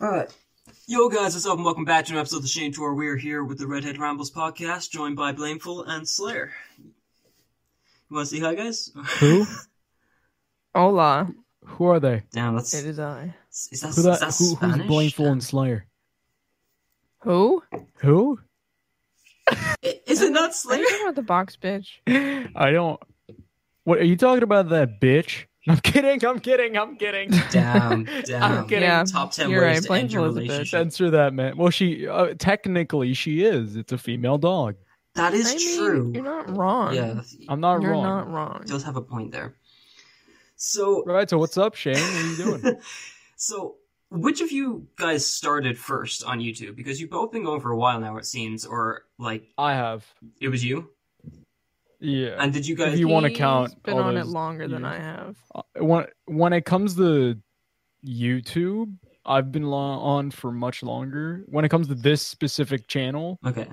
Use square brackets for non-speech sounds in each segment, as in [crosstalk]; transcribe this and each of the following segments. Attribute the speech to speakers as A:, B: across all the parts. A: All right.
B: Yo, guys, what's up? And welcome back to an episode of the Shame Tour. We're here with the Redhead Rambles podcast, joined by Blameful and Slayer. You want to say hi, guys?
C: Who?
D: Hola,
C: Who are they?
B: Damn, that's
D: it is I.
B: is that,
C: Who
B: is
C: that,
B: that
C: who, who's
B: Spanish?
C: Blameful and Slayer?
D: Who?
C: Who?
B: I- Isn't that
D: Are
B: Slayer?
D: you talking about the box bitch?
C: I don't. What are you talking about? That bitch? [laughs] I'm kidding. I'm kidding.
B: [laughs]
C: I'm kidding. [laughs]
B: Damn,
D: [laughs]
B: damn.
C: I'm kidding.
D: Yeah.
B: Top ten
D: You're
B: ways
D: right,
B: to end your
D: Blameful is a bitch.
B: relationship.
C: Censor that man. Well, she uh, technically she is. It's a female dog.
B: That is
D: I mean,
B: true.
D: You're not wrong.
B: Yeah,
C: I'm not
D: you're
C: wrong.
D: not wrong.
B: does have a point there. So,
C: Right. So what's up, Shane? What are you
B: [laughs]
C: doing?
B: so which of you guys started first on YouTube? Because you've both been going for a while now, it seems, or like
C: I have.
B: it was you.
C: Yeah.
B: And did you guys?
C: If you wanna
D: He's
C: count
D: been
C: all
D: on it
C: those
D: longer than
C: years.
D: I have.
C: Uh, when when it comes to YouTube, I've been lo- on for much longer. When it comes to this specific channel,
B: Okay.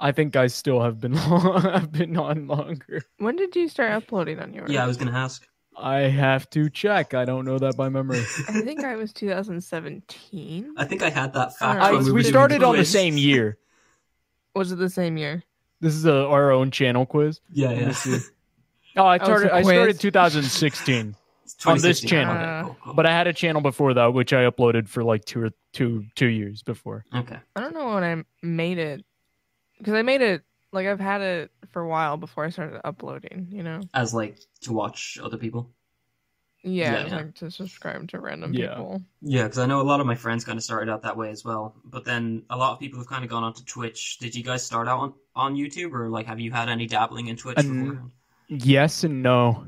C: I think I still have been [laughs] I've been on longer.
D: When did you start uploading on yours?
B: Yeah, I was gonna ask.
C: I have to check. I don't know that by memory.
D: I think I was 2017.
B: [laughs] I think [laughs] I had that
D: All
B: fact.
D: right.
C: I,
B: when
D: we
B: were
C: we
B: doing
C: started on the
B: quiz.
C: same year.
D: Was it the same year?
C: This is a, our own channel quiz.
B: Yeah,
C: Let me
B: yeah. [laughs]
C: see. Oh, I
D: it's
C: started.
D: a
C: I
D: quiz?
C: started 2016,
B: It's
C: On this
B: 2016.
C: channel.
B: Okay,
D: Uh,
B: cool, cool.
C: but I had a channel before that, which I uploaded for like two or two two years before.
B: okay.
D: I don't know when I made it because I made it like I've had it for a while before I started uploading. You know?
B: As like to watch other people.
D: Yeah,
B: Yeah, yeah.
D: like to subscribe to random
C: Yeah.
D: people.
B: Yeah, because I know a lot of my friends kind of started out that way as well. But then a lot of people have kind of gone onto Twitch. Did you guys start out on, on YouTube or like have you had any dabbling in Twitch
C: Um,
B: beforehand?
C: Yes and no.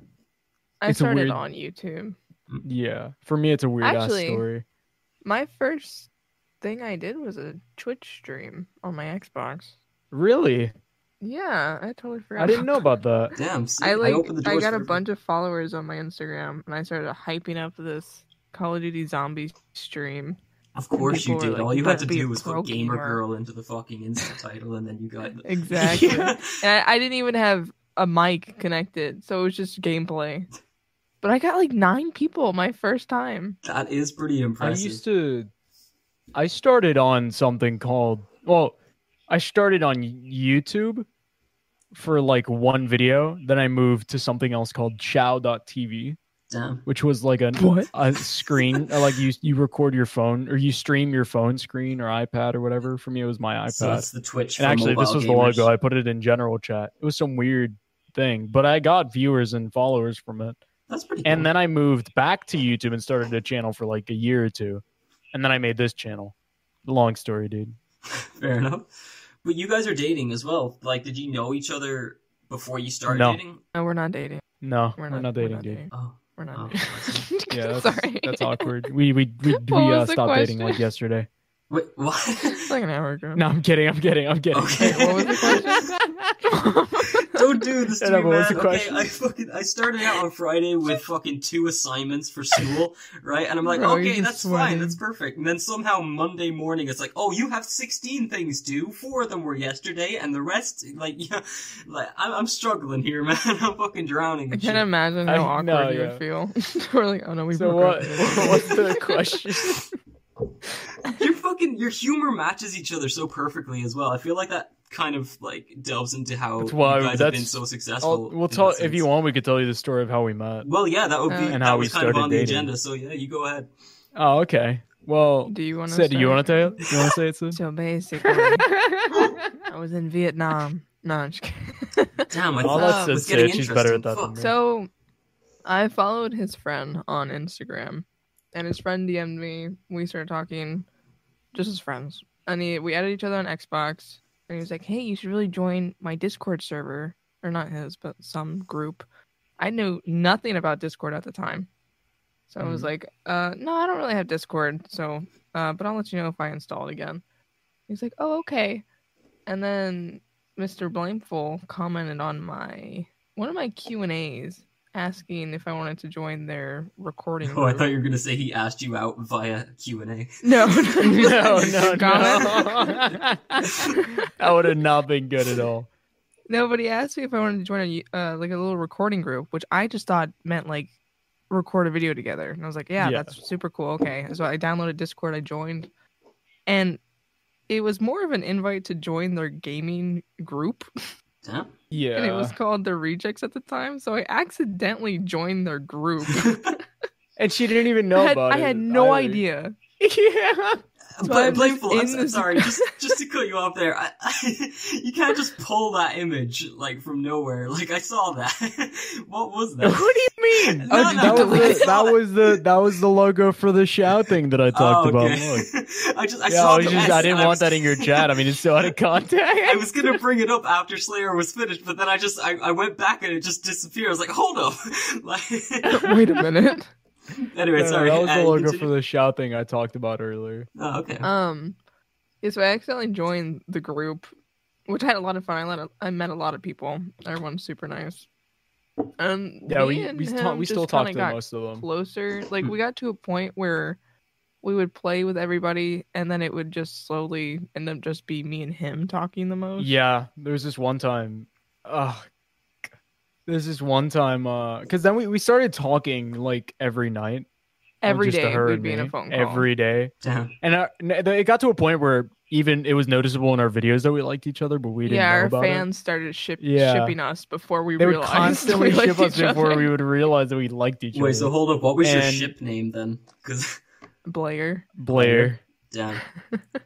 D: I
C: It's a
D: started
C: weird-
D: on YouTube.
C: Yeah, for me, it's a weird
D: Actually-
C: ass story.
D: My first thing I did was a Twitch stream on my Xbox.
C: Really,
D: Yeah, I totally forgot.
C: I didn't know about that.
B: Damn, see,
D: I like
B: opened the
D: I,
B: doors
D: got a
B: for
D: bunch of followers on my Instagram and I started hyping up this Call of Duty zombie stream.
B: Of course you
D: people were
B: did.
D: like,
B: All
D: "You
B: you had
D: better
B: to
D: be a
B: do was
D: pro
B: put gamer
D: gamer."
B: girl into the fucking Insta title, and then you got
D: [laughs] Exactly.
B: [laughs] Yeah.
D: And I, I didn't even have a mic connected, so it was just gameplay. But I got like nine people my first time.
B: That is pretty
C: I
B: impressive.
C: used to. I started on something called. Well, I started on YouTube for like one video. Then I moved to something else called Chow.tv,
B: Damn.
C: which was like a
D: What?
C: a screen. uh, like you you record your phone or you stream your phone screen or iPad or whatever. For me, it was my iPad.
B: So that's the Twitch. For
C: and actually, this
B: mobile
C: was
B: gamers.
C: the logo. I put it in general chat. It was some weird thing, but I got viewers and followers from it.
B: That's pretty.
C: And then I moved back to YouTube and started a channel for like a year or two. And then I made this channel. Long story, dude.
B: cool. [laughs] fair enough. But you guys are dating as well. Like, did you know each other before you started
C: No.
B: dating?
D: No, we're not dating.
C: No,
D: We're
C: we're
D: not,
C: not, dating,
D: we're
C: dude.
B: Oh,
D: We're not.
B: Oh,
D: dating. [laughs]
C: Yeah, that's,
D: Sorry.
C: that's [laughs] awkward. We we
D: [laughs]
C: we, we
D: was
C: uh,
D: the
C: stopped dating
D: question?
C: like yesterday. [laughs]
B: wait, what? [laughs]
D: It's like an hour ago.
C: No, I'm kidding. I'm kidding. I'm kidding.
B: Okay.
D: What was the
C: [laughs]
D: question?
B: Don't do this to
C: Yeah,
B: me,
C: but what's
B: man.
C: the
B: Okay,
C: question?
B: I fucking I started out on Friday with fucking two assignments for school, [laughs] right? And I'm like,
D: Bro, you're
B: okay,
D: just
B: that's fine,
D: sweating.
B: that's perfect. And then somehow Monday morning, it's like, oh, you have 16 things due. Four of them were yesterday, and the rest, like, [laughs] yeah, like I'm, I'm struggling here, [laughs] man. I'm fucking drowning.
D: I
B: and shit.
D: can't imagine how
C: I-
D: awkward
C: no,
D: you would feel. [laughs] We're like, oh no,
C: [laughs]
D: we
C: So [laughs]
D: broke up.
C: what? What's the
D: [laughs]
C: question?
B: Your fucking your humor matches each other so perfectly as well. I feel like that kind of like delves into how
C: That's why-
B: you guys have
C: that's-
B: been so
C: I'll,
B: successful.
C: we'll
B: in
C: tell
B: that
C: if you
B: sense.
C: want. We could tell you the story of how we met.
B: Well, yeah, that would be
D: Uh,
B: that
C: And how we
B: was kind of
C: started
B: on the
C: dating.
B: agenda. So yeah, you go ahead.
C: Oh, okay. Well,
D: Do you want to?
C: Sid, do you want to tell? it? You want to say
D: [laughs]
C: it, Sid?
D: So basically, I was in Vietnam. No, I'm just kidding.
B: Damn, I
C: I'll
B: thought
C: let
B: that
C: Sid
B: was
C: say
B: getting
C: it. She's better at
B: interesting.
C: that than
B: Fuck.
C: me.
D: so I followed his friend on Instagram, and his friend DM'd me. We started talking, just as friends, and he, we added each other on Xbox. And he was like, "Hey, you should really join my Discord server, or not his, but some group." I knew nothing about Discord at the time, so I was like, "Uh, no, I don't really have Discord, so uh, but I'll let you know if I install it again." He's like, "Oh, okay," and then Mr. Blameful commented on my one of my Q and A's asking if I wanted to join their recording.
B: [laughs] Oh, I
D: group.
B: thought you were gonna say he asked you out via Q and A.
D: no, no,
C: [laughs]
D: [laughs]
C: no, no, no.
D: Comment.
C: [laughs] that would have not been good at all.
D: Nobody asked me if I wanted to join a uh, like a little recording group, which I just thought meant like record a video together. And I was like, yeah,
C: Yeah.
D: that's super cool. Okay. So I downloaded Discord, I joined, and it was more of an invite to join their gaming group. [laughs]
B: Huh?
C: Yeah.
D: And [laughs] it was called the Rejects at the time. So I accidentally joined
C: [laughs]
D: their group.
C: And she didn't even know
D: I had,
C: about
D: I
C: it.
D: had no
C: either. [laughs]
D: idea. [laughs]
C: yeah.
B: Bla-
D: I'm just
B: Blameful, I'm,
D: in
B: s- I'm
D: this-
B: sorry, just just to cut you off there. I, I, [laughs] you can't just pull that image like from nowhere. Like I saw that. [laughs] what was
C: [laughs]
D: [laughs]
B: that?
C: What do you mean?
B: No,
D: Oh, did
B: no,
D: you
C: that, was
B: I
D: delete
C: the,
B: saw
C: that was the that was the logo for the shout thing that I
B: [laughs]
C: talked
B: oh,
C: about.
B: okay. [laughs]
C: Look.
B: I just I
C: yeah,
B: saw
C: I, was
B: the
C: just,
B: S
C: I
B: and
C: didn't
B: I
C: want
B: was-
C: that in your [laughs] chat. I mean, it's so out
B: [laughs]
C: of
B: I
C: context.
B: was gonna bring it up after Slayer was finished, but then I just I, I went back and it just disappeared. I was like, hold up. [laughs] like, [laughs]
D: Wait a minute.
B: anyway,
C: No,
B: sorry.
C: that was
B: uh,
C: the logo for
B: continue.
C: the shout thing I talked about earlier.
B: Oh, okay.
D: Um, yeah, so I accidentally joined the group, which I had a lot of fun. I, let a, I met a lot of people. Everyone's super nice. Um,
C: Yeah,
D: me
C: we
D: and
C: we, ta-
D: him
C: we still
D: just
C: talk
D: kinda
C: to
D: got
C: most of them.
D: closer. Like
B: Hmm.
D: we got to a point where we would play with everybody, and then it would just slowly end up just be me and him talking the most.
C: Yeah, there was this one time. Oh, there's this one time. Uh, because then we, we started talking like every night. Well,
D: every
C: just to
D: day
C: her
D: we'd
C: and
D: be in a
C: me,
D: phone call.
C: every day.
B: Damn.
C: And our, n- it got to a point where even it was noticeable in our videos that we liked each other, but we didn't
D: yeah,
C: know
D: our
C: about it.
D: fans started ship-
C: Yeah.
D: shipping us before we
C: They would
D: realized [laughs]
C: constantly
D: we liked
C: ship us
D: each
C: before
D: other.
C: we would realize that we liked each
B: Wait,
C: other.
B: so hold up. What was your
C: And-
B: ship name then? Because
D: Blair.
C: Blair.
B: [laughs] damn,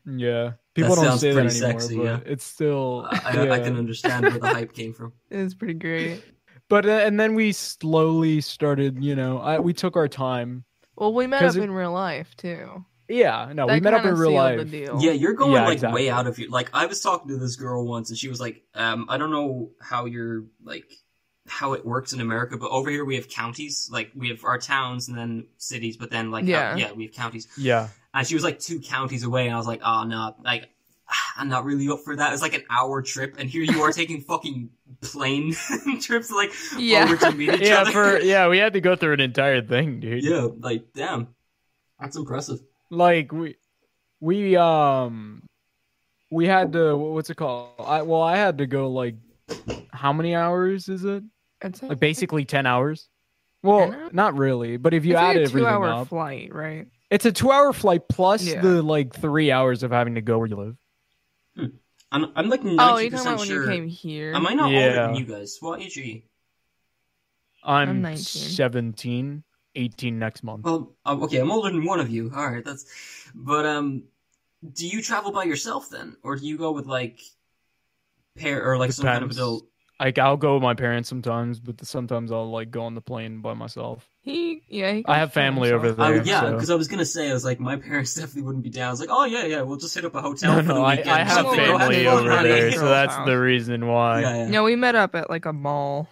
C: Yeah. People don't
B: sounds
C: say that
B: pretty
C: anymore,
B: sexy,
C: but
B: yeah.
C: it's still.
B: I, I, I
C: yeah.
B: can understand where the hype came from.
D: It was pretty great.
C: But uh, and then we slowly started, you know, I, we took our time.
D: Well, we met
C: 'Cause
D: up
C: it-
D: in real life too.
C: Yeah, no,
D: That
C: we met up in
D: kinda
C: real
D: sealed
C: life.
D: The
B: [laughs]
D: deal.
B: Yeah, you're going
C: Yeah,
B: like
C: exactly.
B: way out of your like I was talking to this girl once and she was like, um, I don't know how you're like how it works in America, but over here we have counties. Like we have our towns and then cities, but then like
D: Yeah.
B: out- yeah, we have counties.
C: Yeah,
B: And she was like two counties away and I was like, Oh no, like [sighs] I'm not really up for that. It's like an hour trip and here you are
D: [laughs]
B: taking fucking plane [laughs] trips like
D: Yeah.
B: over [laughs] to meet [laughs] each
C: yeah,
B: other.
C: for yeah, we had to go through an entire thing, dude.
B: yeah, like damn. That's impressive.
C: like we we um we had to wh- what's it called? I well, I had to go like how many hours is it?
D: It's
C: Like basically ten hours. Well,
D: 10 hours?
C: not really, but if you
D: it's
C: add
D: like a
C: everything
D: two-hour
C: up,
D: flight, right?
C: it's a two-hour flight plus
D: Yeah.
C: the like three hours of having to go where you live.
B: I'm I'm like
D: Oh,
B: ninety
D: you're talking
B: percent
D: about
B: sure.
D: when you came here.
B: Am I not older
C: Yeah.
B: than you guys? What age are you?
C: I'm,
D: 19.
C: 17, 18 next month.
B: Well, um, okay, I'm older than one of you. All right, that's. But um, do you travel by yourself then, or do you go with like pair or like some kind of
C: Depends.
B: adult?
C: Like I'll go with my parents sometimes, but sometimes I'll like go on the plane by myself.
D: He, yeah. He
C: I have family over
D: himself.
B: I
C: there.
B: would, yeah,
C: so-
B: because I was gonna say I was like my [laughs] parents definitely wouldn't be down. I was like, oh yeah, yeah, we'll just hit up a hotel
C: [laughs] No,
B: for the
C: no, I,
B: weekend.
C: I
B: or
C: have
B: something. Go have
C: family
B: fun,
C: over
B: [laughs] honey.
C: there,
D: Yeah.
C: so that's the reason why.
B: Yeah, yeah.
D: No, we met up at like a mall,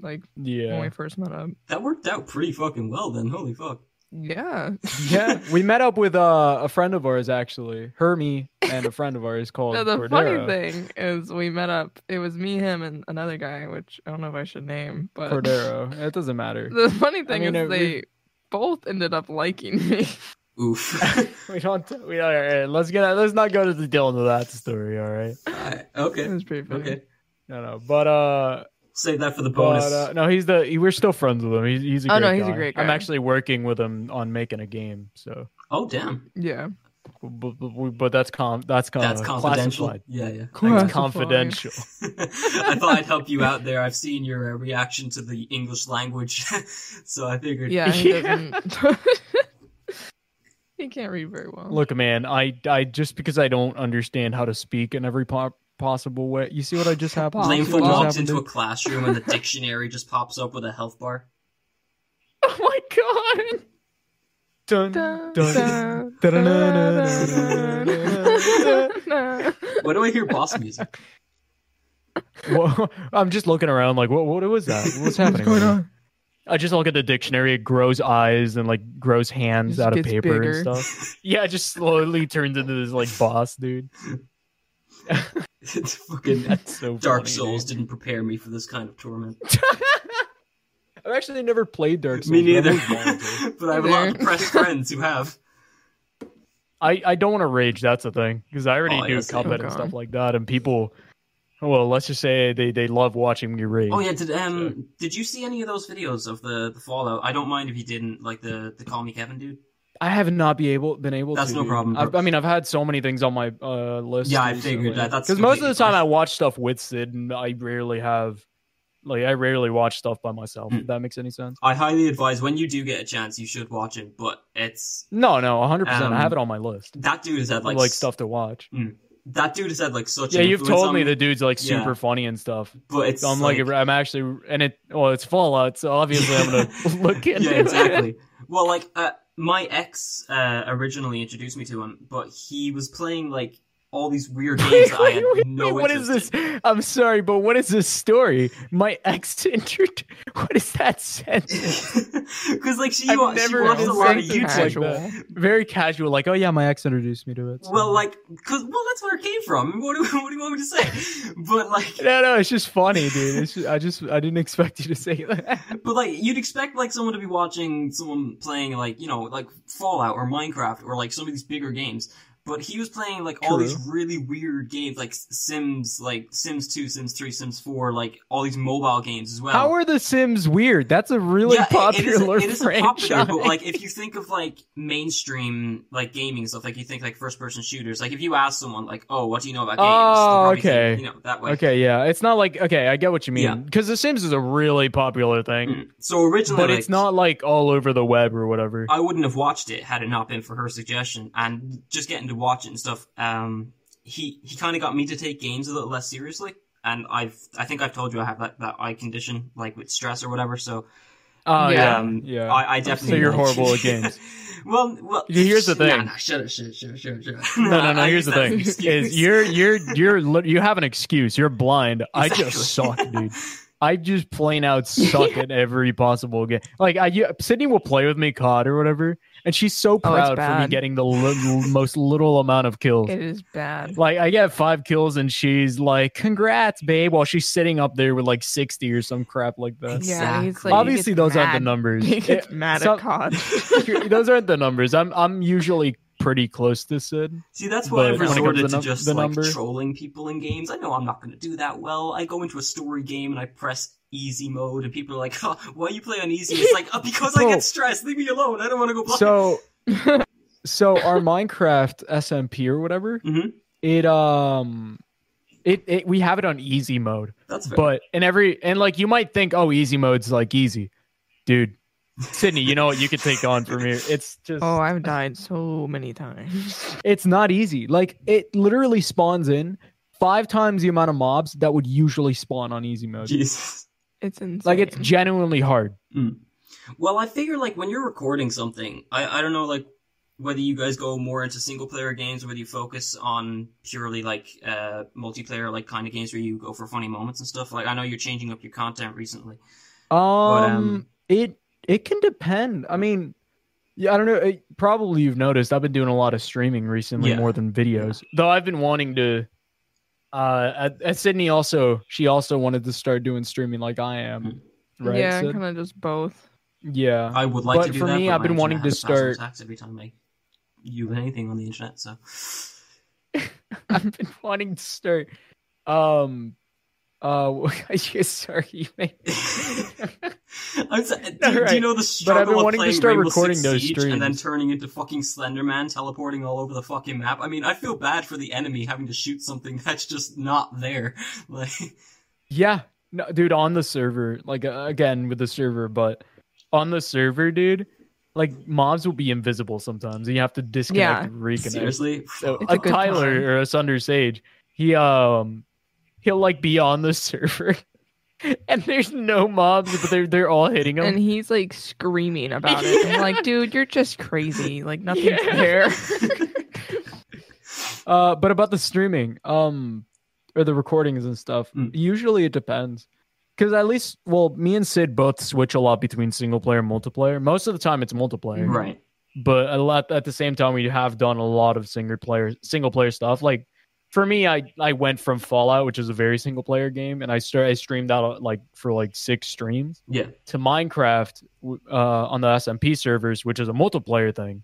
D: like when
C: Yeah.
D: we first met up.
B: that worked out pretty fucking well then. Holy fuck.
D: Yeah.
C: [laughs]
D: [laughs]
C: yeah. We met up with uh, a friend of ours, actually. Hermie and a friend of ours called
D: [laughs] No, the
C: Cordero.
D: funny thing is, we met up. It was me, him, and another guy, which I don't know if I should name, but
C: Cordero. It doesn't matter.
D: [laughs] the funny thing
C: mean,
D: is
C: uh,
D: they
C: we-
D: both ended up liking me.
B: [laughs]
D: [laughs]
B: Oof. [laughs]
C: we don't. We all right. Let's get. Let's not go to the deal into that story. All right.
B: Alright,
D: it
B: okay,
D: was pretty funny.
B: okay.
C: No, no. But uh,
B: Save that for the bonus.
C: but uh, no. He's the. He, we're still friends with him. He's, he's a
D: Oh,
C: great
D: no, he's a
C: guy.
D: great
C: I'm
D: guy.
C: actually working with him on making a game. So,
B: oh damn,
D: Yeah.
C: but, but, but that's com. That's com.
B: that's confidential.
C: uh, classified.
B: Yeah, yeah.
D: Cool.
C: That's
B: Thanks.
C: confidential.
B: I thought I'd help you out there. I've seen your uh, reaction to the English language, [laughs] so I figured.
D: Yeah. He,
C: Yeah.
D: doesn't...
C: [laughs]
D: [laughs] he can't read very well.
C: Look, man, I, I just because I don't understand how to speak in every po- possible way. You see what I just happened?
D: Blame
C: see
B: Blameful
C: what
D: Possible.
C: just
B: walks
C: happened
B: into a
C: to-
B: classroom and the dictionary just pops up with a health bar.
D: [laughs] Oh my god.
C: Dun,
D: Dun,
C: dun,
D: dun, dun, dun,
C: dun.
D: [laughs] dun.
B: Why do I hear boss music? [laughs]
C: Whoa, I'm just looking around, like, what, what was that? What's happening?
D: going
C: right now? I just look at the dictionary. It grows eyes and like grows hands
D: Just
C: out of
D: gets
C: paper
D: bigger.
C: and stuff. Yeah, it just slowly turns into this like boss dude.
B: It's fucking
C: That's so
B: Dark
C: funny,
B: Souls
C: dude.
B: didn't prepare me for this kind of torment.
C: I've actually never played Dark Souls.
B: Me
C: but I've
B: neither.
C: always wanted to.
B: [laughs] but I have a lot of depressed friends who have.
C: I, I don't want to rage. That's the thing because I already
B: Oh,
C: do
B: yes,
C: Cuphead
D: oh,
C: and
D: God.
C: stuff like that, and people Well, let's just say they, they love watching me rage.
B: Oh yeah, did um did you see any of those videos of the, the fallout? I don't mind if you didn't, like the the call me Kevin dude.
C: I have not be able been able.
B: That's
C: to,
B: no
C: dude.
B: problem, bro.
C: I've, I mean, I've had so many things on my uh, list.
B: Yeah, I figured that. That's
C: because most of
B: completely
C: the time
B: fine.
C: I watch stuff with Sid, and I rarely have, like, I rarely watch stuff by myself.
B: Hmm.
C: If that makes any sense.
B: I highly advise when you do get a chance, you should watch it. But it's
C: No, no, hundred percent. I
B: Um,
C: have it on my list.
B: that dude has had
C: Like,
B: like,
C: like
B: s-
C: stuff to watch.
B: That dude has had like such.
C: Yeah,
B: an
C: you've
B: influence
C: told
B: on
C: me the dude's like
B: Yeah.
C: super funny and stuff.
B: But it's
C: So I'm like,
B: like
C: I'm actually, and it, well, it's Fallout, so obviously I'm
B: [laughs]
C: gonna look [laughs] into
B: yeah,
C: it.
B: exactly. well, like uh, my ex uh, originally introduced me to him, but he was playing like all these
C: [laughs]
B: weird games that I had
C: Wait, wait,
B: no
C: wait, what is
B: interest
C: this? I'm sorry, but what is this story? My ex [laughs] entered. What is that sentence?
B: [laughs] Because like she,
C: I've
B: wa- she
C: never
B: watched
C: heard
B: a lot of
C: anything
B: YouTube.
C: like Very casual, like, oh yeah, my ex introduced me to it. so-
B: Well, like, cause well, that's where it came from. What do, [laughs] what do you want me to say? But like,
C: no, no, it's just funny, dude. It's just- I just, I didn't expect you to say that.
B: But like you'd expect like someone to be watching someone playing like, you know, like Fallout or Minecraft or like some of these bigger games. But he was playing like all
C: True.
B: these really weird games like Sims, like Sims 2, Sims 3, Sims 4, like all these mobile games as well.
C: How are the Sims weird? That's a really
B: Yeah, it-
C: popular
B: it is, it is
C: franchise.
B: popular, but like if you think of like mainstream like gaming stuff, like you think like first person shooters, like if you ask someone like, "Oh, what do you know about games?"
C: Oh,
B: They'll probably think,
C: okay.
B: you know that way.
C: okay, yeah, it's not like okay, I get what you
B: Yeah.
C: mean because The Sims is a really popular thing,
B: Mm. So originally,
C: but
B: like,
C: it's not like all over the web or whatever.
B: I wouldn't have watched it had it not been for her suggestion. And just getting to watch it and stuff, um, he he kind of got me to take games a little less seriously. And I've I think I've told you I have that, that eye condition, like with stress or whatever. So
C: Oh
D: Yeah.
C: yeah,
B: um,
C: yeah.
B: I, I definitely.
C: you're
B: like-
C: horrible
B: [laughs]
C: at games.
B: well, well.
C: Yeah, here's
B: [laughs]
C: the
B: nah,
C: thing.
B: nah, shut up, shut up, shut up, shut up, shut up.
C: No, no,
B: [laughs]
C: no.
B: I
C: Here's the
B: use that as an
C: thing:
B: excuse.
C: is you're you're you're li- you have an excuse. You're blind. I just suck,
B: Exactly. [laughs]
C: dude. I just plain out suck at every possible game. Like I, you, Sydney will play with me COD or whatever, and she's so proud for me
D: bad.
C: getting the li- most little amount of kills.
D: It is bad.
C: Like I get five kills, and she's like, "Congrats, babe!" While she's sitting up there with like sixty or some crap like that.
D: Yeah, he's
B: Exactly.
D: like,
C: Obviously, those aren't the
D: numbers.
C: numbers.
D: [laughs] He
C: Yeah,
D: gets mad
C: some- [laughs]
D: at COD.
C: those aren't the numbers. I'm I'm usually pretty close to Sid.
B: See, that's why
C: But
B: I've
C: when it comes
B: resorted
C: to the
B: to,
C: num-
B: just
C: the
B: like
C: number-
B: trolling people in games. I know I'm not going to do that well. I go into a story game and I press easy mode, and people are like, [laughs] oh, "Why you play on easy?" It's like oh, because I
C: Bro.
B: get stressed. Leave me alone. I don't want to go blind.
C: so so our minecraft smp or whatever
B: Mhm.
C: it um it, it we have it on easy mode
B: that's fair.
C: but in every and like you might think oh easy mode's like easy dude sydney you know what you could take on from here it's just
D: Oh, I've died so many times. [laughs]
C: it's not easy like it literally spawns in five times the amount of mobs that would usually spawn on easy
B: [laughs]
C: mode
B: Jesus.
D: It's insane.
C: like it's genuinely hard
B: Well, I figure like when you're recording something, I I don't know like whether you guys go more into single player games, whether you focus on purely like uh multiplayer like kind of games where you go for funny moments and stuff. Like I know you're changing up your content recently.
C: Um,
B: um,
C: it it can depend. I mean, yeah, I don't know. It, probably you've noticed I've been doing a lot of streaming recently
B: Yeah.
C: more than videos. Though I've been wanting to. Uh, at, at Sydney also she also wanted to start doing streaming like I am,
B: Hmm.
C: right?
D: yeah,
C: Sid?
D: kind of just both.
C: yeah.
B: I would like
C: But
B: to do
C: for
B: that.
C: me,
B: but
C: I've
B: my
C: been wanting
B: internet
C: to
B: has thousand
C: start-
B: attacks every time I use anything on the internet. So [laughs]
C: [laughs] I've been wanting to start. Um, uh, [laughs] sorry, you made
B: I'm so- do, do
C: right.
B: you know the
C: I've been
B: struggle of
C: wanting to
B: playing
C: start
B: Rainbow
C: recording
B: Six
C: those
B: Siege and then
C: streams.
B: turning into fucking Slenderman teleporting all over the fucking map? I mean, I feel bad for the enemy having to shoot something [laughs] that's just not there. Like,
C: Yeah, no, dude, on the server, like uh, again with the server, but on the server, dude, like mobs will be invisible sometimes, and you have to disconnect,
D: Yeah.
C: and reconnect.
B: seriously,
C: So,
D: It's
C: a
D: a good
C: Tyler
D: time.
C: or a Sunder Sage, he um, he'll like be on the [laughs] server, and there's no mobs, but they're they're all hitting him.
D: And he's like screaming about it.
C: [laughs]
D: I'm like, dude, you're just crazy. Like nothing's
C: Yeah.
D: there.
C: Uh, but about the streaming, um, or the recordings and stuff,
B: Mm.
C: usually it depends. Because at least, well, me and Sid both switch a lot between single player and multiplayer. Most of the time, it's multiplayer,
B: right?
C: But a lot at the same time, we have done a lot of single player single player stuff. Like for me, I I went from Fallout, which is a very single player game, and I start I streamed out like for like six streams
B: Yeah,
C: to Minecraft w- uh, on the SMP servers, which is a multiplayer thing.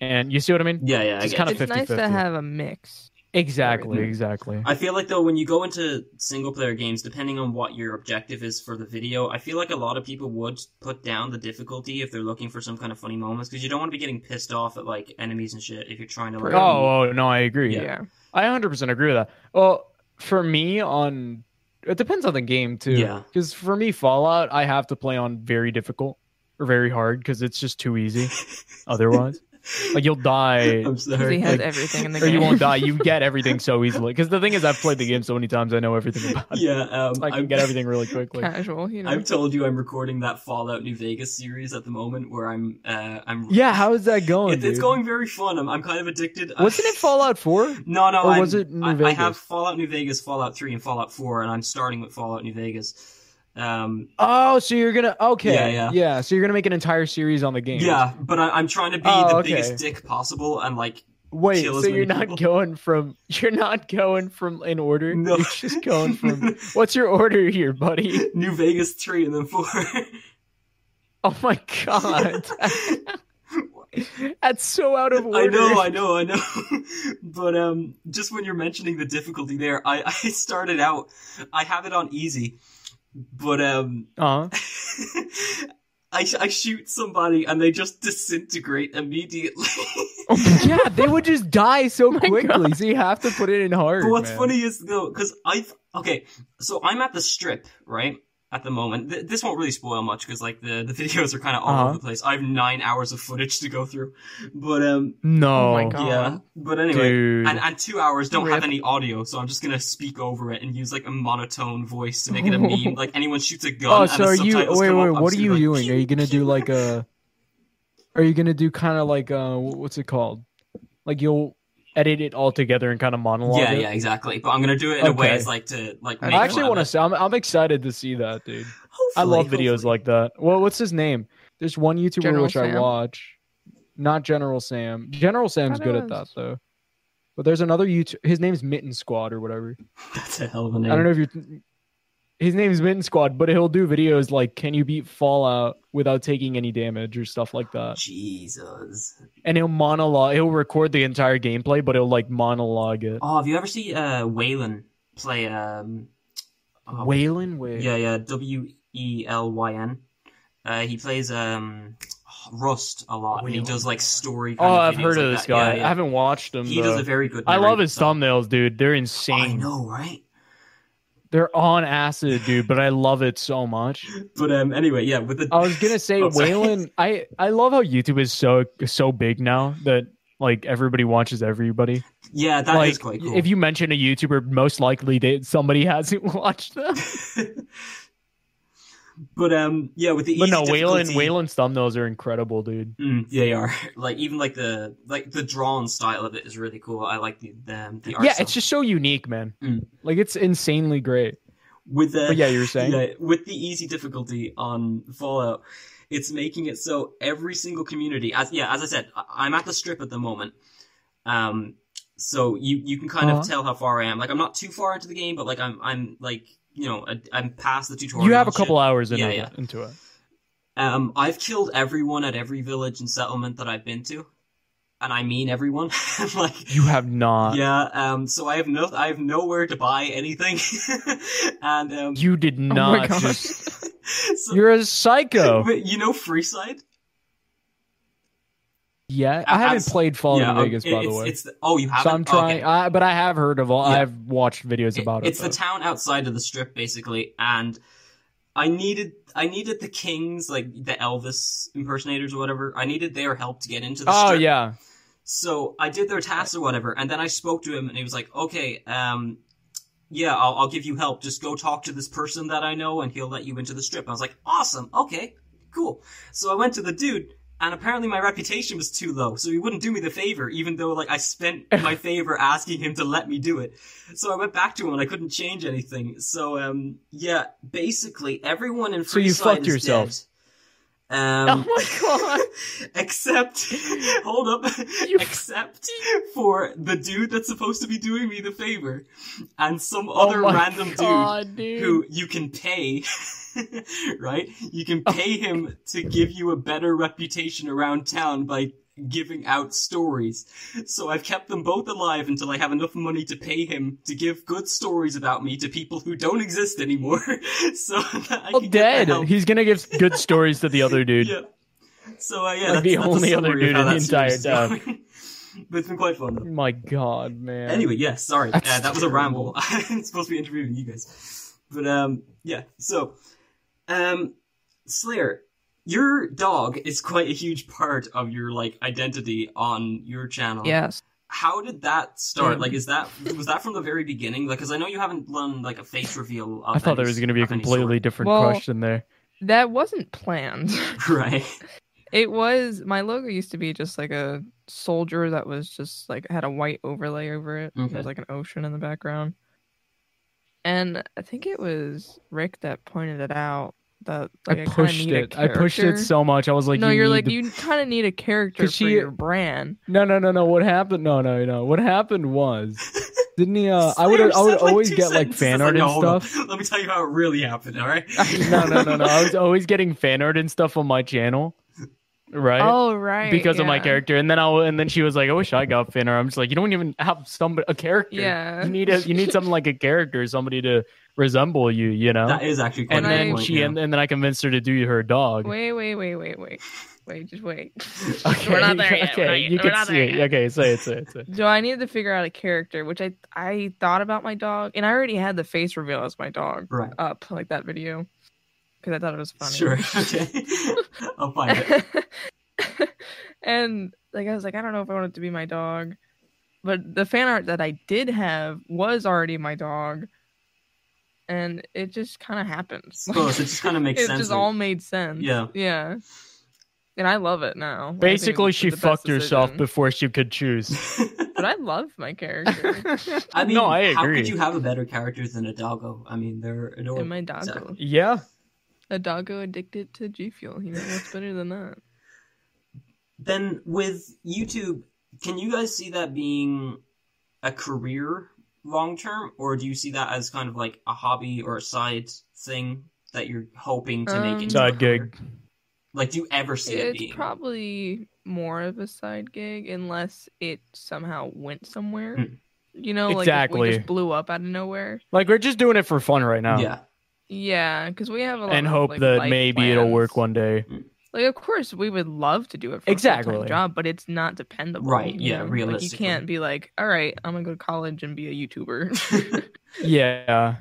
C: And you see what I mean?
B: yeah, yeah. I
C: It's
B: get
C: kind
B: it.
C: of
D: it's nice to
C: 50-50.
D: have a mix.
C: Exactly,
B: Everything.
C: exactly.
B: I feel like though when you go into single player games, depending on what your objective is for the video, I feel like a lot of people would put down the difficulty if they're looking for some kind of funny moments because you don't want to be getting pissed off at like enemies and shit if you're trying to like. [laughs]
D: Right.
C: Oh, oh, no, I agree.
D: Yeah.
C: I 100% agree with that. Well, for me, on it depends on the game too.
B: Yeah.
C: Because for me, Fallout, I have to play on very difficult or very hard because it's just
B: [laughs]
C: too easy. Otherwise, like you'll die.
B: I'm
D: Because
B: sorry.
D: he has
B: Like,
D: everything in the
C: Or
D: game.
C: you won't die. You get everything so easily. Because the thing is, I've played the game so many times, I know everything about it.
B: yeah, um,
C: I can
B: I'm-
C: get everything really quickly.
D: [laughs] Casual, you
B: [laughs]
D: know.
B: I've told you I'm recording that Fallout New Vegas series at the moment where I'm uh I'm
C: Yeah, how is that going?
B: It, it's
C: dude?
B: going uh, very fun. I'm I'm kind of addicted.
C: Wasn't it Fallout Four?
B: [laughs] No, no.
C: Or
B: I'm-
C: was it New
B: I, I
C: Vegas?
B: have Fallout New Vegas, Fallout Three, and Fallout Four, and I'm starting with Fallout New Vegas. Um,
C: Oh, so you're gonna okay,
B: Yeah, yeah.
C: So you're gonna make an entire series on the game.
B: yeah, but I, I'm trying to be
C: Oh,
B: the
C: okay.
B: biggest dick possible, and like,
C: Wait,
B: Kill as
C: so you're
B: many
C: not
B: people.
C: going from [laughs] you're not going from in order.
B: No.
C: You're just going from what's your order here, buddy?
B: [laughs]
C: [laughs]
B: New Vegas Three, and then Four.
C: Oh my
B: [laughs]
C: god, that's so out of order.
B: I know, I know, I know. [laughs] but um, just when you're mentioning the difficulty there, I, [laughs] I started out. I have it on easy, but um, [laughs]
C: uh-huh.
B: I I shoot somebody and they just disintegrate immediately.
C: [laughs]
B: [laughs]
C: yeah, they would just die so
D: my
C: quickly.
D: God.
C: So you have to put it in hard.
B: But what's
C: man.
B: funny is though, because I okay, so I'm at the strip right at the moment. Th- this won't really spoil much because like the [laughs] the videos are kind of all
C: Uh-huh.
B: over the place. I have nine hours of footage to go through, but um,
C: No,
D: Oh my God.
B: yeah. But anyway,
C: dude.
B: and and two hours don't have
D: Rip.
B: any audio, so I'm just gonna speak over it and use like a monotone voice to make
C: [laughs]
B: it a meme. Like anyone shoots a gun.
C: oh,
B: and
C: so
B: the
C: are you?
B: subtitles
C: Wait,
B: come
C: wait.
B: up, I'm
C: What are
B: just
C: you
B: gonna be like,
C: doing? Are you gonna do like a? Are you gonna do kind of like uh, wh- what's it called? Like you'll edit it all together and kind of monologue.
B: Yeah,
C: it?
B: yeah, exactly. But I'm gonna do it in a way
C: Okay.
B: as like to like.
D: I
B: Make
C: I actually
B: want
C: want to. I'm, I'm excited to see that, dude.
B: Hopefully,
C: I love videos
B: hopefully.
C: like that. Well, what's his name? There's one YouTuber
D: General
C: which I
D: Sam.
C: watch. Not General Sam. General Sam's
D: Thought it
C: good at that
D: was.
C: though. But there's another YouTube. His name's Mitten Squad or whatever.
B: [laughs] That's a hell of a name.
C: I don't know if you're. His name's Mitten Squad, but he'll do videos like "Can you beat Fallout without taking any damage" or stuff like that.
B: Jesus.
C: And he'll monologue. He'll record the entire gameplay, but he'll like monologue it.
B: Oh, have you ever seen uh, Waylon play? Um, oh,
C: Waylon, wait.
B: yeah, yeah, W E L Y N. Uh, he plays um, Rust a lot, and he
C: Waylon.
B: does like story. Kind
C: Oh,
B: of
C: I've
B: videos
C: heard
B: like
C: of this
B: that.
C: guy.
B: Yeah,
C: I
B: yeah.
C: haven't watched him.
B: He
C: though.
B: does a very good.
C: I love
B: narrative
C: his
B: style.
C: thumbnails, dude. They're
B: I
C: insane.
B: know, right?
C: They're on acid, dude, but I love it so much.
B: But um, anyway, yeah, with the
C: I was
B: [laughs]
C: gonna say
B: Oh, sorry.
C: Waylon. I I love how YouTube is so so big now that like everybody watches everybody.
B: yeah, that is
C: like
B: quite cool.
C: if you mention a YouTuber, most likely they, somebody [laughs] hasn't watched them.
B: but um, yeah, with the
C: But
B: easy
C: no, Waylon
B: difficulty-
C: Waylon's thumbnails are incredible, dude.
B: Mm, they are [laughs] like even like the like the drawn style of it is really cool. I like the the, um, the art
C: yeah,
B: style.
C: it's just so unique, man.
B: Mm.
C: Like it's
B: [laughs]
C: insanely great.
B: with uh, the
C: But yeah, you were saying.
B: Yeah, with the easy difficulty on Fallout, it's making it so every single community, as yeah, as I said, I- I'm at the strip at the moment. Um, so you you can kind
C: Uh-huh.
B: of tell how far I am. Like I'm not too far into the game, but like I'm I'm like you know I, I'm past the tutorial.
C: you have a
B: and shit.
C: couple hours into,
B: Yeah,
C: it-
B: yeah.
C: into it.
B: Um, I've killed everyone at every village and settlement that I've been to, and I mean everyone. [laughs] like
C: You have not.
B: yeah, um, so I have no, I have nowhere to buy anything, [laughs] and um,
C: You did
D: my
C: not.
D: God.
B: [laughs]
C: just,
B: so,
C: you're a psycho.
B: [laughs] But you know Freeside?
C: Yeah, I haven't
B: Abs-
C: played Fallout
B: yeah,
C: New
B: um,
C: Vegas
B: it-
C: by the
B: it's,
C: way.
B: It's the, oh, you haven't.
C: so I'm trying,
B: Okay.
C: I, but I have heard of all.
B: Yeah.
C: I've watched videos
B: It-
C: about it.
B: it's the
C: though.
B: town outside of the strip, basically, and I needed I needed the Kings, like the Elvis impersonators or whatever. I needed their help to get into the
C: oh
B: strip.
C: yeah,
B: So I did their tasks or whatever, and then I spoke to him, and he was like, "Okay, um, yeah, I'll, I'll give you help. Just go talk to this person that I know, and he'll let you into the strip." I was like, "Awesome, okay, cool." So I went to the dude, and apparently my reputation was too low, so he wouldn't do me the favor, even though like I
C: [laughs]
B: spent my favor asking him to let me do it. So I went back to him, and I couldn't change anything. So um, yeah, basically everyone in
C: So you
B: Freeside
C: fucked
B: is
C: yourself.
B: dead. Um,
C: [laughs] [laughs] Oh
B: [laughs]
C: my
B: except, hold up,
C: You-
B: except for the dude that's supposed to be doing me the favor, and some
C: Oh
B: other
C: my
B: random
C: God,
B: dude
C: dude.
B: who you can pay, [laughs]
C: Oh.
B: right? You can pay him to give you a better reputation around town by giving out stories. So I've kept them both alive until I have enough money to pay him to give good stories about me to people who don't exist anymore. [laughs] so that I
C: Well,
B: can get the
C: Oh, dead.
B: help.
C: He's gonna give good stories to
B: [laughs]
C: the other dude.
B: Yeah. So uh, yeah, that's,
C: Like the
B: that's a
C: only other
B: summary of
C: dude
B: how
C: in the
B: that series
C: entire
B: is going. [laughs] but it's been quite fun though.
C: My God, man.
B: Anyway, yes, sorry, uh,
C: That's
B: that was a ramble. [laughs]
C: terrible.
B: I'm supposed to be interviewing you guys, but um, yeah. So, um, Slayer, your dog is quite a huge part of your like identity on your channel.
D: Yes.
B: How did that start?
D: Yeah.
B: Like, is that was that from the very beginning? Like, because I know you haven't done like a face reveal. Of
C: I thought there
B: any-
C: was gonna be a
B: of any
C: completely different
D: Well-
C: question there.
D: That wasn't planned. [laughs]
B: sort. [laughs] right.
D: It was my logo used to be just like a soldier that was just like had a white overlay over it.
B: Okay.
D: There was like an ocean in the background. And I think it was Rick that pointed it out that like,
C: I
D: kinda
C: pushed
D: need a
C: it. I pushed it
D: character.
C: so much. I was like,
D: no,
C: you
D: you're
C: need
D: like
C: to-
D: you kind of need a character for
C: 'Cause she-
D: your brand.
C: No, no, no, no. What happened? No, no, no. What
B: [laughs]
C: happened was, didn't he? Uh, I would,
B: Slayer
C: I would
B: said, like,
C: always
B: two
C: get like
B: sentences.
C: fan
B: That's [laughs]
C: art and
B: "No, hold
C: stuff.
B: on. Let me tell you how it really happened. All right.
C: [laughs] no, no, no, no. I was always getting fan art and stuff on my channel, right?
D: Oh right,
C: because of my
D: yeah.
C: character. And then I, w- and then she was like, "I wish I got fan art." I'm just like, you don't even have somebody a character.
D: Yeah.
C: You need a, you need something like a character, somebody to resemble you. You know.
B: [laughs] That is actually quite
C: and
B: a
D: When
B: good
C: then
B: point,
C: she
B: yeah.
C: and, and then I convinced her to do her dog.
D: [laughs] Wait, wait, wait, wait, wait, wait. Just wait.
C: Okay,
D: We're
C: [laughs]
D: not there yet.
C: okay,
D: We're not yet.
C: you
D: We're
C: can
D: not
C: see
D: there
C: it.
D: yet.
C: Okay, say it, say it,
D: [laughs]
C: say it.
D: So I needed to figure out a character, which I I thought about my dog, and I already had the face reveal as my dog
B: Right.
D: up like that video because I thought it was funny.
B: Sure. [laughs] Okay. [laughs] I'll find
C: [laughs]
B: it.
D: [laughs] and like I was like, I don't know if I want it to be my dog, but the fan art that I did have was already my dog, and it just kind of happens.
B: Suppose it just kind of makes
D: [laughs] it
B: sense.
D: just
B: like-
D: all made sense.
B: Yeah.
D: yeah. And I love it now. I think it's
C: Basically, she
D: the best
C: fucked herself
D: decision.
C: before she could choose.
D: [laughs] but I love my
B: [laughs]
D: character
B: I mean,
C: no, I
B: how
C: agree.
B: could you have a better character than a doggo? I mean, they're adorable.
D: and my doggo.
B: Exactly.
C: Yeah,
D: A doggo addicted to G Fuel. You know what's better
B: [laughs]
D: than that?
B: Then with YouTube, can you guys see that being a career long term, or do you see that as kind of like a hobby or a side thing that you're hoping to
D: Um,
B: make? Into a
C: side
B: career?
C: gig.
B: Like, do you ever see it being?
D: It's probably more of a side gig unless it somehow went somewhere.
B: Hmm.
D: You know, like if we
C: Exactly.
D: just blew up out of nowhere.
C: Like we're just doing it for fun right now,
B: Yeah.
D: Yeah, because we have a lot
C: and
D: of,
C: hope
D: like,
C: that
D: life
C: maybe it'll work
D: plans.
C: one day.
D: Like, of course, we would love to do it for a
C: Exactly.
D: full-time job, but it's not dependable.
B: Right,
D: you
B: yeah,
D: know? Like, you
B: realistically.
D: can't be like, all right, I'm gonna go to college and be a YouTuber.
B: [laughs]
C: Yeah,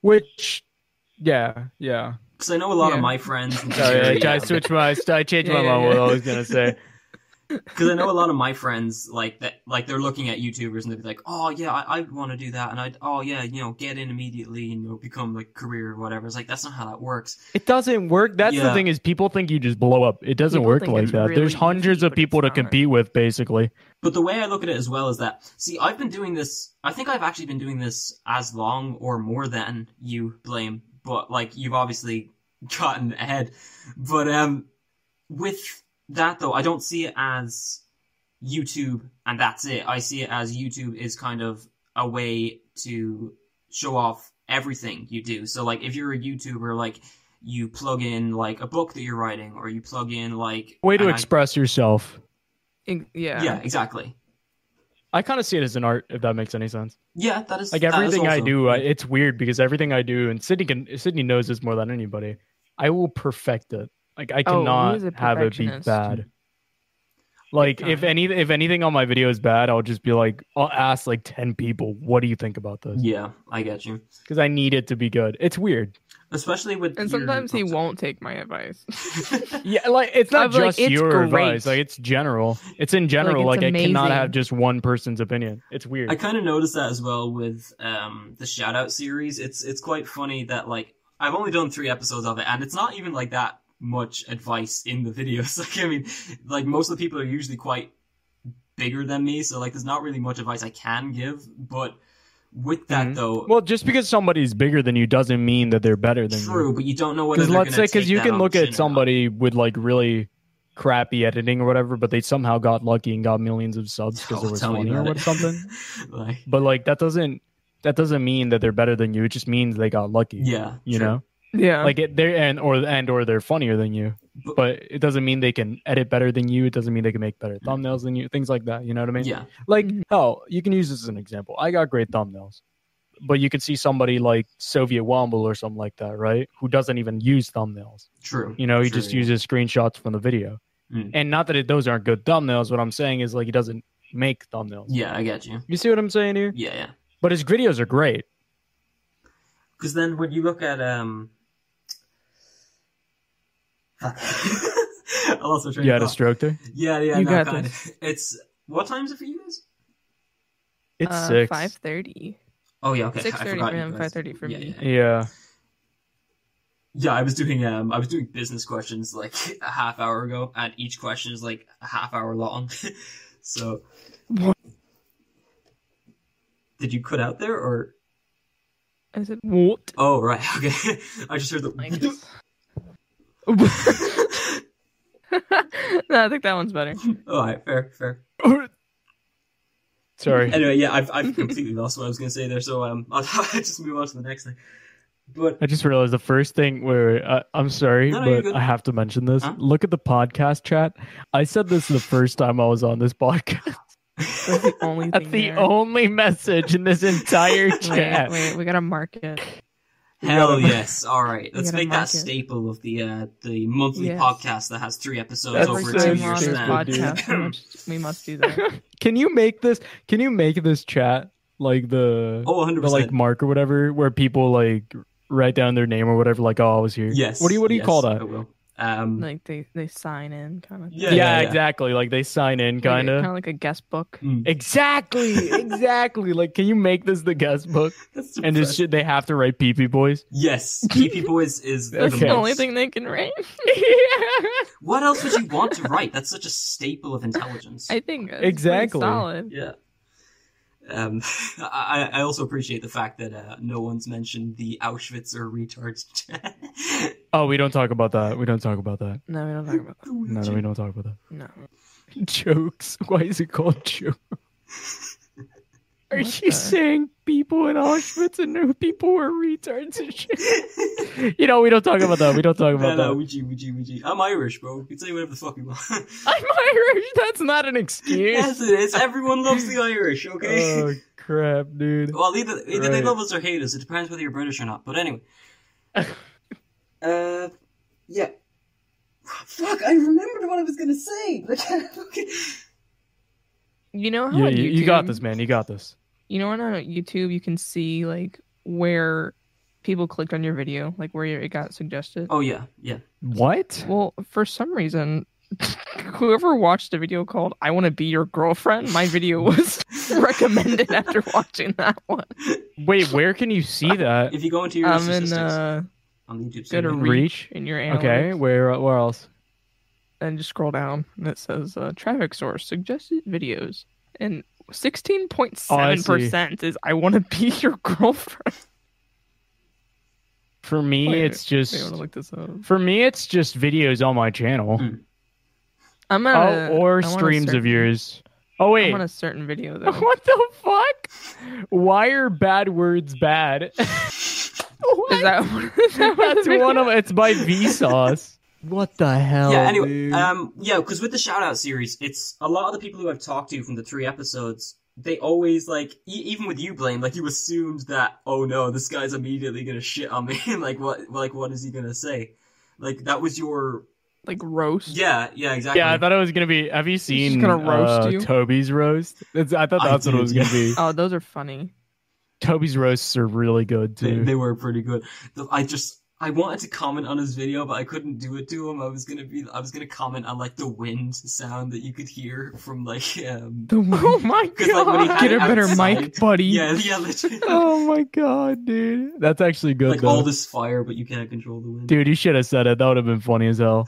C: which, yeah, yeah.
B: Because I know a lot of
D: Yeah.
B: my friends. in this [laughs]
C: [laughs] Sorry, I,
B: area-
C: I switched my, I changed my
D: Yeah, yeah,
C: mind. What I
D: yeah.
C: was gonna say.
B: because I know a lot of my friends like that, like they're looking at YouTubers and they'd be like, "Oh yeah, I, I want to do that," and I'd, "Oh yeah, you know, get in immediately and you know, become like career or whatever." It's like that's not how that works.
C: It doesn't work. That's
B: Yeah.
C: the thing is people think you just blow up. It doesn't
D: People
C: work
D: think
C: like
D: it's
C: that. There's
D: really
C: hundreds
D: easy,
C: of
D: but it's
C: people to
D: not.
C: compete with, basically.
B: But the way I look at it as well is that, see, I've been doing this. I think I've actually been doing this as long or more than you blame, but like you've obviously [laughs] gotten ahead. But um, with that though, I don't see it as YouTube and that's it. I see it as YouTube is kind of a way to show off everything you do. So like, if you're a YouTuber, like you plug in like a book that you're writing, or you plug in like
C: Way to
B: and I-
C: express yourself.
D: In- yeah.
B: yeah, exactly.
C: I kind of see it as an art, if that makes any sense.
B: Yeah, that is
C: Like
B: that is
C: everything I
B: also-
C: do, I, it's weird because everything I do, and Sydney can, Sydney knows this more than anybody. I will perfect it. Like I
D: Oh, he
C: cannot
D: is a
C: have it be
D: perfectionist.
C: bad. Like if any if anything on my video is bad, I'll just be like, I'll ask like ten people, what do you think about this?
B: Yeah, I get you.
C: Because I need it to be good. It's weird.
B: Especially with
D: And
B: your-
D: sometimes he
B: oh, sorry. [laughs]
D: won't take my advice. [laughs]
C: Yeah, like it's not
D: I'd be like,
C: just
D: "It's
C: your
D: great."
C: advice. Like it's general. It's in general.
D: Like,
C: Like,
D: it's
C: I cannot
D: amazing.
C: have just one person's opinion. It's weird.
B: I kind of noticed that as well with um the shout out series. It's it's quite funny that like I've only done 3 episodes of it and it's not even like that much advice in the [laughs] videos. Like I mean, like most of the people are usually quite bigger than me, so like there's not really much advice I can give, but with that
C: Mhm.
B: though
C: well, just because somebody's bigger than you doesn't mean that they're better than
B: True,
C: you.
B: but you don't know whether
C: Because
B: they're
C: let's say,
B: gonna
C: because
B: take
C: you
B: that
C: can look
B: option or
C: at
B: not.
C: somebody with like really crappy editing or whatever, but they somehow got lucky and got millions of subs
B: [laughs]
C: because
B: Oh,
C: there was
B: tell me
C: funny or
B: about
C: what-
B: it.
C: something.
B: [laughs] like
C: But like that doesn't that doesn't mean that they're better than you. It just means they got lucky.
B: yeah,
C: You
B: true.
C: know,
D: yeah.
C: like it, they're and or and or they're funnier than you.
B: But-
C: but it doesn't mean they can edit better than you. It doesn't mean they can make better thumbnails than you. Things like that. You know what I mean?
B: Yeah.
C: Like
D: Mhm.
C: hell, you can use this as an example. I got great thumbnails, but you could see somebody like Soviet Womble or something like that, right? Who doesn't even use thumbnails.
B: True.
C: You know, he
B: True,
C: just
B: yeah.
C: uses screenshots from the video.
B: Mm.
C: And not that it, those aren't good thumbnails. What I'm saying is like he doesn't make thumbnails.
B: Yeah, I get you.
C: You see what I'm saying here?
B: Yeah, yeah.
C: But his videos are great.
B: Because then when you look at um, fuck, [laughs] I lost my train
C: You had
B: of
C: a
B: thought.
C: stroke there.
B: Yeah, yeah,
D: You
B: no,
D: got
B: kind of. It's what time is it for you guys?
C: It's six.
D: Uh, Five thirty.
B: Oh yeah, okay. I
D: Six thirty
B: forgot
D: for
B: you
D: him.
B: guys.
D: Five thirty for
B: Yeah,
D: me.
B: yeah. [laughs]
C: Yeah.
B: Yeah, I was doing um, I was doing business questions like a half hour ago, and each question is like a half hour long. [laughs] so,
D: What?
B: did you cut out there or?
D: I said what?
B: Oh right, [laughs] okay. I just heard the.
C: [laughs]
D: Like, it's- [laughs] no, I think that one's better.
B: [laughs] All right, fair, fair. [laughs]
C: Sorry.
B: Anyway, yeah, I've, I've
D: Mm-hmm.
B: completely lost what I was going to say there, so um, [laughs] I'll, I'll just move on to the next thing. But [laughs]
D: [laughs]
C: I just realized the first thing. Wait, wait, I, I'm sorry,
B: No, no, you're
C: but
B: good.
C: I have to mention this.
B: Huh?
C: Look at the podcast chat. I said this the first time I was on this [laughs] podcast.
D: That's the only.
C: That's
D: thing
C: the
D: there.
C: only message in this entire
D: [laughs] Wait,
C: chat.
D: wait, we gotta mark it.
B: hell yes, all right,
D: You
B: let's
D: gotta
B: make
D: mark
B: that
D: it.
B: staple of the uh, the monthly
D: Yes.
B: podcast that has three episodes
C: That's
B: over
D: Every
C: so
B: two
D: time we're
B: years
D: on this
C: stupid, dude.
B: now.
D: podcast, we must, [laughs] we must do that.
C: Can you make this? Can you make this chat like the,
B: [laughs] oh, 100
C: the like
B: percent.
C: mark or whatever, where people like write down their name or whatever? Like, oh, I was here.
B: Yes.
C: What do you What do you
B: yes,
C: call
B: I
C: that?
B: will. Um,
D: Like they they sign in kind of.
B: Yeah,
C: Yeah,
B: yeah, yeah.
C: exactly. Like they sign in, kind of.
D: Kind of like a guest book.
B: mm,
D: [laughs]
C: Exactly, exactly. like, can you make this the guest book?
B: [laughs] that's
C: And just
B: depressing.
C: shit, they have to write pee pee boys.
B: yes, PP Boys is the
C: [laughs] That's
D: The
C: Yes.
D: only
B: most.
D: thing they can rate.
B: What else would you want to write? That's such a staple of intelligence.
D: [laughs] I think that's
C: Exactly.
D: pretty solid.
B: Yeah. Um, [laughs] I, I also appreciate the fact that uh, no one's mentioned the Auschwitz or retards.
C: Oh, we don't talk about that. We don't talk about that.
D: No, we don't talk about
B: [laughs]
D: that.
C: No, no, we don't talk about that.
D: No. [laughs]
C: Jokes. Why is it called jokes? Are
D: What
C: you
D: the-
C: saying people in Auschwitz and no people were retards and shit? you know, we don't talk about that. We don't talk
B: no,
C: about
B: no,
C: that.
B: Ouija, Ouija, Ouija. I'm Irish, bro. You can say whatever the fuck
C: [laughs]
B: you want.
C: I'm Irish. That's not an excuse.
B: yes, it is. Everyone loves the Irish, okay?
C: oh crap,
B: [laughs]
C: dude.
B: well, either, either they
C: right.
B: love us or hate us. It depends whether you're British or not. But
C: [laughs]
B: anyway. uh, yeah. Fuck, I remembered what I was gonna say, but [laughs] I can't fucking.
D: You know how
C: Yeah,
D: on
C: you,
D: YouTube,
C: you got this, man. You got this.
D: You know on uh, YouTube you can see like where people clicked on your video, like where it got suggested.
B: Oh, yeah, yeah.
C: What?
D: Well, for some reason, [laughs] whoever watched a video called "I Want to Be Your Girlfriend,"
C: [laughs]
D: my video was [laughs] recommended after watching that one.
C: Wait, where can you see that?
B: If you go into your
D: I'm in
B: statistics
D: uh,
B: on the YouTube
D: go to
B: site,
C: Reach.
D: reach in your analytics
C: Okay, where where else?
D: and just scroll down, and it says uh, "Traffic Source Suggested Videos," and 16.7% is "I Want to Be [laughs] Your Girlfriend."
C: For me,
D: Wait,
C: it's
D: Wait, I want
C: just
D: to look this up.
C: for me, it's just videos on my channel.
D: Hmm.
B: Mm.
D: I'm
C: Oh,
D: at
C: or streams of yours. Oh
D: i
C: wait, [laughs]
D: want a certain video though.
C: what the fuck? Why are bad words
D: [laughs]
C: bad? What?
D: Is that, [laughs] is that
C: [laughs]
D: what
C: That's
D: the video-
C: one of it's by
D: [laughs]
C: Vsauce. What the hell?
B: yeah anyway
C: dude?
B: um yeah because with the shout out series it's a lot of the people who i've talked to from the three episodes they always like e- even with you blaine like you assumed that oh no this guy's immediately gonna shit on me [laughs] like what like what is he gonna say like that was your
D: like roast?
B: yeah yeah exactly
C: yeah, I thought it was gonna be. Have you
D: just
C: seen
D: gonna
C: uh,
D: roast you?
C: Toby's roast? It's, I thought
B: I
C: that's what
B: did,
C: it was gonna
B: [laughs]
C: be.
D: Oh, those are funny.
C: Toby's roasts are really good
B: they,
C: too.
B: they were pretty good The- i just i wanted to comment on his video but i couldn't do it to him i was gonna be i was gonna comment on like the wind sound that you could hear from like um
D: [laughs] oh my
B: 'Cause, like, when he had
D: Get a
B: it
D: better
B: outside-
D: mic, buddy.
B: yeah yeah
D: [laughs]
B: literally,
C: oh my god, dude, that's actually good.
B: like
C: though.
B: all this fire but you can't control the wind
C: Dude, you should have said it. That would have been funny as hell.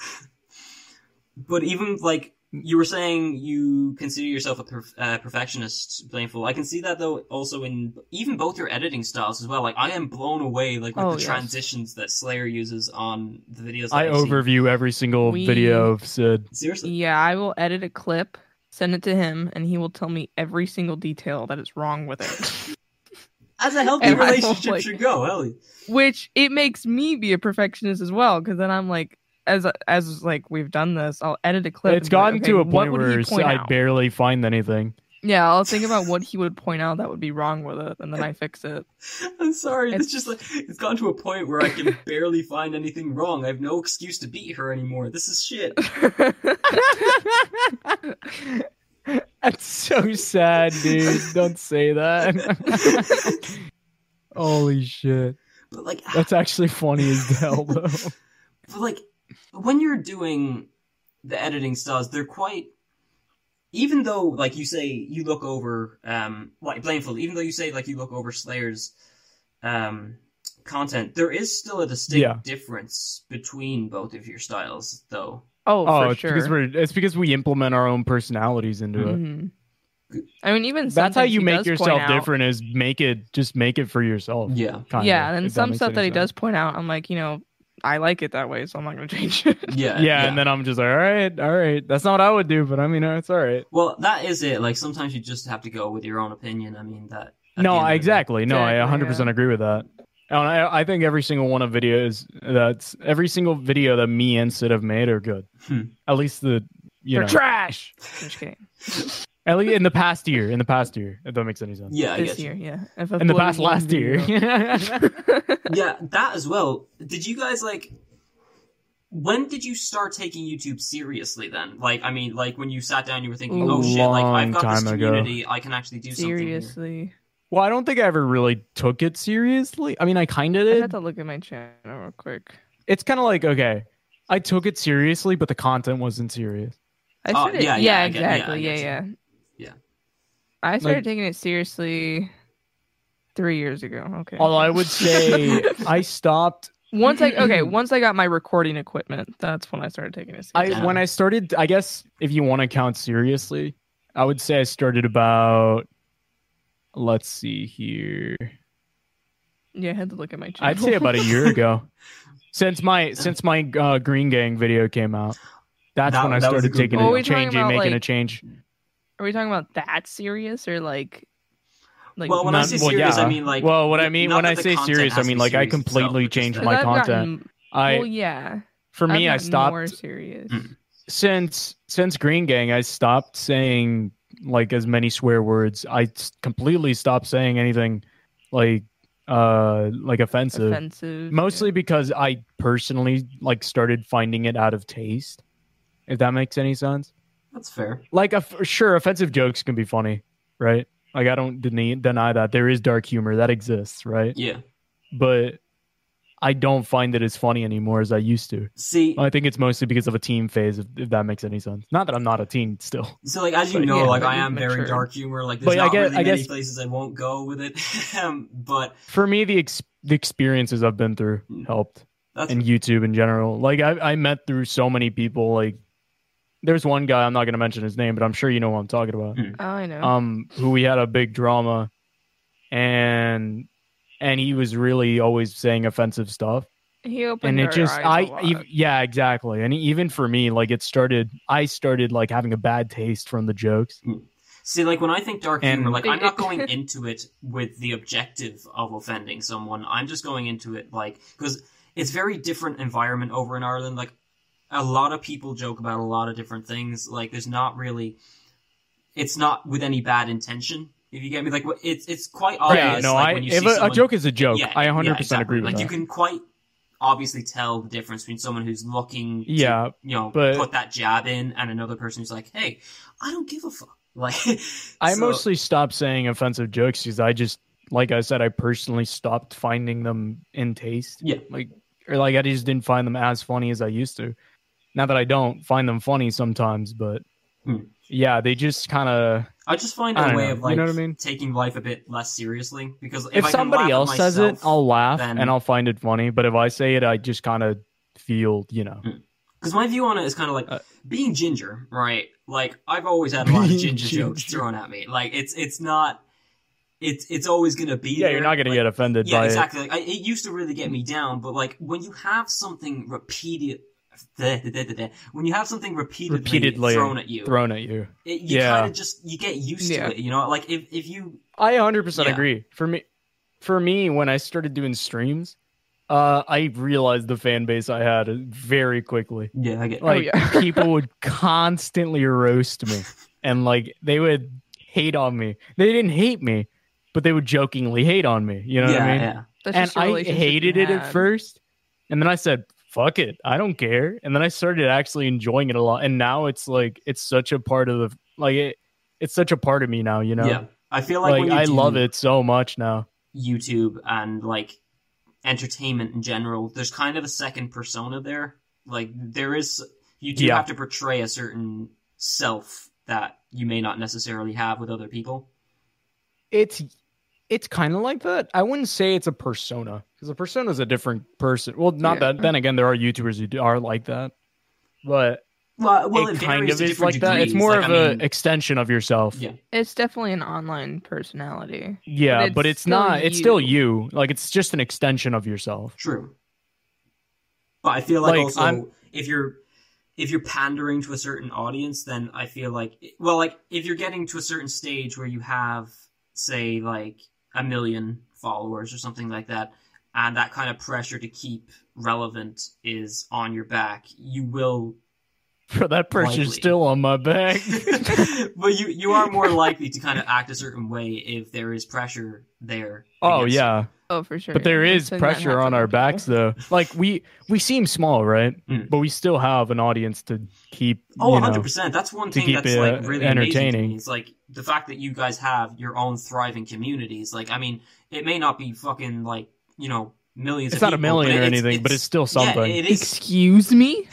B: But even like you were saying, you consider yourself a perf- uh, perfectionist, blameful. I can see that though, also in even both your editing styles as well. Like I am blown away, like with
D: Oh,
B: the
D: yes.
B: transitions that Slayer uses on the videos. That
C: I
B: I've seen.
C: overview every single
D: We-
C: video of Sid.
B: seriously.
D: Yeah, I will edit a clip, send it to him, and he will tell me every single detail that is wrong
C: [laughs]
D: with it.
B: As a healthy
D: And I will,
B: relationship
D: like-
B: should go, Ellie.
D: Which it makes me be a perfectionist as well, because then I'm like, as as like we've done this, I'll edit a clip.
C: it's
D: and be like,
C: gotten
D: okay,
C: to a
D: what
C: point
D: would he
C: where
D: point
C: I
D: out?
C: barely find anything.
D: Yeah, I'll think about what he would point out that would be wrong with it, and then I
C: [laughs]
D: fix it. [laughs]
B: I'm sorry. It's,
D: It's-
B: just like it's gotten to a point where I
D: [laughs]
B: can barely find anything wrong. I have no excuse to beat her anymore. This is
D: [laughs]
B: shit. [laughs]
C: That's so sad, dude. Don't say that. [laughs]
B: but
C: Holy shit.
B: like,
C: That's actually funny as hell, though.
B: but like when you're doing the editing styles, they're quite. Even though, like you say, you look over, um, like Blameful. Even though you say, like you look over Slayer's, um, content, there is still a distinct
C: Yeah.
B: difference between both of your styles, though.
C: oh,
D: oh, for
C: it's
D: sure.
C: because we're it's because we implement our own personalities into it.
D: Mhm. I mean, even some
C: That's how
D: things
C: you
D: he
C: make
D: does point
C: yourself
D: out-
C: different. Is make it just make it for yourself.
B: Yeah,
C: kinda,
D: yeah,
C: if
D: and then
C: that
D: some
C: makes
D: stuff
C: any
D: that he
C: sense.
D: does point out, I'm like, you know, I like it that way, so I'm not gonna change it.
B: yeah,
C: Yeah, and then I'm just like, all right, all right. That's not what I would do, but I mean, it's all right.
B: Well, that is it. Like sometimes you just have to go with your own opinion. I mean that. at the
C: no,
B: end of the
C: exactly. No, I
D: Exactly,
C: 100 percent agree with that. And I, I think every single one of videos that's every single video that me and Sid have made are good.
B: Hmm.
C: At least the you
D: [laughs] They're
B: [laughs]
C: know
D: trash. I'm just kidding.
C: at least in the past year. In the past year, if that makes any sense.
B: day. Yeah, I
D: this
B: guess.
D: year, yeah. If I
C: In the
D: uploaded
C: past
D: one
C: last
D: [laughs]
C: year.
D: video-
C: [laughs]
B: Yeah, that as well. Did you guys like? When did you start taking YouTube seriously? Then, like, I mean, like when you sat down, you were thinking,
D: Ooh.
B: "Oh shit! Like, I've
C: Long
B: got this
C: time ago.
B: community. I can actually do something." here."
D: Seriously,
C: well, I don't think I ever really took it seriously. I mean, I kind of
D: I
C: did.
D: had to look at my channel real quick.
C: It's kind of like okay, I took it seriously, but the content wasn't serious.
D: I
B: Oh,
D: started,
B: yeah,
D: yeah,
B: yeah, I get- yeah, I
D: exactly, yeah,
B: get
D: yeah,
B: Yeah.
D: I started
C: Like-
D: taking it seriously three years ago. Okay.
C: Although I would
D: [laughs]
C: say I stopped
D: once I
C: [laughs]
D: okay, once I got my recording equipment, that's when I started taking it seriously.
C: I when I started, I guess if you want to count seriously, I would say I started about. Let's see here.
D: yeah, I had to look at my channel.
C: I'd say about a
B: [laughs]
C: year ago, since my since my uh, Green Gang video came out. That's
B: That-
C: when I
B: that was a
C: started
B: good
C: taking
B: one. Well,
C: a
D: we're talking
C: changing,
D: about,
C: making a
D: like,
C: change.
D: [laughs] Are we talking about that serious or like, like?
B: Well, when I
C: Not-
B: say
C: well,
B: serious,
C: yeah.
B: I mean like.
C: well, what I mean
B: not
C: when
B: that
C: I
B: the
C: say
B: content
C: serious, I
B: has to
C: mean
B: be
C: like I
B: serious itself,
C: completely
B: it's just
C: changed
B: that-
C: my
D: I've
C: content.
D: gotten- well,
C: I
D: yeah.
C: for me,
D: I've
C: I
D: gotten
C: stopped
D: More serious.
B: Mm.
C: since since Green Gang, I stopped saying like as many swear words. I s- completely stopped saying anything like uh like offensive.
D: Offensive.
C: Mostly because I personally like started finding it out of taste. If that makes any sense.
B: That's fair.
C: Like, of- sure, offensive jokes can be funny, right? Like, I don't deny, deny that there is dark humor that exists, right?
B: Yeah.
C: But I don't find it as funny anymore as I used to.
B: See,
C: I think it's mostly because of a teen phase, if, if that makes any sense. Not that I'm not a teen still. [laughs]
B: so like as you
C: but
B: know,
D: yeah,
B: like
D: but
B: I
D: you've
B: am very
D: matured.
B: dark humor. Like there's
C: But I
B: not
C: guess-
B: really
C: I
B: many
C: guess-
B: places I won't go with it. [laughs] Um, but
C: For me, the ex- the experiences I've been through
D: Hmm.
C: helped,
B: that's
C: and YouTube in general. Like I, I met through so many people. Like there's one guy I'm not going to mention his name, but I'm sure you know what I'm talking about.
D: Oh, I know.
C: Um, who we had a big drama, and and he was really always saying offensive stuff
D: he opened
C: and it
D: our
C: just
D: eyes a
C: I
D: lot.
C: ev- yeah exactly and even for me like it started i started like having a bad taste from the jokes
B: See, like when I think dark
C: And-
B: humor, like I'm not going into it with the objective of offending someone. I'm just going into it like because it's very different environment over in Ireland. Like a lot of people joke about a lot of different things. Like there's not really, it's not with any bad intention. If you get me, like wh- it's it's quite obvious.
C: yeah no
B: like,
C: i
B: when you
C: if
B: see
C: a, a
B: someone-
C: joke is a joke i 100%
B: exactly.
C: agree with
B: Like
C: that
B: you can quite obviously tell the difference between someone who's looking, to,
C: Yeah,
B: you know,
C: but-
B: put that jab in, and another person who's like, hey, I don't give a fuck. [laughs] Like
C: i
B: so-
C: mostly stopped saying offensive jokes because i just like i said i personally stopped finding them in taste
B: Yeah.
C: like or like i just didn't find them as funny as i used to now that i don't find them funny sometimes but
B: Hmm.
C: yeah they just kind of
B: I just find
C: I
B: a
C: don't
B: way
C: know.
B: of
C: You
B: like
C: know what I mean?
B: taking life a bit less seriously because if,
C: if,
B: I can laugh
C: somebody
B: at
C: else says it,
B: myself-
C: I'll laugh
B: then-
C: and I'll find it funny. But if I say it, I just kind of feel, you know,
B: Because my view on it is kind of like
C: Uh,
B: being ginger, right? Like I've always had a lot of
C: [laughs] Being
B: ginger, jokes
C: ginger.
B: thrown at me. Like it's it's not it's it's always gonna be
C: yeah,
B: there.
C: you're not gonna
B: Like,
C: get offended
B: yeah
C: by
B: exactly. Like I, it used to really get me down, but like when you have something repeated. [laughs] When you have something repeatedly,
C: Repeatedly
B: thrown at you,
C: it thrown at you.
B: it, you
C: yeah.
B: kind of just you get used
D: Yeah.
B: to it. You know, like if if you
C: I 100 percent
B: Yeah.
C: agree. For me, for me, when I started doing streams, Uh, I realized the fan base I had very quickly.
B: Yeah, I get.
C: Like
D: Oh,
C: [laughs]
D: yeah.
C: people
D: [laughs]
C: would constantly roast me, and like they would hate on me. They didn't hate me, but they would jokingly hate on me. You know
B: yeah,
C: what I mean?
B: yeah.
D: That's
C: and
D: just a
C: I
D: relationship you
C: hated it at
D: had.
C: first, and then I said, "Fuck it, I don't care." And then I started actually enjoying it a lot, and now it's like it's such a part of the like it, it's such a part of me now. You know,
B: Yeah, I feel like,
C: like
B: when you
C: I
B: do
C: love it so much now.
B: YouTube and like entertainment in general, there's kind of a second persona there. Like there is, you do
C: Yeah.
B: have to portray a certain self that you may not necessarily have with other people.
C: It's it's kind of like that. I wouldn't say it's a persona because a persona is a different person. Well, not
D: Yeah.
C: that. Then again, there are YouTubers who do- are like that, but
B: Well, well,
C: it,
B: it,
C: kind
B: varies
C: of
B: to
C: is
B: different
C: like that. It's
B: degrees.
C: more
B: Like,
C: of
B: I
C: an
B: mean,
C: extension of yourself.
B: Yeah.
D: It's definitely an online personality.
C: Yeah,
D: it's
C: but it's
D: still
C: not. It's still you. Like it's just an extension of yourself. [laughs]
B: True. But I feel like,
C: Like,
B: also
C: I'm-
B: if you're if you're pandering to a certain audience, then I feel like well, like if you're getting to a certain stage where you have say like a million followers or something like that, and that kind of pressure to keep relevant is on your back, you
C: [laughs]
B: will [laughs]
C: Bro, that pressure's
B: Likely.
C: still on
B: [laughs]
C: my back. [laughs]
B: but you you are more likely to kind of act a certain way if there is pressure there.
C: oh
B: against-
C: yeah,
D: Oh, for sure.
C: but there
D: yeah.
C: is
D: Something that
C: pressure on
D: happened
C: our
D: to
C: backs
D: people.
C: though. Like we we seem small, right?
B: Mm.
C: But we still have an audience to keep.
B: Oh,
C: you
B: 100
C: know,
B: percent. That's one
C: to
B: thing
C: keep
B: that's
C: it,
B: like
C: uh,
B: really entertaining.
C: entertaining.
B: It's like the fact that you guys have your own thriving communities. Like, I mean, it may not be fucking like you know millions.
C: It's
B: of
C: not a
B: people,
C: million or
B: it's-
C: anything, but it's still something.
B: Yeah, it is.
D: Excuse me.
B: [laughs]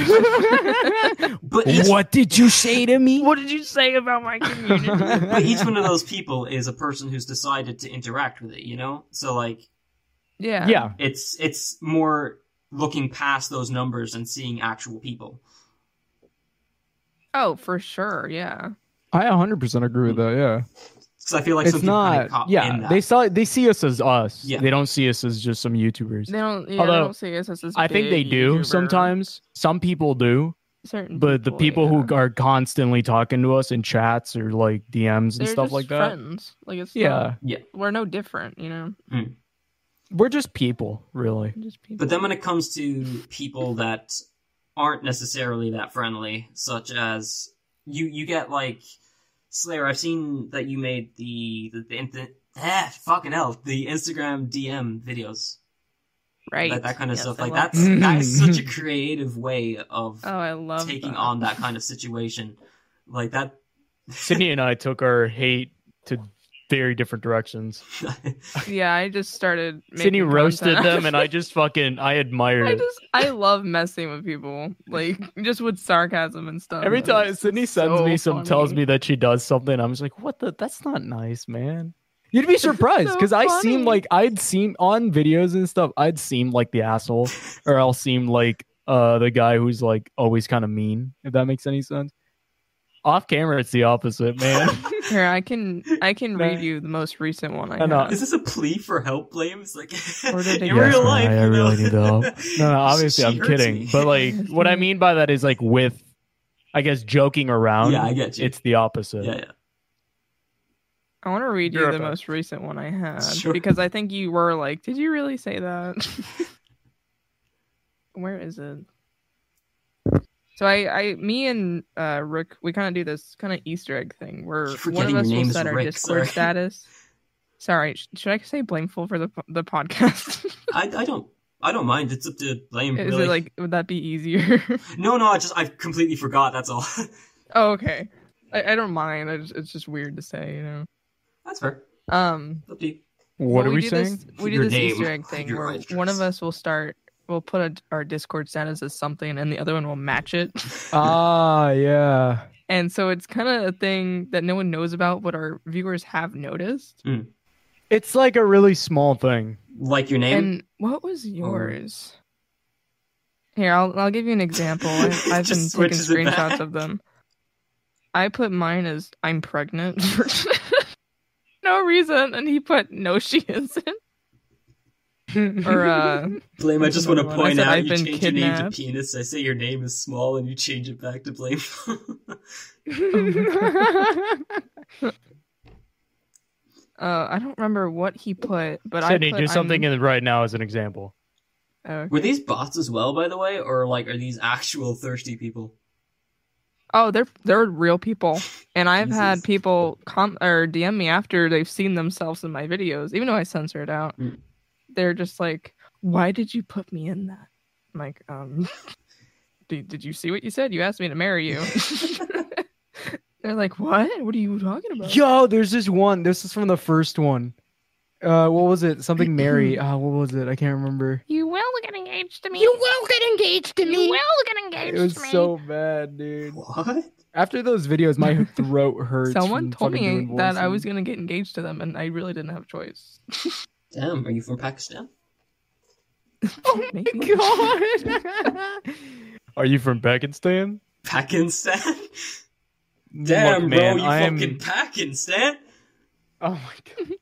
C: [laughs]
D: [laughs]
B: but each,
C: what did you say to me?
D: what did you say about my community?
B: but each one of those people is a person who's decided to interact with it. You know, so like
D: yeah.
C: yeah,
B: it's it's more looking past those numbers and seeing actual people.
D: Oh, for sure. Yeah.
A: I 100% agree with that. Yeah.
B: Because I feel like some
A: it's
B: people kind
A: not.
B: of caught in
A: yeah.
B: that.
C: they saw. They see us as us.
B: Yeah.
C: They don't see us as just some YouTubers.
D: They don't. Yeah,
C: Although,
D: they don't see us as this
C: I think they
D: big
C: do
D: YouTuber.
C: sometimes. Some people do,
D: Certain
C: but the people
D: yeah.
C: who are constantly talking to us in chats or like DMs and
D: They're
C: stuff
D: just
C: like that.
D: Friends. Like it's
C: Yeah,
D: Not, we're no different. You know,
C: we're just people, really.
D: We're just people.
B: But then when it comes to people that aren't necessarily that friendly, such as you, you get like Slayer. I've seen that you made the the, the, inth- eh, fucking hell the Instagram DM videos,
D: right?
B: that, that kind of
D: Yes,
B: stuff.
D: I
B: Like
D: love
B: that's
D: that.
B: that is such
D: [laughs]
B: a creative way of
D: Oh, I love
B: taking
D: that.
B: on that kind of situation. Like that, [laughs]
C: Sydney and I took our hate to very different directions.
D: [laughs] Yeah, I just started.
C: Sydney
D: making
C: roasted
D: content.
C: them, and I just fucking I admired
D: [laughs] I
C: it.
D: just I love messing with people, like just with sarcasm and stuff.
C: Every
D: It's
C: time Sydney sends
D: so
C: me some, tells
D: funny.
C: me that she does something, I'm just like, what the? That's not nice, man. You'd be surprised
D: so
C: because I seem
D: funny.
C: like I'd seem on videos and stuff. I'd seem like the asshole, or I'll seem like uh the guy who's like always kind of mean. If that makes any sense. Off camera, it's the opposite,
D: [laughs]
C: man.
D: Here, I can I
C: [laughs]
D: can
C: Nah.
D: read you the most recent one I
C: I know.
D: have.
B: Is this a plea for help, blame? It's like
D: Or did
B: [laughs] in
D: they-
B: real
D: Yes, man,
B: life,
C: I- I
B: you know?
C: really need the help. No, no, obviously
B: [laughs] She
C: I'm
B: hurts
C: kidding.
B: me.
C: But like what I mean by that is like with I guess joking around.
B: Yeah, I get you.
C: It's the
B: [laughs]
C: opposite.
B: yeah, yeah.
D: I want to read you
C: You're
D: the
C: up.
D: most recent one I had
B: Sure.
D: because I think you were like, "Did you really say that?" [laughs] Where is it? So I, I, me and uh, Rick, we kind of do this kind of Easter egg thing where
B: Keep
D: one of
B: forgetting
D: us
B: your
D: will
B: name is
D: set our
B: Rick,
D: Discord
B: sorry.
D: status. Sorry, sh- should I say blameful for the po- the podcast? [laughs]
B: I, I don't I don't mind. It's up to blame.
D: is
B: really.
D: it like would that be easier? [laughs]
B: no, no. I just I completely forgot. That's all. [laughs]
D: oh, okay. I, I don't mind. I just, it's just weird to say, you know.
B: that's fair.
D: Um,
B: It's up to you.
C: What
D: But
C: are we,
D: do
C: saying?
D: This, we
B: Your
D: do this
B: name,
D: Easter egg thing
B: your
D: where
B: address.
D: one of us will start, we'll put a, our Discord status as something, and the other one will match it. [laughs]
A: Ah, yeah.
D: And so it's kind of a thing that no one knows about, but our viewers have noticed.
C: It's like a really small thing.
B: Like your name.
D: And what was yours? Here, I'll I'll give you an
B: [laughs]
D: example. I, I've been
B: Just
D: taking
B: switches it back.
D: screenshots of them. I put mine as "I'm
B: [laughs]
D: pregnant" [laughs] for no reason, and he put "No, she isn't." [laughs] Or uh,
B: blame. I just want to
D: When I
B: point
D: said
B: out
D: I've
B: you
D: been
B: change your name to
D: kidnapped.
B: penis. I say your name is small and you change it back to blame. [laughs]
D: [laughs] Uh, I don't remember what he put, but I
C: Sydney,
D: put,
C: do something
D: I'm-
C: in right now as an example.
D: oh,
B: Were these bots as well, by the way, or like are these actual thirsty people?
D: Oh, they're they're real people, and I've
B: Jesus.
D: had people com or DM me after they've seen themselves in my videos, even though I censor it out.
B: Mm.
D: They're just like, "Why did you put me in that?" I'm like, um, [laughs] did, did you see what you said? You asked me to marry you. [laughs] they're like, "What? What are you talking about?"
A: Yo, there's this one. This is from the first one. Uh, what was it? Something
D: [clears throat]
A: Mary. Uh, what was it? I can't remember.
D: You will get engaged to me. You will get engaged to me. You will get engaged
A: It was
D: to me.
A: so bad, dude.
B: What?
A: After those videos, my throat hurts.
D: Someone
A: from
D: told
A: fucking
D: me
A: doing
D: that I
A: voices.
D: was gonna get engaged to them, and I really didn't have a choice.
C: [laughs]
B: Damn, are you from Pakistan?
D: Oh [laughs]
C: God. Are you from Pakistan?
D: [laughs]
B: Pakistan? Damn,
C: Look,
B: bro,
C: man,
B: you
C: I am-
B: fucking Pakistan?
A: Oh my god.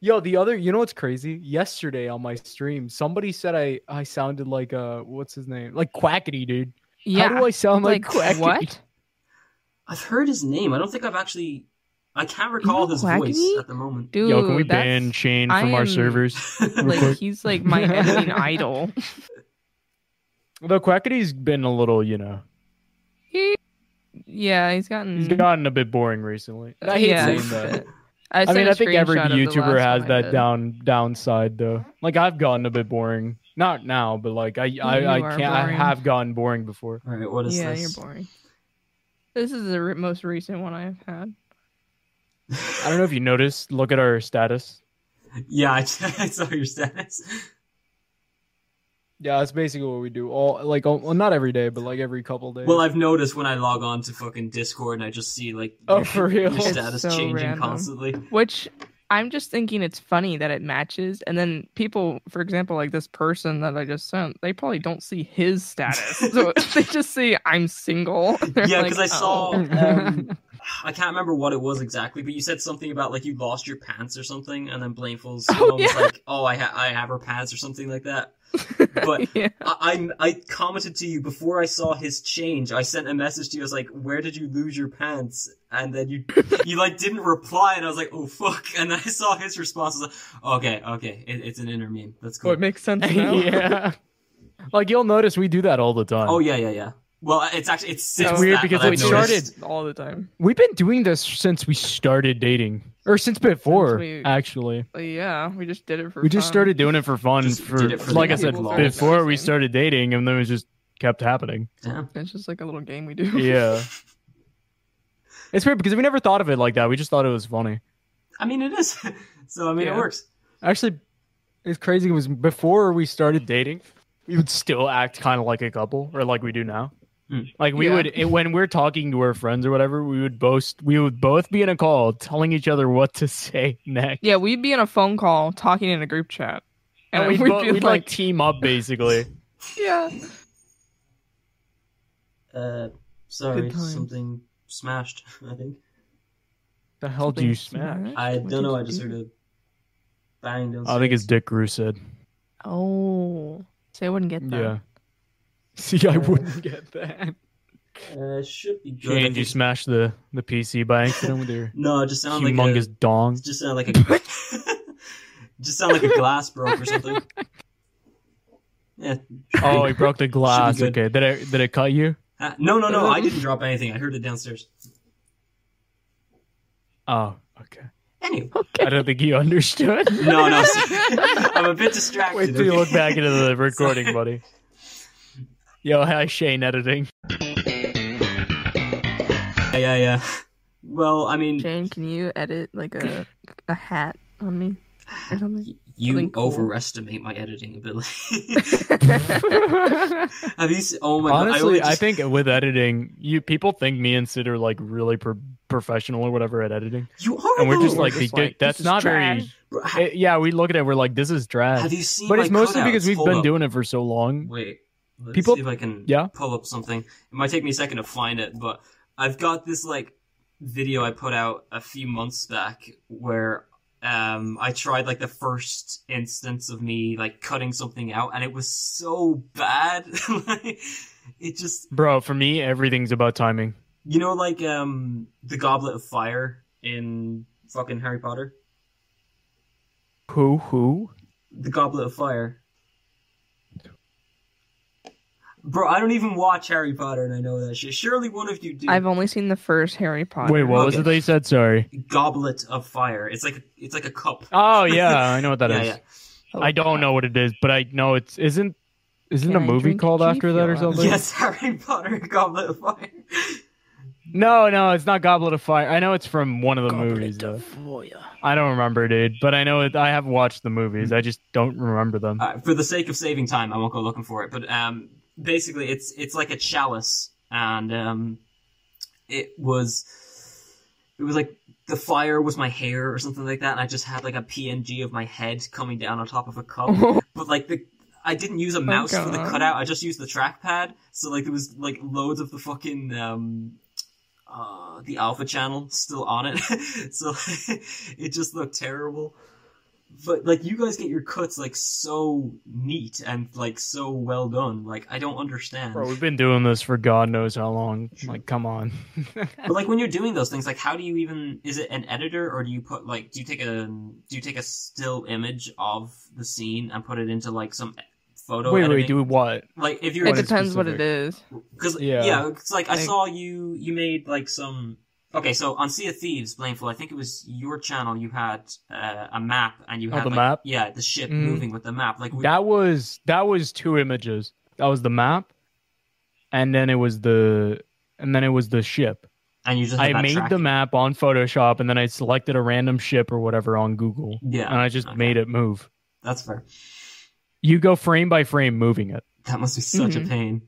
A: Yo, the other, you know what's crazy? Yesterday on my stream, somebody said I I sounded like uh, what's his name? Like Quackity, dude.
D: Yeah.
A: How do I sound like,
D: like
A: Quackity?
D: what?
B: I've heard his name. I don't think I've actually. I can't recall
D: know
B: his voice
D: Quackity?
B: at the moment.
D: Dude,
C: Yo, can we
D: that's-
C: ban Shane
D: I
C: from our
D: am-
C: servers?
D: [laughs] Like
A: quick?
D: he's
C: [laughs]
D: like my ending idol.
C: Though Quackity's been a little, you know,
D: He, yeah, he's gotten.
C: he's gotten a bit boring recently. And I hate
D: yeah,
C: saying
B: he's
C: that.
D: shit. I,
C: I mean,
D: sent a
C: I think every
D: screenshot of the
C: YouTuber
D: last
C: has
D: one I
C: that
D: did.
C: down downside though. Like I've gotten a bit boring. Not now, but like I
D: you
C: I, I
D: are
C: can't I
D: boring.
C: have gotten boring before.
B: [laughs] All right, what is
D: Yeah,
B: this?
D: you're boring. This is the re- most recent one I've had.
C: I don't know if you noticed. Look at our status.
B: Yeah, I, [laughs] I saw your status.
A: Yeah, that's basically what we do. All like,
C: oh,
A: all, well, not every day, but like every couple days.
B: Well, I've noticed when I log on to fucking Discord and I just see like
A: Oh,
B: your-
A: for real?
B: your
A: It's
B: status
D: so
B: changing
D: random.
B: constantly.
D: Which I'm just thinking it's funny that it matches, and then people, for example, like this person that I just sent, they probably don't see his status,
B: [laughs]
D: so [laughs] they just see I'm single. [laughs] They're
B: Yeah,
D: like,
B: because I saw.
D: "Oh." [laughs]
B: Um, I can't remember what it was exactly, but you said something about like you lost your pants or something, and then Blameful's
D: Oh,
B: mom was like, "Oh, I ha- I have her pants or something like that." But
D: [laughs] yeah.
B: I, I I commented to you before I saw his change. I sent a message to you. I was like, "Where did you lose your pants?" And then you you like didn't reply, and I was like, "Oh fuck!" And then I saw his response. I was like, "Okay, okay, it, it's an inner meme. That's
D: Oh,
B: cool."
D: it makes [laughs] sense
C: [laughs]
D: now.
C: yeah. Like you'll notice we do that all the time.
B: oh yeah, yeah, yeah. Well, uh, it's actually it's since
D: It's weird
B: that
C: because
B: that
C: we
B: I've
D: it
B: noticed.
C: started
D: all the time.
A: We've been doing this since we started dating, or since before,
D: Since we-
A: actually.
D: But yeah, we just did it for.
C: we just
D: fun.
C: started doing it for fun.
B: Just
C: For,
B: did it for
C: like
D: the
C: I said,
D: people
C: before
D: started
C: we
D: noticing.
C: started dating, and then it just kept
D: [laughs]
C: happening.
B: Damn.
D: It's just like a little game we do.
C: Yeah. It's weird because we never thought of it like that. We just thought it was funny.
B: I mean, it is. [laughs] so I mean, it
D: Yeah.
B: works.
A: Actually, it's crazy. It was before we started.
C: started dating, we would still act kind of like a couple or like we do now.
B: Hmm.
C: Like we
D: Yeah.
C: would it, when we're talking to our friends or whatever, we would boast we would both be in a call telling each other what to say [laughs] next.
D: [laughs] Yeah, we'd be in a phone call talking in a group chat, and,
C: And we'd,
D: we'd,
C: bo-
D: be
C: we'd, like,
D: like,
C: team up basically.
D: "Yeah,
B: Uh, sorry,
D: Good times.
B: something smashed. [laughs] I think
C: the hell do you smack?
B: I don't know. I just heard a bang. Downstairs.
C: I think it's Dick Grew said.
D: Oh, so I wouldn't get that.
C: Yeah. See, I
B: Uh,
C: wouldn't get that.
B: Uh, it should be good. I
C: Shane, you
B: think-
C: smashed the, the PC by accident
B: [laughs]
C: with your
B: No, it just sounded like
C: humongous
B: a, [laughs]
C: dong.
B: it just sound like
C: [laughs]
D: [laughs]
B: a [laughs] just sound like a glass broke or
C: [laughs]
B: something. Yeah.
C: Oh, he broke the glass.
B: good.
C: Okay, did it did it cut you?
B: Uh, [laughs] no, no,
C: [laughs]
B: no! I didn't drop anything. I heard it downstairs.
C: Oh, okay.
B: Anyway,
C: I don't think you understood.
B: [laughs]
C: [laughs]
B: no, no, sorry. I'm a bit distracted.
C: Wait till you
B: okay?
C: look back into the recording, buddy. Yo, hi Shane editing.
B: Yeah, yeah, yeah. Well, I mean,
D: Jane, can you edit like a a hat on me or something?
B: you
D: something cool.
B: overestimate my editing ability. [laughs]
C: Honestly,
B: Have you? se- oh my god! I, only
C: I
B: just-
C: think with editing, you people think me and Sid are like really pro- professional or whatever at editing,
B: you are.
C: and we're just
B: though.
C: like,
D: Just
C: "Dude,
D: like,
C: that's
D: this is
C: not very.
D: trash."
B: Bro, ha-
C: Eh, yeah, we look at it, we're like, this is
B: Have
C: trash.
B: you seen?
C: But it's
B: my
C: mostly
B: cutouts?
C: because we've
B: Hold
C: been
B: up.
C: doing it for so long.
B: Wait, let's
C: People-
B: see if I can
C: Yeah?
B: pull up something. It might take me a second to find it, but I've got this like video I put out a few months back where um I tried like the first instance of me like cutting something out, and it was so bad. [laughs] like, it just
C: Bro, for me, everything's about timing.
B: you know like um the Goblet of Fire in fucking Harry Potter.
C: Who? Who?
B: The Goblet of Fire. Bro, I don't even watch Harry Potter, and I know that shit. Surely one of you do.
D: I've only seen the first Harry Potter.
C: Wait, what was
B: Okay.
C: it that you said? Sorry.
B: Goblet of Fire. It's like it's like a cup.
C: Oh yeah, I know what that is.
B: [laughs] yeah, yeah.
D: Oh,
C: I don't
D: God.
C: know what it is, but I know it's isn't isn't
D: Can
C: a
D: I
C: movie
D: drink
C: called
D: G
C: after that or
D: Fuel?
C: something?
B: Yes, [laughs] Harry Potter, Goblet of Fire.
C: No, no, it's not Goblet of Fire. I know it's from one of the
D: Goblet
C: movies though. [laughs]
D: of Fire.
C: I don't remember, dude. But I know it, I have watched the movies. I just don't remember them.
B: Uh, for the sake of saving time, I won't go looking for it. But um, basically, it's it's like a chalice, and um, it was it was like the fire was my hair or something like that, and I just had like a PNG of my head coming down on top of a
D: [laughs]
B: cup. but like the I didn't use a
C: Oh,
B: mouse for the
D: God.
B: cutout. I just used the trackpad. So like there was like loads of the fucking um uh the alpha channel still on it. [laughs] so it just looked terrible. But like you guys get your cuts like so neat and like so well done. Like I don't understand.
C: Bro, we've been doing this for God knows how long. Like, come on.
B: But like when you're doing those things, like how do you even is it an editor or do you put like do you take a do you take a still image of the scene and put it into like some photo
C: wait,
B: editing?
C: wait, do what?
B: like if you're
D: It
C: What is
D: depends what it is.
B: Because yeah,
C: Yeah.
B: it's like I
D: Like-
B: saw you you made like some okay. So on Sea of Thieves, Blameful, I think it was your channel. You had uh, a map, and you
C: Oh,
B: had
C: the
B: like,
C: map?
B: Yeah, the ship
C: Mm.
B: moving with the map. Like we,
C: That was that was two images. That was the map, and then it was the and then it was the ship.
B: and you just had
C: I
B: that
C: made the
B: tracking.
C: map on Photoshop, and then I selected a random ship or whatever on Google, and
B: Yeah,
C: I just
B: okay.
C: made it move.
B: that's fair. [laughs]
C: You go frame by frame moving it.
B: That must be such a
C: Mm-hmm.
D: Mhm.
B: pain.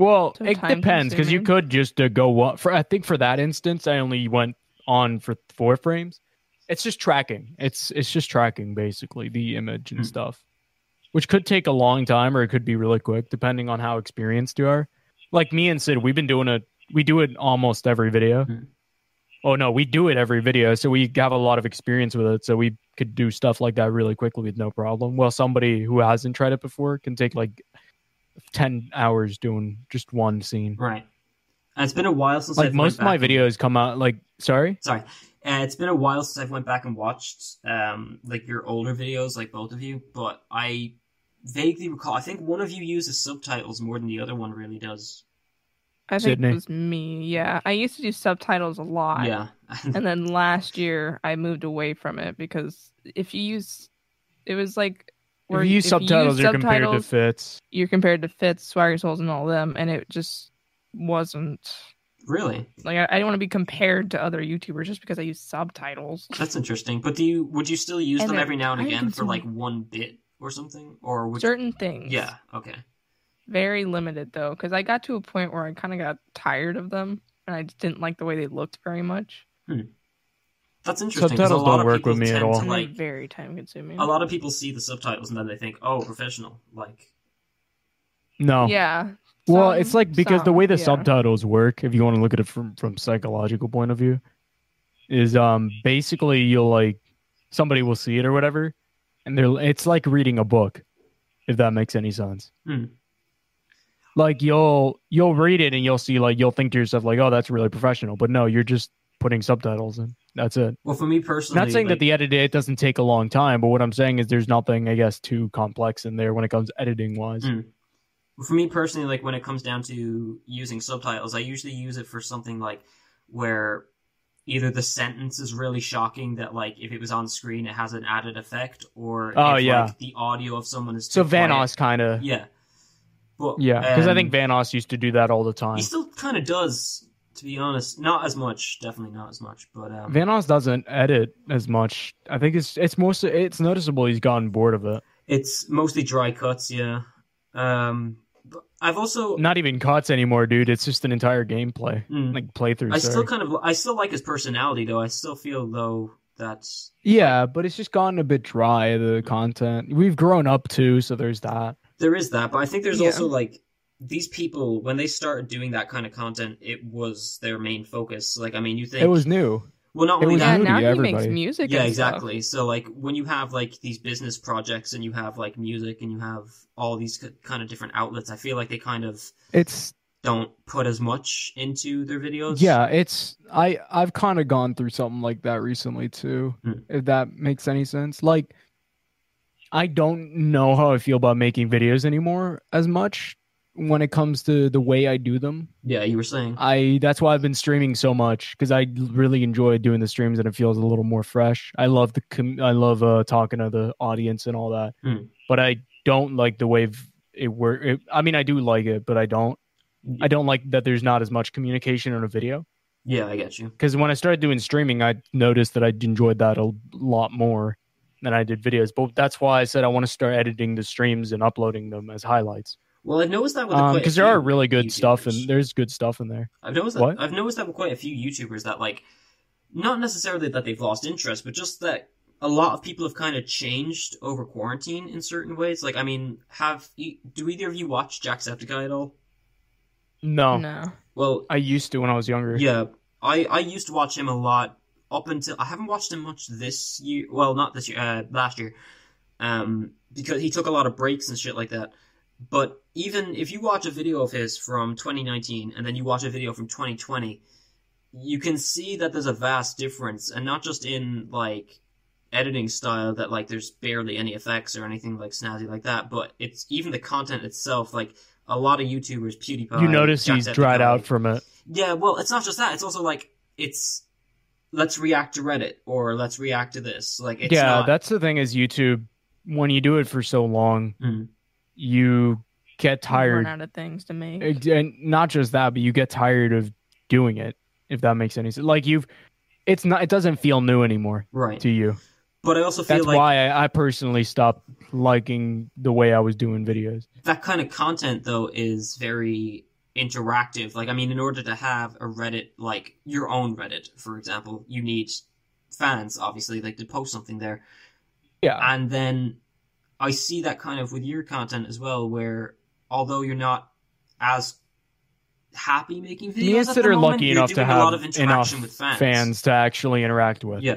C: Well,
D: So
C: it
D: time
C: depends because you
D: consuming.
C: could just uh, go one. For I think for that instance, I only went on for four frames. It's just tracking. It's it's just tracking basically the image and
B: Hmm.
C: stuff, which could take a long time or it could be really quick depending on how experienced you are. Like me and Sid, we've been doing it. We do it almost every video.
B: Hmm.
C: Oh no, we do it every video, so we have a lot of experience with it. So we could do stuff like that really quickly with no problem. Well, somebody who hasn't tried it before can take like 10 hours doing just one scene.
B: Right. And it's been a while since
C: Like
B: I've
C: most of my
B: went back and-
C: videos come out like sorry?
B: Sorry, uh, it's been a while since I've went back and watched um like your older videos, like both of you. But I vaguely recall. I think one of you uses subtitles more than the other one really does.
D: I think
C: Sydney.
D: it was me. Yeah, I used to do subtitles a lot.
B: Yeah. [laughs]
D: and then last year I moved away from it because if you use, it was like where
C: if you use subtitles
D: you
C: you're compared to
D: subtitles,
C: fits.
D: you're compared to Fitz, Swagger Souls, and all them, and it just wasn't
B: really.
D: like I, I didn't want to be compared to other YouTubers just because I use subtitles.
B: That's interesting. But do you would you still use
D: And
B: them
D: they're
B: every now and
D: time
B: again for like
D: consuming.
B: one bit or something? Or would
D: Certain things,
B: Yeah, okay.
D: very limited though, because I got to a point where I kind of got tired of them, and I just didn't like the way they looked very much.
B: That's interesting. 'cause
C: Subtitles
B: a lot
C: don't
B: of
C: work
B: people
C: with me at
B: tend
C: all.
B: To,
D: And
B: Oh, like,
D: they're very time consuming.
B: a lot of people see the subtitles and then they think, "Oh, professional." Like,
C: No.
D: Yeah.
C: Well,
D: Some-
C: it's like because the
D: some,
C: way the
D: yeah.
C: subtitles work, if you want to look at it from from psychological point of view, is um basically you'll like somebody will see it or whatever and they're it's like reading a book if that makes any sense.
B: Hmm.
C: Like you'll you'll read it and you'll see like you'll think to yourself like oh that's really professional, but no, you're just putting subtitles in. That's it.
B: well, for me personally,
C: Not saying
B: like-
C: that the edit it doesn't take a long time, but what I'm saying is there's nothing, I guess, too complex in there when it comes editing wise.
B: Mm. for me personally, like when it comes down to using subtitles, I usually use it for something like where either the sentence is really shocking that like if it was on screen it has an added effect, or
C: Oh,
B: if,
C: yeah.
B: like, the audio of someone is
C: So
B: too
C: Vanoss kind of,
B: quiet. yeah, but
C: yeah, because I
B: um,
C: think Vanoss used to do that all the time.
B: He still kind of does, to be honest. Not as much, definitely not as much. But um,
C: Vanoss doesn't edit as much. I think it's it's mostly it's noticeable he's gotten bored of it.
B: it's mostly dry cuts, yeah. Um, but I've also
C: Not even cuts anymore, dude. It's just an entire gameplay,
B: Mm.
C: like playthrough.
B: I still
C: sorry.
B: kind of I still like his personality though. I still feel though that
C: yeah, but it's just gotten a bit dry. The content we've grown up to, so there's that.
B: there is that, but I think there's
D: Yeah.
B: also like these people when they started doing that kind of content, it was their main focus. Like I mean, you think
C: It was new.
B: well, not
C: it
B: only
C: was
D: Yeah,
B: that,
C: new to
D: now he makes
C: everybody.
D: music.
B: yeah
D: and stuff.
B: exactly so like when you have like these business projects and you have like music and you have all these k- kind of different outlets i feel like they kind of
C: It's
B: don't put as much into their videos.
C: Yeah, it's I I've kind of gone through something like that recently too.
B: Hmm.
C: If that makes any sense. Like I don't know how I feel about making videos anymore as much when it comes to the way I do them.
B: Yeah, you were saying.
C: I that's why I've been streaming so much cuz I really enjoy doing the streams and it feels a little more fresh. I love the com- I love uh, talking to the audience and all that.
B: Hmm.
C: But I don't like the way v- it work it, I mean I do like it, but I don't I don't like that there's not as much communication on a video
B: Yeah, I get you.
C: because when I started doing streaming, I noticed that I enjoyed that a lot more than I did videos. But that's why I said I want to start editing the streams and uploading them as highlights
B: Well, I've noticed that with quite
C: because
B: a
C: Um, there
B: few
C: are really good stuff
B: YouTubers.
C: and there's good stuff in there.
B: I've noticed
C: What?
B: that I've noticed that with quite a few YouTubers that like not necessarily that they've lost interest, but just that a lot of people have kind of changed over quarantine in certain ways. Like, I mean, have e- do either of you watch Jacksepticeye at all?
C: No,
D: No.
B: Well,
C: I used to when I was younger.
B: yeah, I I used to watch him a lot up until I haven't watched him much this year. Well, not this year, uh, last year, um, because he took a lot of breaks and shit like that. But even if you watch a video of his from 2019 and then you watch a video from 2020, you can see that there's a vast difference, and not just in like editing style that like there's barely any effects or anything like snazzy like that, but it's even the content itself like. A lot of YouTubers, PewDiePie.
C: you notice
B: uh, Jack
C: he's
B: Depp,
C: dried
B: Kyle,
C: out from it.
B: yeah, well, it's not just that. It's also like it's let's react to Reddit or let's react to this. Like it's
C: yeah,
B: not,
C: that's the thing is YouTube. When you do it for so long,
B: Mm.
C: you get
D: Run
C: tired,
D: out of things to make.
C: and and not just that, but you get tired of doing it. If that makes any sense, like you've, it's not, it doesn't feel new anymore
B: right.
C: to you.
B: But I also feel
C: That's
B: like
C: why I, I personally stopped liking the way I was doing videos.
B: that kind of content though is very interactive. Like I mean, in order to have a Reddit like your own Reddit, for example, you need fans obviously like to post something there.
C: Yeah.
B: and then I see that kind of with your content as well, where although you're not as happy making videos,
C: Me and
B: at
C: Sid
B: the
C: are
B: moment,
C: lucky
B: you're
C: enough to
B: doing a
C: have
B: lot of
C: enough
B: interaction with fans.
C: to actually interact with.
B: Yeah,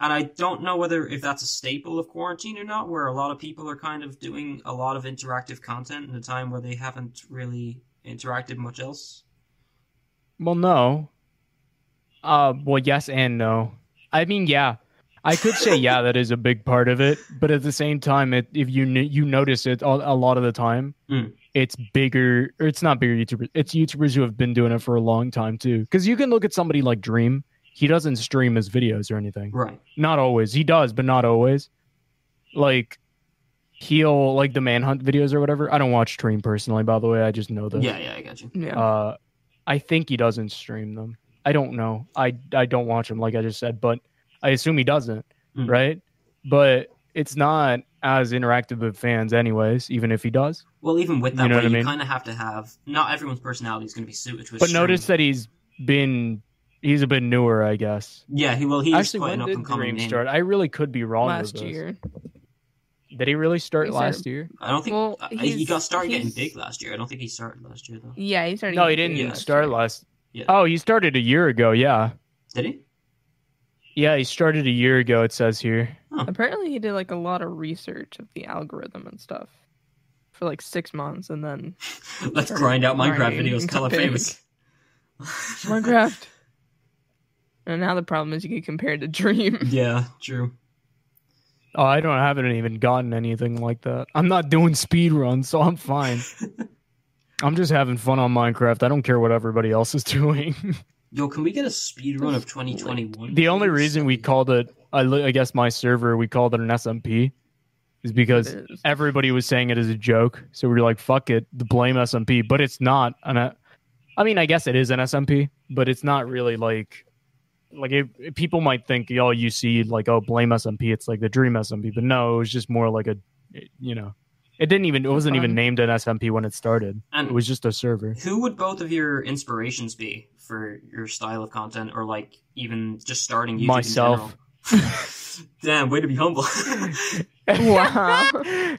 B: and I don't know whether if that's a staple of quarantine or not, where a lot of people are kind of doing a lot of interactive content in a time where they haven't really interacted much else.
C: Well, no. Uh, well, yes and no. I mean, yeah, I could say yeah, that is a big part of it, but at the same time, it, if you kn- you notice it a, a lot of the time,
B: Mm.
C: it's bigger. Or it's not bigger YouTubers. It's YouTubers who have been doing it for a long time too. Because you can look at somebody like Dream. He doesn't stream his videos or anything.
B: Right.
C: not always he does but not always like he'll like the manhunt videos or whatever i don't watch stream personally by the way i just know this
B: Yeah, yeah, I got you.
D: yeah.
C: uh i think he doesn't stream them i don't know i i don't watch him like i just said but i assume he doesn't
B: Mm.
C: right but it's not as interactive with fans anyways even if he does
B: Well, even with that,
C: You
B: way,
C: know what I
B: you
C: mean?
B: kind of have to have not everyone's personality is going to be suited to a
C: but
B: stream.
C: notice that he's been he's a bit newer i guess
B: Yeah, he well he's
C: actually
B: quite
C: when
B: an up
C: did
B: and coming
C: dream
B: name.
C: start i really could be wrong
D: Last
C: with this.
D: year.
C: did he really start
D: He started-
C: last year
B: I don't think
D: Well,
B: I- he
D: he's-
B: got started getting
D: he's-
B: big last year. I don't think he started last year though.
D: Yeah, he started.
C: No, he
D: getting
C: didn't
B: Yeah.
D: videos.
C: start last.
B: Yeah.
C: Oh, he started a year ago. Yeah,
B: Did he?
C: yeah, he started a year ago. It says here.
D: Apparently, he did like a lot of research of the algorithm and stuff for like six months, and then
B: [laughs] Let's
D: Started
B: grind out Minecraft
D: grinding
B: videos
D: and
B: till I'm
D: big.
B: famous.
D: [laughs] Minecraft. and now the problem is you get compared
B: [laughs]
D: to Dream.
B: [laughs] Yeah, true.
C: Oh, I don't I haven't even gotten anything like that. I'm not doing speed runs, so
B: [laughs]
C: I'm fine. I'm just having fun on Minecraft. I don't care what everybody else is [laughs] doing.
B: Yo, can we get a speed run of 2021?
C: the only
B: please?
C: reason we called it, I, li- I guess, my server, we called it an SMP, is because
D: It is.
C: everybody was saying it as a joke. So we were like, "Fuck it, blame SMP." But it's not an. I mean, I guess it is an SMP, but it's not really like, like it, it- people might think, "Oh, you see, like, oh, blame SMP." It's like the dream SMP, but no, it was just more like a, it- you know, it didn't even, it wasn't even
D: Fun.
C: named an SMP when it started. It
B: And
C: was just a server.
B: who would both of your inspirations be for your style of content, or like even just starting YouTube in
C: Myself.
B: general? [laughs] Damn, way to be humble.
D: [laughs]
C: [laughs]
D: Wow.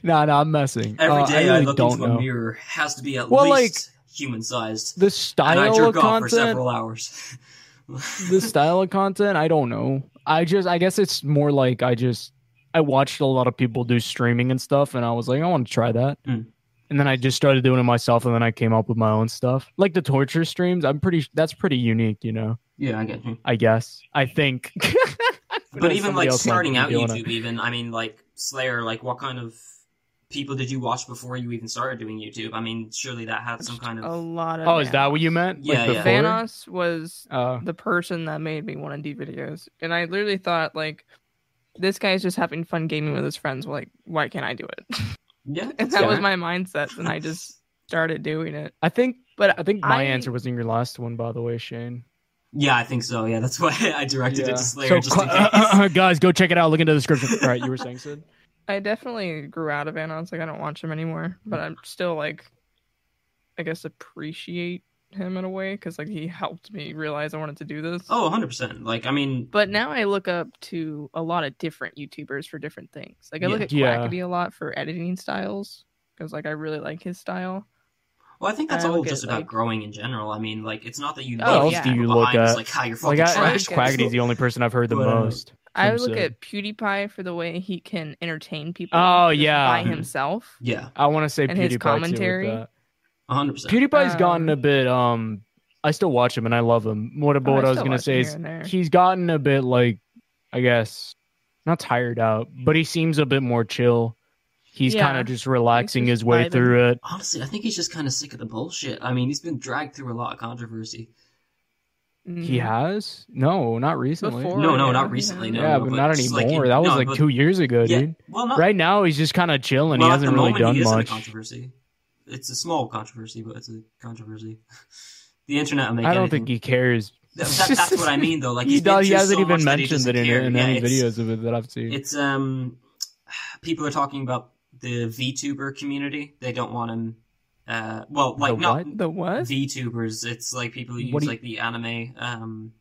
C: no, no, I'm messing.
B: Every
C: Uh,
B: day
C: I
B: I,
C: really
B: look
C: don't
B: into
C: know.
B: a mirror has to be at
C: Well,
B: least human sized,
C: the
B: and I
C: style of
B: jerk off for
C: content.
B: several hours. [laughs]
C: the style of content i don't know i just i guess it's more like i just i watched a lot of people do streaming and stuff and i was like i want to try that
B: Mm.
C: and then I just started doing it myself, and then I came up with my own stuff, like the torture streams. I'm pretty. That's pretty unique, you know.
B: Yeah, I get you.
C: I guess. I think.
B: But even
C: Somebody
B: like
C: else might
B: starting
C: be
B: out
C: doing
B: YouTube, even I mean, like Slayer, like what kind of people did you watch before you even started doing YouTube? I mean, surely that had some kind
D: a
B: of
D: lot of.
C: Oh, is that
D: Vanos.
C: what you meant?
B: Yeah, yeah.
C: like before?
D: Vanos was
C: Uh,
D: the person that made me want to do videos, and I literally thought like, this guy's just having fun gaming with his friends. Like, why can't I do it? [laughs]
B: yeah.
D: and
B: that's
D: that was
B: fair.
D: my mindset, and I just started doing it.
C: I think.
D: But
C: I think my
D: I-
C: answer was in your last one, by the way, Shane.
B: Yeah, I think so. Yeah, that's why [laughs] I directed it
C: Yeah.
B: to Slayer
C: So,
B: just
C: qu- [laughs]
B: in case.
C: guys, go check it out. Look into the description. All right, you were saying, Sid.
D: I definitely grew out of Anons. Like I don't watch him anymore, but I'm still like, I guess appreciate him in a way because like he helped me realize I wanted to do this.
B: Oh, 100%. Like, I mean,
D: But now I look up to a lot of different YouTubers for different things. Like I look
B: Yeah.
D: at
C: Yeah.
D: Quackity a lot for editing styles because like I really like his style.
B: well, I think that's
D: I
B: all
D: look
B: just
D: at,
B: about
D: like-
B: growing in general. I mean, like, it's not that you
D: Oh,
B: love
D: yeah.
B: people
C: Do you look
B: behind us,
C: at-
B: like how you're fucking
C: Like, I, I
B: trash.
C: think Quackity's the only person I've heard the
B: But, uh,
C: most.
D: I
C: from
D: would look
C: Sid.
D: at PewDiePie for the way he can entertain people.
C: Oh,
D: just
C: yeah. Hmm.
D: by
B: Mhm.
D: himself.
B: Yeah,
C: I want to say
D: and
C: PewDiePie
D: his
C: too with
D: commentary.
C: that.
B: 100%.
C: PewDiePie's
D: Um,
C: gotten a bit. Um, I still watch him and I love him. What about
D: But
C: what I was
D: Oh, still
C: gonna
D: watch
C: say
D: him
C: is
D: here and there.
C: he's gotten a bit like, I guess, not tired out, but he seems a bit more chill. He's
D: Yeah.
C: kind of just relaxing
D: just
C: his way
D: vibing.
C: through it.
B: Honestly, I think he's just kind of sick of the bullshit. I mean, he's been dragged through a lot of controversy.
C: He
D: Mm.
C: has no, not recently.
D: Before.
B: No, no,
D: yeah,
B: not
D: he
B: recently.
D: has.
B: No,
C: yeah,
B: no,
C: but, not
B: just,
C: anymore.
B: like, in-
C: that was
B: no,
C: like
B: but-
C: two years ago,
B: Yeah,
C: dude.
B: Well, not
C: Right now, he's just kind of chilling.
B: well,
C: he
B: at
C: hasn't
B: the
C: really
B: moment,
C: done
B: he is in a
C: much.
B: controversy. It's a small controversy, but it's a controversy. [laughs] The internet will make
C: I don't
B: anything.
C: think he cares.
B: That- that- that's what I mean, though. Like
C: [laughs] he,
B: he's been
C: does, he
B: through
C: hasn't
B: so
C: even
B: much that he
C: mentioned it
B: doesn't
C: in,
B: care.
C: in
B: Yeah,
C: any
B: it's-
C: videos of it that I've seen.
B: It's um, people are talking about the VTuber community. They don't want him. Uh, well, like
C: The
B: not
D: The what?
B: VTubers. It's like people who use
C: What do you-
B: like the anime um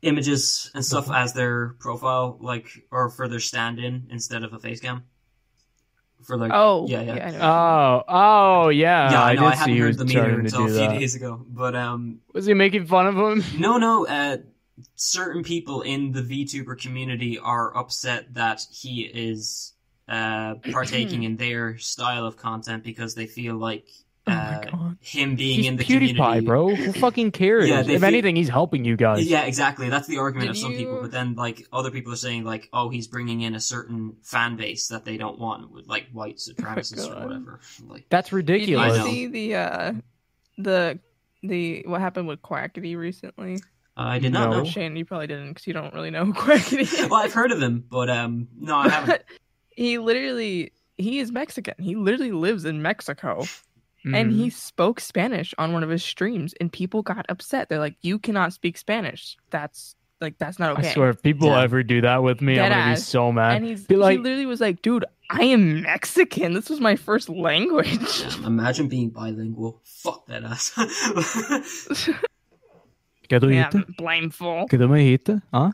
B: images and stuff as their profile, like or for their stand-in instead of a face cam. For like,
D: Oh,
B: yeah, Uh, yeah.
D: I know.
C: Oh, oh yeah.
B: yeah, I know. I,
C: did see
B: hadn't
C: he
B: heard
C: was
B: the
C: starting
B: meter
C: to
B: until a
C: do
B: few
C: that.
B: days ago, but um,
C: Was he making fun of him?
B: No, no. Uh, certain people in the VTuber community are upset that he is
D: [clears throat]
B: uh, partaking in their style of content because they feel like
D: Oh
B: uh,
D: my god.
B: him being
C: He's
B: in the
C: PewDiePie,
B: community.
C: bro. Who fucking cares?
B: Yeah,
C: if
B: they feel-
C: anything, he's helping you guys.
B: Yeah, exactly. That's the argument
D: Did
B: of some people.
D: you-
B: But then, like, other people are saying, like, oh, he's bringing in a certain fan base that they don't want, with, like,
D: [laughs]
B: white supremacists or
D: Oh God.
B: whatever. Like,
C: That's
D: Did you
B: I
C: ridiculous.
B: know.
D: see the uh, the the what happened with Quackity recently?
B: I did not
C: No.
D: Oh,
B: know. [laughs]
D: Shane, you probably didn't because you don't really know who Quackity is.
B: well, I've heard of him, but um, no, I haven't.
D: [laughs] he literally he is Mexican. He literally lives in Mexico,
C: Mhm.
D: and he spoke Spanish on one of his streams, and people got upset. They're like, "You cannot speak Spanish. That's like that's not okay."
C: Mm. I swear, if people
B: Yeah.
C: ever do that with me, I'm gonna be
D: Deadass.
C: so mad.
D: And he's
C: Be like-
D: he literally was like, "Dude, I am Mexican. This was my
C: [laughs]
D: first language." [laughs]
B: Damn, imagine being bilingual. Fuck that ass. [laughs]
C: ¿Qué tú
D: yeah,
C: dijiste?
D: blameful.
C: ¿Qué tú me dijiste? ¿Ah?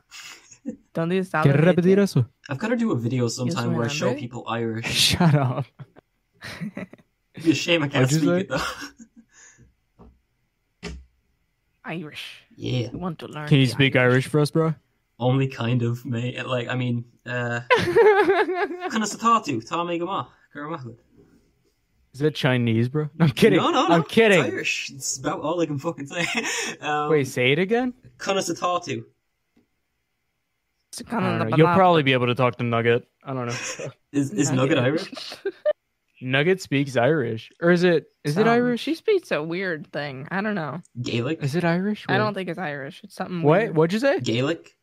D: Don't do this.
C: ¿Quieres repetir eso? [laughs]
B: I've got to do a video sometime where I
D: remember
B: show
D: it?
B: people Irish.
C: Shut up.
B: It'd be a shame I can't
C: What'd you
B: speak it though. [laughs]
D: Irish.
B: yeah,
D: You want to learn?
C: Can you
D: the
C: speak Irish for us, bro?
B: only kind of, mate. Like, I mean, uh,
D: [laughs]
B: can I talk to? Tommy Gama.
C: Is that Chinese, bro? [laughs] I'm kidding.
B: No, no, no.
C: I'm kidding.
B: It's Irish. It's about all I can fucking say. [laughs] Um,
C: Wait, say it again.
B: can I talk to?
D: It's
C: I
D: kind
C: don't
D: of
C: know.
D: the
C: You'll
D: banana.
C: probably be able to talk to Nugget. I don't
D: [laughs]
C: know.
B: Is is Nugget
D: Nugget.
B: Irish?
D: [laughs]
C: Nugget speaks Irish, or is it? Is it
D: Um,
C: Irish?
D: She speaks a weird thing. I don't know.
B: Gaelic.
C: Is it Irish?
D: I don't think it's Irish. It's something.
C: What?
D: weird.
C: What'd you say?
B: Gaelic.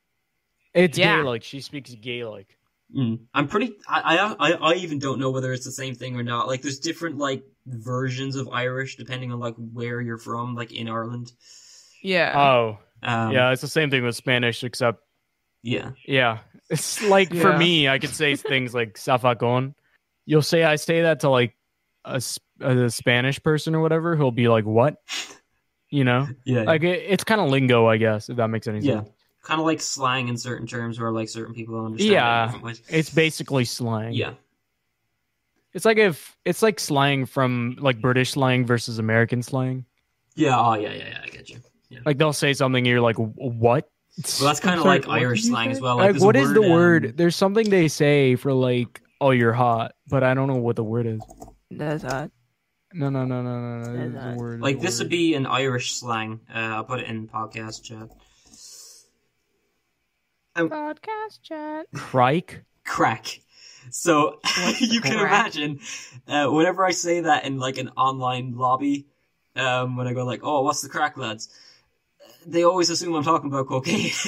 C: It's
D: Yeah.
C: Gaelic. She speaks Gaelic.
B: Mm. I'm pretty. I, I I I even don't know whether it's the same thing or not. Like, there's different like versions of Irish depending on like where you're from. Like in Ireland.
D: Yeah.
C: Oh,
B: Um,
C: yeah. It's the same thing with Spanish, except
B: Yeah.
C: yeah. It's like for
D: Yeah.
C: me, I could
D: [laughs]
C: say things like "safacón." You'll say I say that to like a, S- a Spanish person or whatever. Who'll be like, "What?" You know,
B: Yeah.
C: like it, it's kind of lingo, I guess, if that makes any
B: Yeah.
C: sense.
B: Kind of like slang in certain terms where like certain people don't understand. It
C: Yeah.
B: in different ways.
C: It's basically slang.
B: Yeah.
C: It's like if it's like slang from like British slang versus American slang.
B: Yeah. Oh yeah. Yeah. Yeah. I get you.
C: Like they'll say something, and you're like, "What?"
B: Well, that's kind of
C: [laughs] Sorry,
B: like
C: what did
B: Irish
C: you
B: slang
C: say?
B: as well. Like,
C: Like,
B: there's a
C: what is the
B: um,
C: word? There's something they say for like "Oh, you're hot," but I don't know what the word is.
D: That's hot.
C: No, no, no, no, no, no.
D: Is
C: there's a
D: it?
C: word,
B: Like
C: there's
B: this
C: a
B: would be an Irish slang. Uh, I'll put it in podcast chat.
D: Podcast chat.
C: word. crike.
B: Crack. So
D: What's
B: [laughs] you can
D: crack?
B: imagine uh, whenever I say that in like an online lobby, um, when I go like, "Oh, what's the crack, lads?" They always assume I'm talking about cocaine.
D: Is
B: [laughs]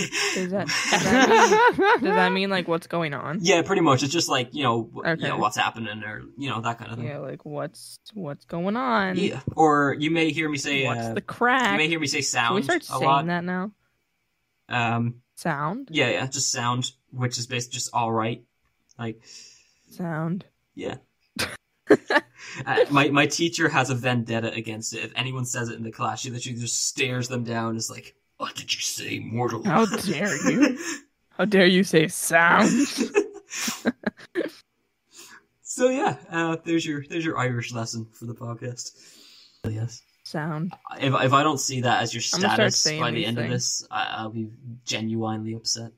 D: that- is that- Does that mean like what's going on?
B: yeah, pretty much. It's just like you know, w-
D: Okay.
B: you know what's happening, or you know that kind of thing.
D: Yeah, like what's what's going on?
B: Yeah. Or you may hear me say,
D: What's
B: uh,
D: the crack?
B: you may hear me say
D: Can
B: sound
D: we start
B: a
D: saying
B: lot.
D: that now?
B: Um,
D: Sound,
B: yeah, yeah, just sound, which is basically just all right. Like
D: sound.
B: uh, my my teacher has a vendetta against it. If anyone says it in the class, she literally just stares them down. and Is like, what did you say, mortal?
D: How dare you. How dare you say sound?
B: [laughs] so yeah, uh, there's your there's your Irish lesson for the podcast. Yes.
D: Sound.
B: If if I don't see that as your
D: I'm gonna start
B: status
D: saying
B: by the
D: these
B: end of
D: things.
B: this, I, I'll be genuinely upset.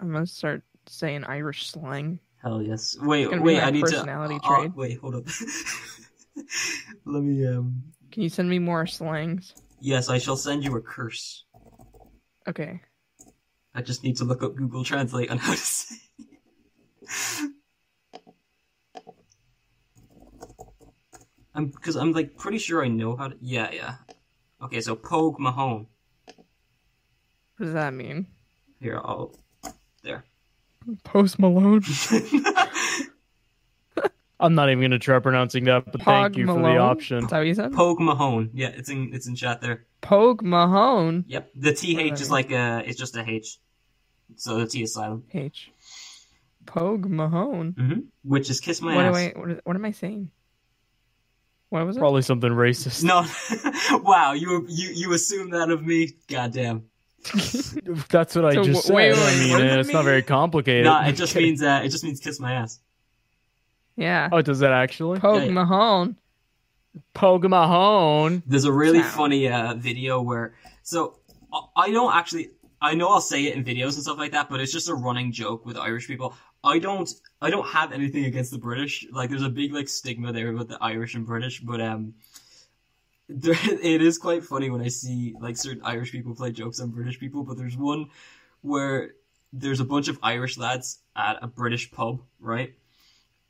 D: I'm gonna start saying Irish slang.
B: Hell yes. Wait,
D: gonna be
B: wait.
D: my
B: I need
D: personality
B: to. uh, uh,
D: trait.
B: wait, hold up. [laughs] Let me. Um.
D: Can you send me more slangs?
B: Yes, I shall send you a curse.
D: Okay.
B: I just need to look up Google Translate on how to say. [laughs] I'm because I'm like pretty sure I know how to. Yeah, yeah. Okay, so Pogue Mahone.
D: What does that mean?
B: Here, I'll. There. [laughs]
D: Post Malone.
C: I'm not even gonna try pronouncing that, but thank
D: Pog
C: you for
D: Malone?
C: the option.
D: Is that what you said?
B: Pogue Mahone. Yeah, it's in it's in chat there.
D: Pogue Mahone.
B: Yep. The
D: What
B: th
D: does
B: is
D: that
B: like a. It's just a h. So the t is silent.
D: H. Pogue Mahone.
B: Mm-hmm. Which is kiss my
D: What
B: ass.
D: do I? What, is- what am I saying? What was it?
C: Probably something racist.
B: No. [laughs] wow, you you you assume that of me. Goddamn.
C: [laughs] That's what I
D: So
C: just
D: wh- wait,
C: said.
D: wait,
C: I mean,
D: what does it
C: it's not very complicated.
B: No, it
C: [laughs]
B: just means uh, it just means kiss my ass.
D: Yeah.
C: Oh, does that actually?
D: Pogue
B: yeah.
D: Mahone.
C: Pogue Mahone.
B: There's a really
D: Wow.
B: funny uh, video where so I- I don't actually I know I'll say it in videos and stuff like that, but it's just a running joke with Irish people. I don't I don't have anything against the British. Like there's a big like stigma there about the Irish and British, but um [laughs] there, it is quite funny when I see like certain Irish people play jokes on British people, but there's one where there's a bunch of Irish lads at a British pub, right?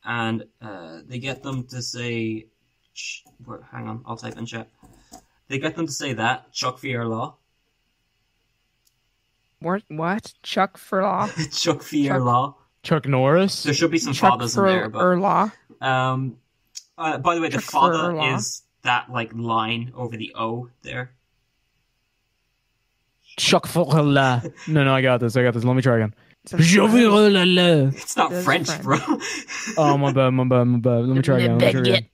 B: And uh, they get them to say, ch- where- hang on, I'll type in chat. They get them to say that, Chuck Fier Law. [laughs]
D: What? What? Chuck Furlaw.
B: Chuck Fier
D: Chuck-
B: Law.
C: Chuck Norris.
B: There should be [laughs] some
D: Chuck
B: fathers in there, but.
D: Furlaw.
B: Um, uh, by the way, the
D: Chuck
B: father
D: Furlaw.
B: is that, like, line over the O there.
C: Chuck Furla. No, no, I got this. I got this. Let me try again.
D: It's a French-
C: Jovirolala.
B: It's not
D: That's
B: French,
D: French.
B: [laughs] bro.
C: Oh my bad, my bad, my bad. Let me try again. Let me try again.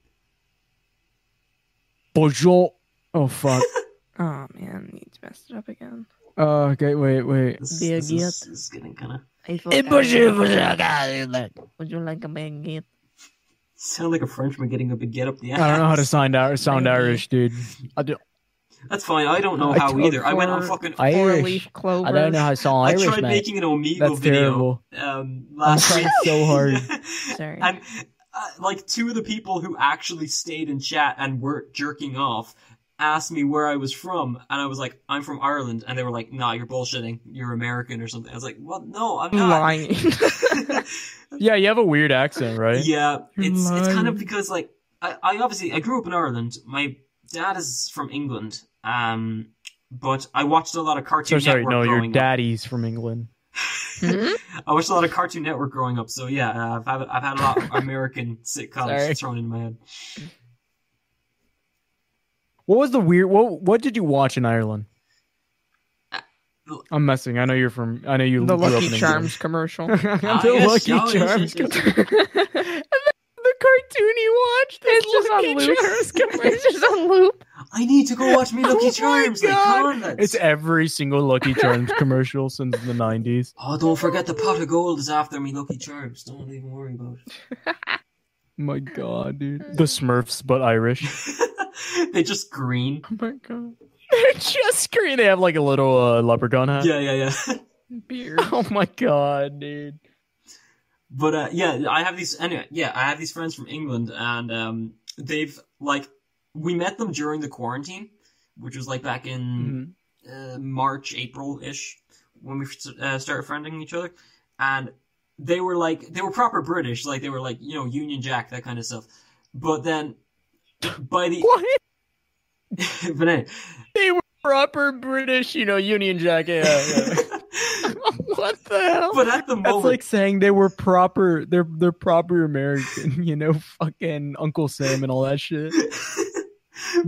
C: Bonjour. Oh fuck. [laughs]
D: Oh man, you messed it up again.
C: Uh, okay, wait, wait.
B: this,
D: Be a
B: this, is, this is getting kind of.
D: Would you like a baguette?
B: Sound like a Frenchman getting a baguette up the ass.
C: I don't know how to sound Irish. Sound
D: Maybe.
C: Irish, dude. I, do,
B: That's fine. I don't know
C: I
B: how
C: took
B: either. I went on
D: for-
B: fucking. I,
D: Four
C: Irish.
D: leaf clover.
C: I don't know how to sound Irish,
B: tried
C: mate.
B: making an Omegle
C: That's
B: video
C: terrible.
B: um last
C: I'm
B: week
C: trying so
B: [laughs]
C: hard.
D: Sorry.
B: and uh, like two of the people who actually stayed in chat and weren't jerking off asked me where I was from, and I was like, "I'm from Ireland," and they were like, "Nah, you're bullshitting. You're American or something." I was like, "Well, no, I'm [laughs]
D: I'm
B: not."
D: lying.
C: Yeah, you have a weird accent, right?
B: Yeah,
D: You're
B: it's it's kind
D: lying.
B: of because like I, I obviously I grew up in Ireland. My dad is from England, um, but I watched a lot of
C: So
B: Cartoon
C: sorry.
B: Network
C: No, your
B: growing up.
C: daddy's from England.
D: Hmm?
B: I watched a lot of Cartoon Network growing up, so yeah, uh, I've had I've had a lot
C: [laughs]
B: of American sitcoms
D: Sorry.
B: thrown in my head.
C: What was the weird? What What did you watch in Ireland?
B: Uh,
C: I'm messing. I know you're from. I know you.
D: the
C: grew up
D: Lucky
C: in
D: Charms
B: [laughs]
D: commercial. [laughs]
C: England.
B: Ah,
C: [laughs] the
B: yes,
C: Lucky
B: oh, yes, yes,
C: Charms.
B: yes.
C: The cartoon you watched.
D: It's just on loop. [laughs] it's just on loop.
B: I need to go watch me
C: Oh
B: Lucky
C: my
B: Charms. Like,
C: God.
B: come on, lads.
C: It's every single [laughs] Lucky Charms commercial since the '90s.
B: oh, don't forget the pot of gold is after me Lucky Charms. Don't even worry about
C: My God, [laughs] dude. The Smurfs, but Irish.
B: it. [laughs] they just green.
D: Oh my god.
C: [laughs] They're just green. They have like a little [laughs] uh, leprechaun hat.
B: Yeah, yeah, yeah.
D: Beard.
C: Oh my God, dude.
B: [laughs] But uh, yeah, I have these anyway. Yeah, I have these friends from England, and um, they've like we met them during the quarantine, which was like back
C: Mm.
B: in uh, March, April ish, when we uh, started friending each other, and they were like they were proper British, like they were like you know Union Jack that kind of stuff. But then by the
C: What?
B: [laughs] but anyway,
C: They were proper British, you know, Union Jack. Yeah. [laughs] yeah. what the hell?
B: [laughs] but at the
C: That's
B: moment,
C: like saying they were proper. They're they're proper American, [laughs] you know, fucking Uncle Sam and all that shit.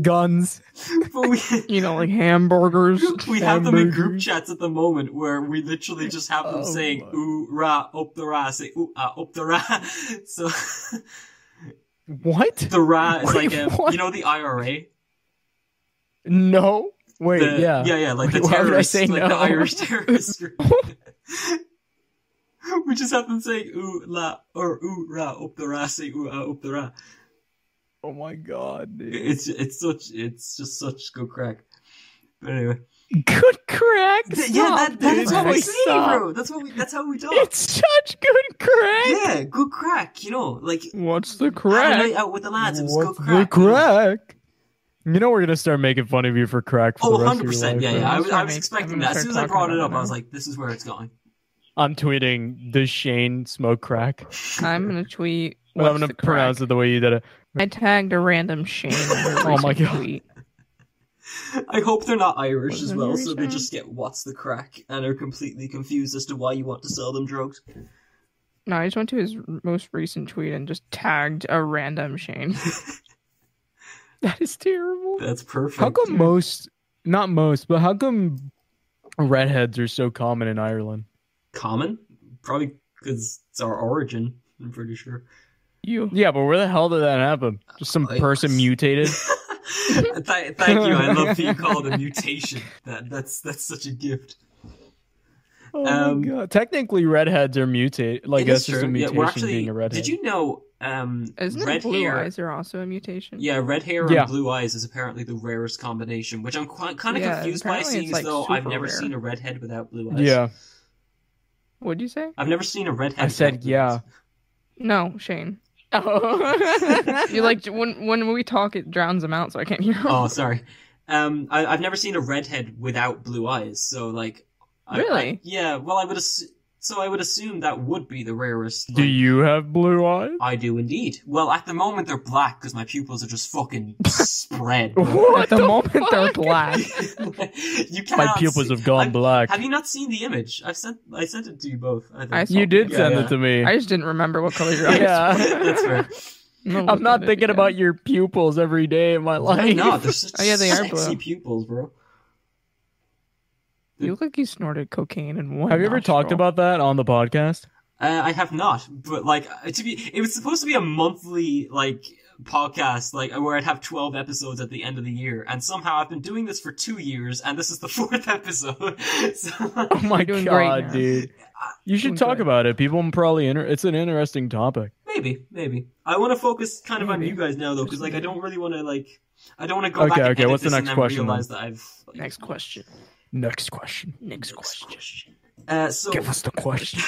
C: Guns.
B: [laughs] but we.
D: You know, like
B: [laughs]
D: hamburgers.
B: We have them in group
C: Hamburgers.
B: chats at the moment where we literally just have them
C: Oh
B: saying
C: my.
B: ooh ra up the ra say ooh ah up the ra. [laughs] So
C: What?
B: the ra is
C: Wait,
B: like um,
C: [laughs] what?
B: you know the IRA.
C: No. Wait.
B: The-
C: yeah.
B: yeah, yeah, like the
C: Wait, why would I
B: terrorists,
C: say
B: like the
C: no?
B: Irish terrorists. [laughs] group. we just have them saying ooh la or ooh ra up the ra say ooh ah up the ra.
C: Oh my god, dude.
B: It's it's such it's just such good crack. But anyway,
C: Good crack.
B: Th- yeah,
C: Stop,
B: that, that's
C: dude.
B: what we
C: Crack,
B: say,
C: stop.
B: bro. That's what we that's how we talk.
C: It's such good crack.
B: yeah, good crack. You know, like
D: What's the
B: Have a
D: crack?
B: night out with the lads. It was
C: What's
B: good
C: the
B: crack.
C: crack?
A: You know we're gonna start making fun of you for crack for
B: Oh,
A: the rest of
B: 100
A: your
B: percent.
A: life,
B: Yeah,
A: right?
B: yeah. I was, I
D: Sorry,
B: was
D: mate.
B: expecting
D: I'm
B: that.
D: gonna
B: As soon as I
D: start
B: brought
D: talking
B: it up,
D: about
B: I was
D: it.
B: like, "This is where it's going."
A: I'm tweeting does Shane smoke crack?
D: I'm gonna tweet.
A: But
D: What's
A: I'm gonna
D: the
A: pronounce
D: crack?
A: it the way you did it.
D: I tagged a random Shane.
A: Oh my God.
D: Tweet.
B: [laughs] I hope they're not Irish
D: What
B: as
D: did
B: well,
D: Irish
B: so they
D: have?
B: just get "What's the crack?" and are completely confused as to why you want to sell them drugs.
D: No, I just went to his most recent tweet and just tagged a random Shane.
C: That is terrible.
B: That's perfect.
C: How come most, not most, but how come redheads are so common in Ireland?
B: Common? Probably because it's our origin. I'm pretty sure. [laughs]
D: You.
C: Yeah, but where the hell did that happen? Just some
B: I-
C: person
B: [laughs]
C: mutated.
B: Th- thank you. I love being called a mutation. That that's that's such a gift.
C: Oh
B: Um,
C: my god! Technically, redheads are mutated. Like
B: It is
C: that's just a
B: true. Yeah,
C: mutation
B: we're actually.
C: being a redhead.
B: Did you know? Um,
D: Isn't
B: red
D: it blue
B: hair
D: eyes are also a mutation?
B: Yeah, red hair
C: Yeah.
B: and blue eyes is apparently the rarest combination, which I'm quite, kind of
D: Yeah,
B: confused by,
D: apparently it's,
B: seeing as
D: like,
B: though I've
D: super
B: never
D: rare.
B: seen a redhead without blue eyes.
C: Yeah,
D: What'd you say?
B: I've never seen a redhead.
C: I said
B: without blue
C: yeah.
B: eyes.
D: No, Shane.
C: Oh,
D: [laughs] You like when when we talk, it drowns them out, so I can't hear. 'em.
B: Oh, sorry. Um, I, I've never seen a redhead without blue eyes. So like, I, I-
D: Really?
B: yeah. Well, I would assu- so I would assume that would be the rarest.
C: Do
B: like-
C: you have blue eyes?
B: I do indeed. Well, at the moment they're black because my pupils are just
C: [laughs]
B: fucking spread. [laughs]
C: What
D: At the, moment they're
C: fuck?
D: black.
B: you cannot.
C: My pupils
B: see-
C: have gone
B: I-
C: black.
B: Have you not seen the image? I've sent. I sent it to you both. I think.
D: I
C: You did
B: Yeah,
C: send
B: yeah.
C: it to me.
D: I just didn't remember what color your
B: [laughs]
D: eyes.
C: Yeah.
D: were.
B: That's fair.
C: [laughs]
D: I'm
C: I'm not thinking about your pupils every day of my
B: Why
C: life.
B: not? They're such
D: Oh, yeah, they are
B: sexy
D: blue.
B: pupils, bro.
D: You look like you snorted cocaine and one.
C: Have you ever talked
D: nostril.
C: about that on the podcast?
B: Uh, I have not, but like uh, to be, it was supposed to be a monthly like podcast, like uh, where I'd have twelve episodes at the end of the year, and somehow I've been doing this for two years, and this is the [laughs] fourth episode. [laughs] so,
C: [laughs] Oh [laughs] my
D: doing great
C: god,
D: now.
C: dude! You should
D: Doing
C: talk
D: great.
C: about it. People probably inter- it's an interesting topic.
B: maybe, maybe I want to focus kind of on
D: Maybe.
B: you guys now, though, because like I don't really want to like I don't want to go
C: Okay,
B: back. and
C: okay,
B: edit
C: what's the
B: this
C: next
B: and then
C: question,
B: Realize that I've like,
D: Next question.
C: Next question.
D: Next
B: next
D: question.
B: question. Uh, so
C: Give us the question.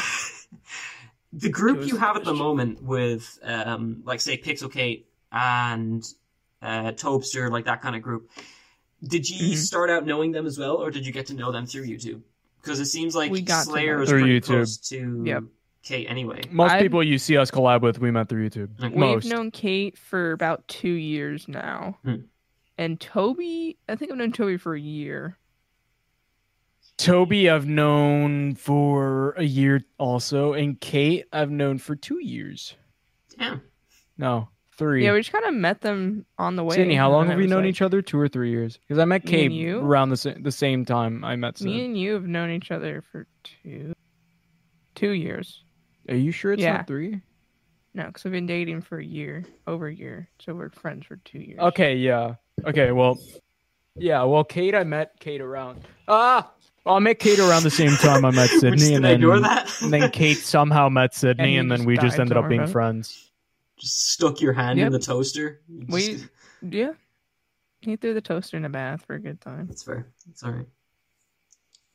B: the group
D: Goes
B: you
D: the
B: have at the
D: question.
B: moment with um like say pixelcate and uh tobster like that kind of group did you
D: Mhm.
B: start out knowing them as well or did you get to know them through youtube because it seems like
D: We got to
B: slayer
D: know
B: is
A: them. Through
B: pretty
A: YouTube.
B: close to
D: Yep.
B: kate anyway
C: Most
D: I'm-
C: people you see us collab with, we met through YouTube.
B: Like,
D: We've
C: Most.
D: known Kate for about two years now,
B: Hmm.
D: and Toby. I think I've known Toby for a year.
C: Toby, I've known for a year also, and Kate, I've known for two years.
B: yeah
C: No, three.
D: Yeah, we just kind of met them on the way.
C: Sydney, how long
D: and
C: have
D: it
C: we
D: was
C: known
D: like-
C: each other? Two or three years? Because I met
D: Me and
C: Kate
D: you?
C: around the, sa- the same time I met
D: Me
C: Sid.
D: and you have known each other for two, two years.
C: Are you sure it's
D: Yeah.
C: not three?
D: No, because we've been dating for a year, over a year. So we're friends for two years.
C: Okay, yeah. Okay, well, yeah. Well, Kate, I met Kate around. Ah, well, I met Kate around the same time I met
B: [laughs] We're just
C: Sydney, and
B: gonna
C: then
B: ignore that
D: [laughs]
B: [laughs]
C: and then Kate somehow met Sydney,
D: you
C: and, then
D: just
C: we just
D: died,
C: ended
D: don't
C: up being
D: worry about it.
C: friends.
B: just stuck your hand in
D: Yep.
B: the toaster You just-
D: We- Yeah. He threw the toaster in the bath for a good time.
B: that's fair that's all right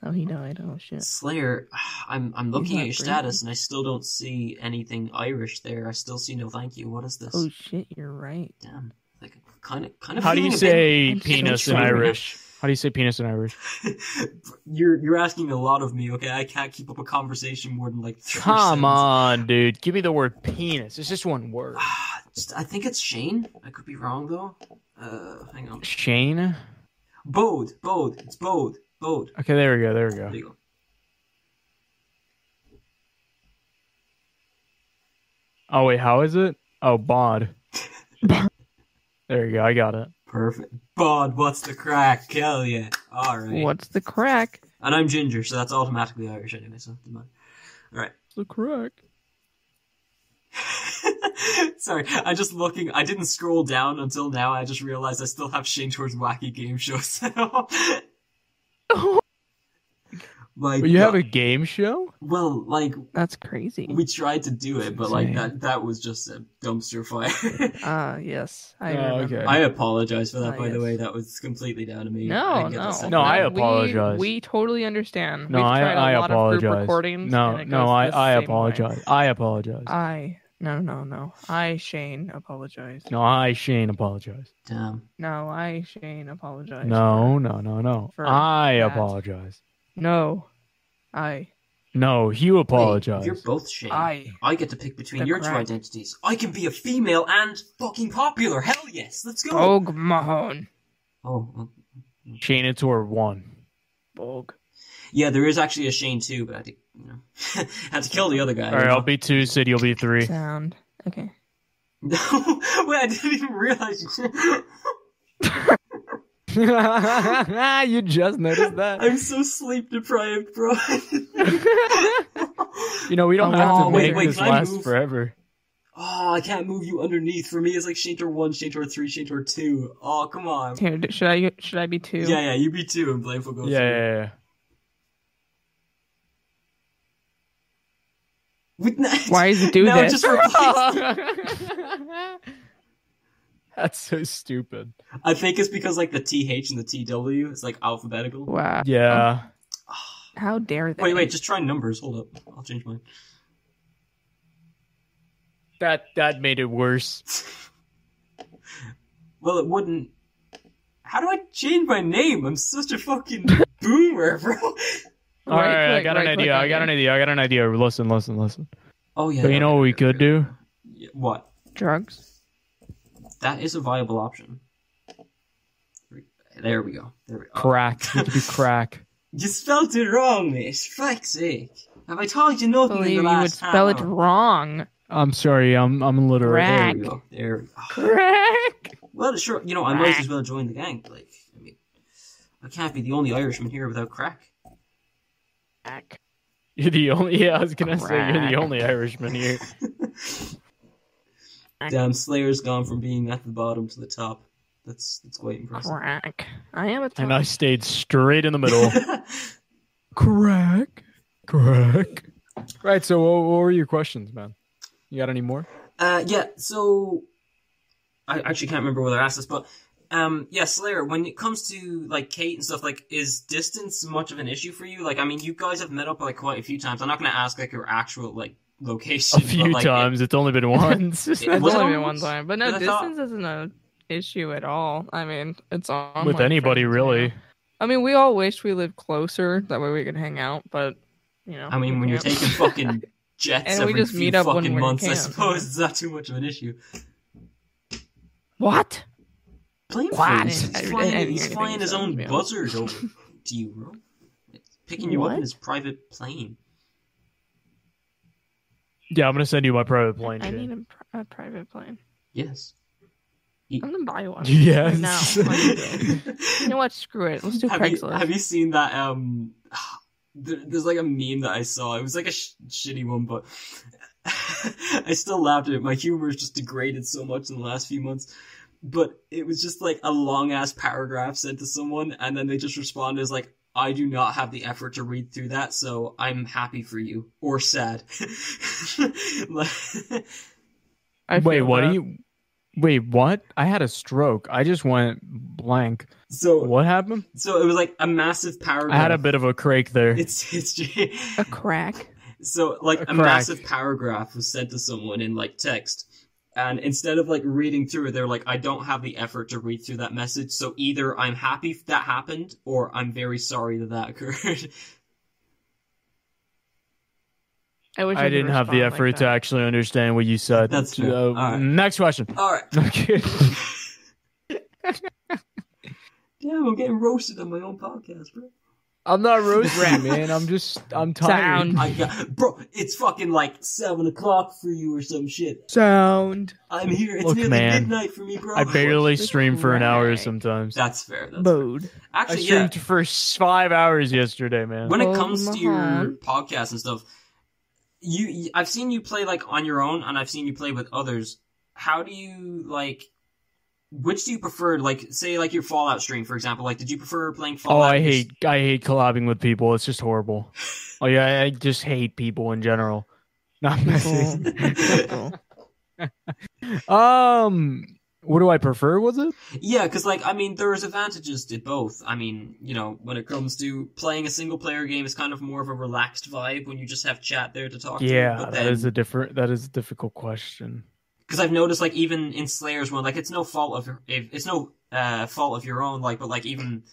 D: Oh, he died. Oh shit.
B: Slayer, [sighs] I'm I'm looking
D: not
B: at your
D: green.
B: status and I still don't see anything Irish there. I still see no thank you. What is this?
D: Oh shit, you're right.
B: Damn. Like kind of kind of.
C: How do you
D: I'm
C: say
D: so
C: penis in
D: sorry.
C: Irish? How do you say penis in Irish?
B: [laughs] you're you're asking a lot of me. Okay, I can't keep up a conversation more than like. Three
C: Come
B: sentences.
C: on, dude. Give me the word penis. It's just one word.
B: Ah, just- I think it's Shane. I could be wrong though. Uh, hang on.
C: Shane.
B: Bode, Bode. It's Bode, Bode.
C: Okay, there we go. There we
B: There
C: go.
B: you go.
C: Oh wait, how is it? Oh,
D: [laughs]
C: bod. there you go. I got it.
B: Perfect. Bode, what's the crack? Hell yeah. All right.
D: What's the crack?
B: And I'm ginger, so that's automatically Irish anyway. So it doesn't matter.
D: The crack.
B: [laughs] Sorry, I just looking. I didn't scroll down until now. I just realized I still have Shane towards wacky game shows. [laughs] So. like
C: But you have a game show?
B: well, like
D: [laughs] That's crazy.
B: we tried to do it, but like
C: Insane.
B: that that was just a dumpster
D: [laughs]
B: fire. [laughs]
D: Ah, yes. I
C: Oh,
D: remember.
C: okay.
B: I apologize for that,
D: Ah,
B: by the
D: yes.
B: way. That was completely down to me. I
D: No,
B: didn't get that
D: no,
B: second
C: No, I
B: round.
C: ap- apologize.
D: We, we totally understand.
C: No,
D: We've
C: I,
D: tried a
C: I
D: lot Of group
C: apologize.
D: recordings and
C: No,
D: it
C: no,
D: goes
C: I,
D: the
C: I
D: same way. Uh,
C: apologize. I apologize.
D: I no, no, no. I Shane apologize.
C: No, I Shane apologize.
B: Damn.
D: No, I Shane apologize.
C: No, no, no, no.
D: For
C: I
D: that.
C: apologize.
D: no, I,
C: No, you apologize.
B: You're both Shane.
D: I.
B: I get to pick between
D: The
B: your two
D: crack.
B: identities. I can be a female and fucking popular. Hell yes, let's go.
D: Bog Mahone.
B: Oh, oh.
C: Shane and Tor won.
D: Bog.
B: yeah, there is actually a Shane too, but I had to, you know, [laughs] had to kill the other guy.
C: All right, I'll be two. Sid, you'll be three.
D: Sound. Okay.
B: [laughs] No, wait, I didn't even realize. you- [laughs]
C: [laughs] you just noticed that.
B: I'm so sleep deprived,
D: [laughs]
B: bro. [laughs]
C: You know, we don't
D: Oh,
C: have to
D: wait,
C: make
D: wait,
C: this
B: can I
C: last
B: move?
C: forever.
B: oh, I can't move you underneath. For me, it's like Shantor one, Shantor three, Shantor two. Oh, come on.
D: Here, d- should I should I be two?
B: Yeah, yeah, you be two, and Blameful
C: Yeah,
B: go
C: yeah,
B: three.
C: yeah.
B: With na-
D: Why
B: [laughs]
D: does it do
B: now it
D: this?
B: just replaced-
D: [laughs]
B: [laughs]
C: That's so stupid.
B: I think it's because like the TH and the TW is like alphabetical.
D: wow.
C: Yeah.
D: How dare they?
B: Wait, wait, just try numbers. Hold up, I'll change mine. [laughs]
C: That that made it worse.
B: Well, it wouldn't. How do I change my name? I'm such a
D: [laughs]
B: fucking boomer, bro.
C: All right, I
D: Right-click,
C: got an
D: right-click
C: idea. I got an
D: again.
C: idea. I got an idea. Listen, listen, listen.
B: Oh yeah.
C: But you know what we could do?
B: Yeah, What?
D: Drugs.
B: That is a viable option. There we go. There we go.
C: Crack. We [laughs] could do crack.
B: You spelled it wrong, miss. Fuck's sake. Have I told you nothing
D: Believe
B: in
D: you
B: the
D: would
B: last
D: spell it
B: half hour?
D: wrong.
C: I'm sorry. I'm I'm illiterate.
B: There
D: Crack.
B: we go. There we go. Oh,
D: Crack.
B: Well, sure. You know, I might as well join the gang. Like, I mean, I can't be the only Irishman here without crack.
D: Crack.
C: You're the only. Yeah, I was gonna say you're the
D: Crack.
C: only Irishman here.
B: Damn, Slayer's gone from being at the bottom to the top. That's that's quite impressive.
D: Crack. I am a.
C: And I stayed straight in the [laughs] middle.
B: [laughs]
E: Crack.
C: crack. Right. So, what, what were your questions, man? You got any more?
B: uh, yeah. So, I actually can't remember whether I asked this, but um, yeah, Slayer. When it comes to like Kate and stuff, like, is distance much of an issue for you? Like, I mean, you guys have met up like quite a few times. I'm not gonna ask like your actual like
C: A
B: location.
C: few
B: but, like,
C: times. It's only been
D: [laughs]
C: once.
B: It-
D: It's
B: was it
D: only
B: on
D: been one
B: once?
D: time, but
B: But
D: no,
B: I thought-
D: distance isn't an issue at all. I mean, it's
C: [laughs]
D: on
C: With
D: like,
C: anybody,
D: friends, you
C: really.
D: know? I mean, we all wish we lived closer. That way we could hang out. But you know,
B: I mean,
D: we
B: when you're
D: can't.
B: taking fucking jets
D: And we
B: every
D: just
B: few
D: meet up when
B: fucking
D: we
B: months, I
D: can.
B: suppose it's not too much of an issue.
D: [laughs] what?
B: Blame
D: What?
B: He's
D: I- I didn't hear
B: flying, he's
D: anything
B: flying
D: you
B: his
D: said, to
B: own
D: be honest.
B: buzzard
D: [laughs]
B: over to you, bro. Picking you up in
D: What?
B: his private plane.
C: Yeah, I'm gonna send you my private plane.
D: I
C: Shane.
D: need a, pri- a private plane. [laughs]
B: Yes.
D: I'm gonna buy
C: [laughs]
D: one.
C: Yes. [laughs]
D: No. Why you doing it? You
B: have, [laughs]
D: know what? Screw it. Let's do
B: you,
D: Craigslist.
B: have you seen that? Um, [sighs] there, there's like a meme that I saw. It was like a sh- shitty one, but [laughs] I still laughed at it. My humor has just degraded so much in the last few months. But it was just like a long ass paragraph sent to someone, and then they just responded as like, "I do not have the effort to read through that, so I'm happy for you or sad." [laughs] Like- [laughs]
D: I
C: Wait,
D: feel
C: what
D: that.
C: do you? Wait, what? I had a stroke. I just went blank.
B: So
C: What happened?
B: so it was like a massive power.
C: I had a
B: graph.
C: bit of a crake there.
B: It's it's [laughs]
C: [laughs]
D: A crack.
B: so like
C: A
B: a,
C: crack.
B: massive paragraph was sent to someone in like text, and instead of like reading through it, they're like, I don't have the effort to read through that message. So either I'm happy that happened, or I'm very sorry that [laughs] that occurred.
D: I wish I,
C: I
D: could
C: didn't have the
D: respond like
C: effort to
D: that.
C: actually understand what you said.
B: That's fair.
C: Uh,
B: All right.
C: Next question.
B: All right,
C: Okay.
B: damn, I'm getting roasted on my own podcast, bro.
C: I'm not [laughs] roasting, man. I'm just I'm tired.
D: Sound.
B: I got, bro, it's fucking like seven o'clock for you or some shit.
D: Sound.
B: I'm here. It's
C: Look,
B: nearly
C: man,
B: midnight for me, bro.
C: I barely
D: Just
C: stream for an hour
D: right.
B: [laughs]
C: sometimes.
B: That's fair. That's fair.
D: Bode.
C: I
B: Actually, yeah.
C: streamed for s- five hours yesterday, man.
B: when it
D: Oh,
B: comes to
D: my.
B: your podcast and stuff you you- i've seen you play like on your own and i've seen you play with others how do you like which do you prefer like say like your fallout stream for example like did you prefer playing
C: Oh,
B: fallout [laughs]
C: I hate I hate collabing with people. It's just horrible. Like I, I just hate people in general. Not
D: People. People.
C: um. What do I prefer? Was it?
B: yeah because like i mean there's advantages to both i mean you know when it comes to playing a single player game it's kind of more of a relaxed vibe when you just have chat there to talk to
C: Yeah,
B: but
C: that
B: then
C: is a different. That is a difficult question.
B: because I've noticed like even in Slayer's one, like it's no fault of your, if- it's no uh, fault of your own, like but like even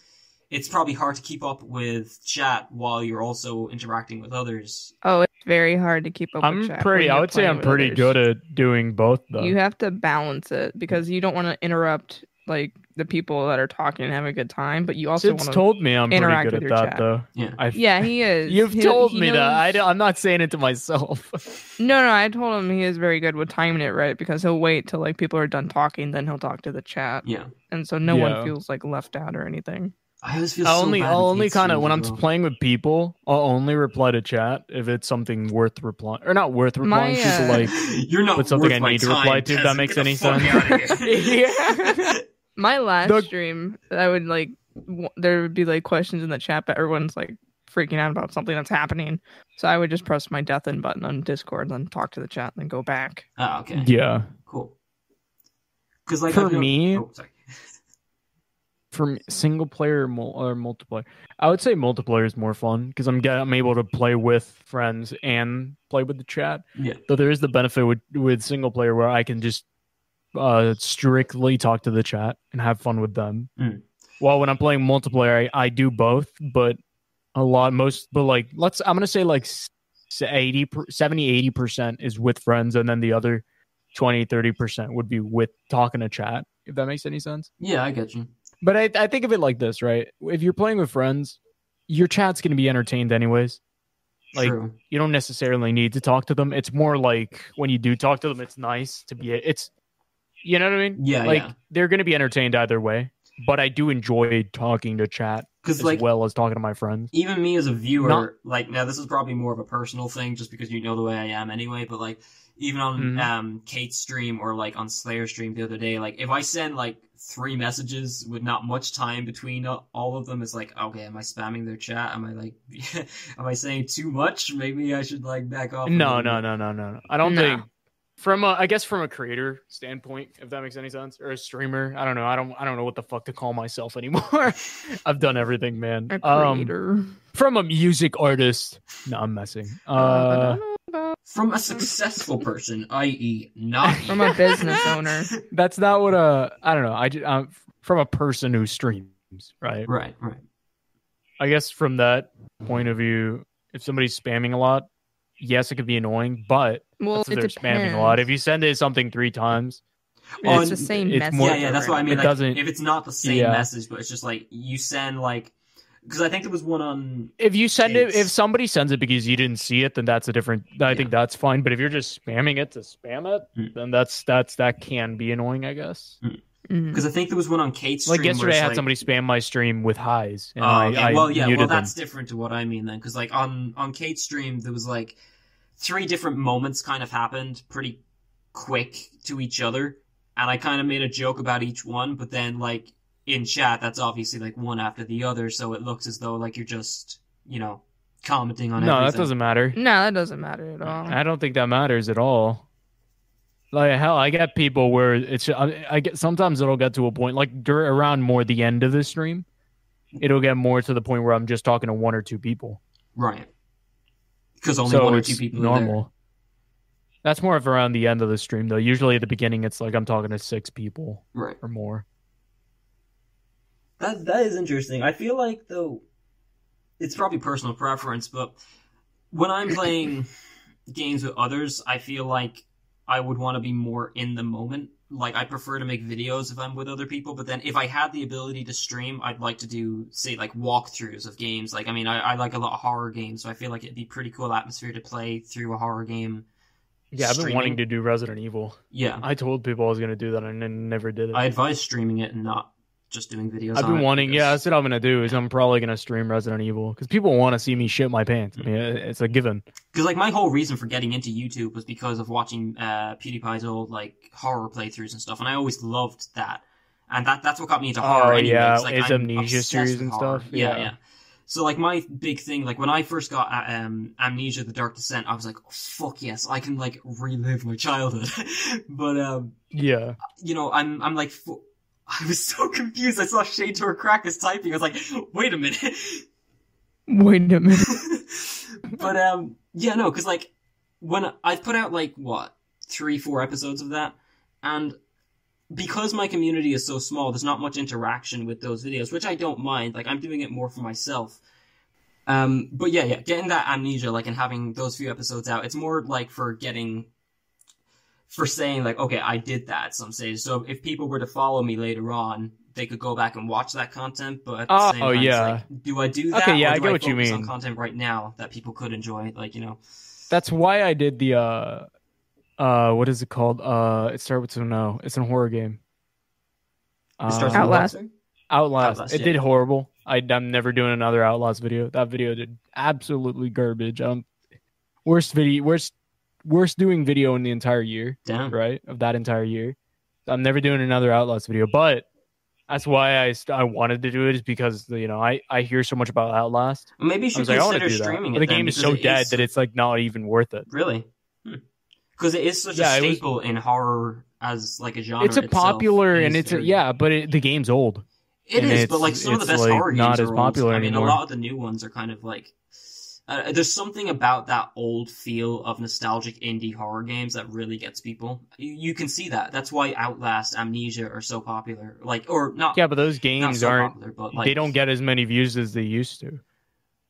B: it's probably hard to keep up with chat while you're also interacting with others.
D: Oh, it's very hard to keep up.
C: I'm
D: with chat
C: pretty.
D: when
C: I
D: you're
C: would say
D: playing
C: I'm
D: with
C: pretty
D: others.
C: good at doing both, though.
D: You have to balance it because you don't want to interrupt like the people that are talking and having a good time, but you also
C: Sid's
D: want to.
C: told me I'm pretty
D: interact
C: good
D: with
C: at
D: your
C: that,
D: chat.
C: though.
B: Yeah.
C: I,
D: Yeah, he is.
C: You've
D: He-
C: told
D: he
C: me that. I,
D: knows-
C: don't- I'm not saying it to myself.
D: [laughs] No, no, I told him he is very good with timing it right because he'll wait till like people are done talking, then he'll talk to the chat,
B: Yeah,
D: and so no
C: Yeah.
D: one feels like left out or anything.
B: I always feel
C: I
B: so
C: only,
B: bad
C: I'll
B: with
C: only
B: hate
C: kind of
B: streams
C: when
B: as
C: I'm
B: well.
C: playing with people, I'll only reply to chat if it's something worth replying or not worth replying.
D: My,
C: People
D: uh,
C: like
B: [laughs]
D: [laughs]
B: You're not
C: with something
B: worth
C: I
B: my
C: need to
B: time,
C: reply to, if that
B: peasant.
C: makes
B: Get the
C: any
B: fuck
C: sense.
B: outta here.
C: [laughs]
B: [laughs]
D: My last
C: The-
D: stream, I would like w- there would be like questions in the chat, but everyone's like freaking out about something that's happening. So I would just press my death in button on Discord, then talk to the chat, and then go back.
B: oh, okay,
C: yeah.
B: cool. Because like
C: For
B: I've no-
C: me-
B: oh, sorry.
C: From single player or, mul- or multiplayer, I would say multiplayer is more fun because I'm get, I'm able to play with friends and play with the chat.
B: Yeah.
C: Though there is the benefit with with single player where I can just uh, strictly talk to the chat and have fun with them.
B: Mm.
C: While when I'm playing multiplayer, I, I do both, but a lot most, but like let's I'm gonna say like s- 80 per- 70 80 percent is with friends, and then the other 20 30 percent would be with talking to chat. If that makes any sense.
B: Yeah, I get you.
C: But I, I think of it like this, right? If you're playing with friends, your chat's gonna be entertained anyways. Like
B: True.
C: you don't necessarily need to talk to them. It's more like when you do talk to them, it's nice to be. It's you know what I mean.
B: Yeah,
C: like
B: yeah.
C: they're going to be entertained either way. But I do enjoy talking to chat
B: Because
C: as
B: like
C: well as talking to my friends.
B: even me as a viewer,
C: Not-
B: like now this is probably more of a personal thing, just because you know the way I am anyway. But like even on
C: Mhm.
B: um, Kate's stream or like on Slayer's stream the other day, like if I send like three messages with not much time between a- all of them, it's like okay, am I spamming their chat? Am I like, [laughs] am I saying too much? Maybe I should like back off. a
C: No,
B: little
C: no,
B: bit.
C: no, no, no, no. I don't
D: No.
C: think from a, I guess from a creator standpoint, if that makes any sense, or a streamer. I don't know. I don't. I don't know what the fuck to call myself anymore. [laughs] I've done everything, man.
D: A
C: Um,
D: creator.
C: from a music artist. No, I'm messing.
D: Oh, I
C: Uh,
D: don't know about-
B: From a successful person, i.e., not
D: From a business
B: [laughs]
C: [laughs]
D: owner.
C: that's not what uh I don't know. I ju- I'm from a person who streams, right?
B: right, right.
C: I guess from that point of view, if somebody's spamming a lot, yes, it could be annoying, but
D: Well,
C: that's if
D: it
C: they're
D: depends.
C: spamming a lot. If you send it something three times,
B: Well,
D: it's the
B: and
D: same
C: it's
D: message.
C: more-
B: yeah, yeah, that's what I mean.
C: It
B: Like,
C: doesn't-
B: if it's not the same
C: Yeah.
B: message, but it's just like you send like because I think there was one on
C: if you send it, if
B: It's-
C: somebody sends it because you didn't see it, then that's a different. I think that's fine. But if you're just spamming it to spam it,
B: Hmm.
C: then that's that's that can be annoying, I guess.
D: Mm.
B: Because I think there was one on Kate's stream.
C: Like
B: where
C: yesterday, I
B: it's
C: had
B: like,
C: somebody spam my stream with highs.
B: Oh,
C: And I,
B: okay.
C: I
B: well, yeah.
C: muted
B: Well,
C: them.
B: that's different to what I mean then, because like on on Kate's stream, there was like three different moments kind of happened pretty quick to each other, and I kind of made a joke about each one, but then like in chat, that's obviously like one after the other, so it looks as though like you're just you know commenting on
C: no, that
B: everything.
C: doesn't matter. Uh,
D: No, that doesn't matter at all.
C: I don't think that matters at all. Like hell, I get people where it's I, I get sometimes it'll get to a point like dur- around more the end of the stream, it'll get more to the point where I'm just talking to one or two people.
B: Right. Because only
C: so
B: one or
C: it's
B: two people
C: normal. That's more of around the end of the stream though. Usually at the beginning, it's like I'm talking to six people
B: Are there. Right.
C: or more.
B: That that is interesting. I feel like though, it's probably personal preference, but when I'm [laughs] playing games with others, I feel like I would want to be more in the moment. Like I prefer to make videos if I'm with other people, but then if I had the ability to stream, I'd like to do say like walkthroughs of games. Like I mean, I, I like a lot of horror games, so I feel like it'd be pretty cool atmosphere to play through a horror game.
C: Yeah, I've been wanting
B: Streaming.
C: to do Resident Evil.
B: Yeah,
C: I told people I was gonna do that and then never did it.
B: I advise streaming it and not just doing videos.
C: I've
B: on
C: been
B: it,
C: wanting. Yeah,
B: because-
C: that's what I'm gonna do. Is I'm probably gonna stream Resident Evil because people want to see me shit my pants. I mean, it- it's a given.
B: Because like my whole reason for getting into YouTube was because of watching uh, PewDiePie's old like horror playthroughs and stuff, and I always loved that, and that that's what got me into
C: Oh,
B: horror. anyways.
C: yeah,
B: like,
C: his
B: I'm
C: Amnesia
B: obsessed
C: series
B: with
C: and
B: horror.
C: stuff,
B: Yeah. yeah,
C: yeah.
B: So like my big thing, like when I first got uh, um, Amnesia: The Dark Descent, I was like, oh, fuck yes, I can like relive my childhood. [laughs] but um,
C: Yeah,
B: you know, I'm I'm like, f- [laughs] I was so confused. I saw Shade Door Crack is typing. I was like, wait a minute. [laughs]
D: Wait a minute.
C: [laughs]
B: but um yeah no because like when i've put out like what three four episodes of that and because my community is so small there's not much interaction with those videos which i don't mind like i'm doing it more for myself um but yeah yeah getting that amnesia like and having those few episodes out it's more like for getting for saying like okay i did that at some stage so if people were to follow me later on they could go back and watch that content but at the
C: Oh,
B: same time it's
C: yeah.
B: like, do i do that
C: Okay,
B: or
C: yeah, I
B: do
C: get what you
B: focus on
C: mean.
B: content right now that people could enjoy like you know
C: that's why I did the. uh uh What is it called? Uh It started with an O. It's a horror game.
B: It starts
C: Uh,
B: with
D: Outlast.
B: boxing.
C: Outlast.
B: Outlast,
C: It
B: yeah.
C: did horrible. I, I'm never doing another Outlast video. That video did absolutely garbage. Um, worst video. Worst. Worst doing video in the entire year.
B: [laughs] Damn.
C: right of that entire year i'm never doing another outlaws video but that's why i st- i wanted to do it is because you know i i hear so much about outlast
B: Maybe you
C: i
B: should
C: was like i want
B: consider
C: to do that
B: streaming
C: but
B: it.
C: the
B: then,
C: game is
B: because
C: so
B: it
C: dead that it's like not even worth it
B: really because it is such
C: Yeah,
B: a
C: it was-
B: staple in horror as like a genre.
C: it's a
B: itself,
C: popular
B: it
C: and
B: is
C: it's a,
B: very-
C: yeah but it, the game's old
B: It is,
C: and it's-
B: but like some of the
C: it's,
B: best
C: like,
B: horror games
C: not
B: are
C: as
B: old.
C: popular
B: I mean,
C: anymore.
B: a lot of the new ones are kind of like. Uh, there's something about that old feel of nostalgic indie horror games that really gets people. You, you can see that. That's why Outlast, Amnesia are so popular. Like, or not.
C: yeah but those
B: not
C: games
B: so
C: aren't
B: popular, but like
C: they don't get as many views as they used to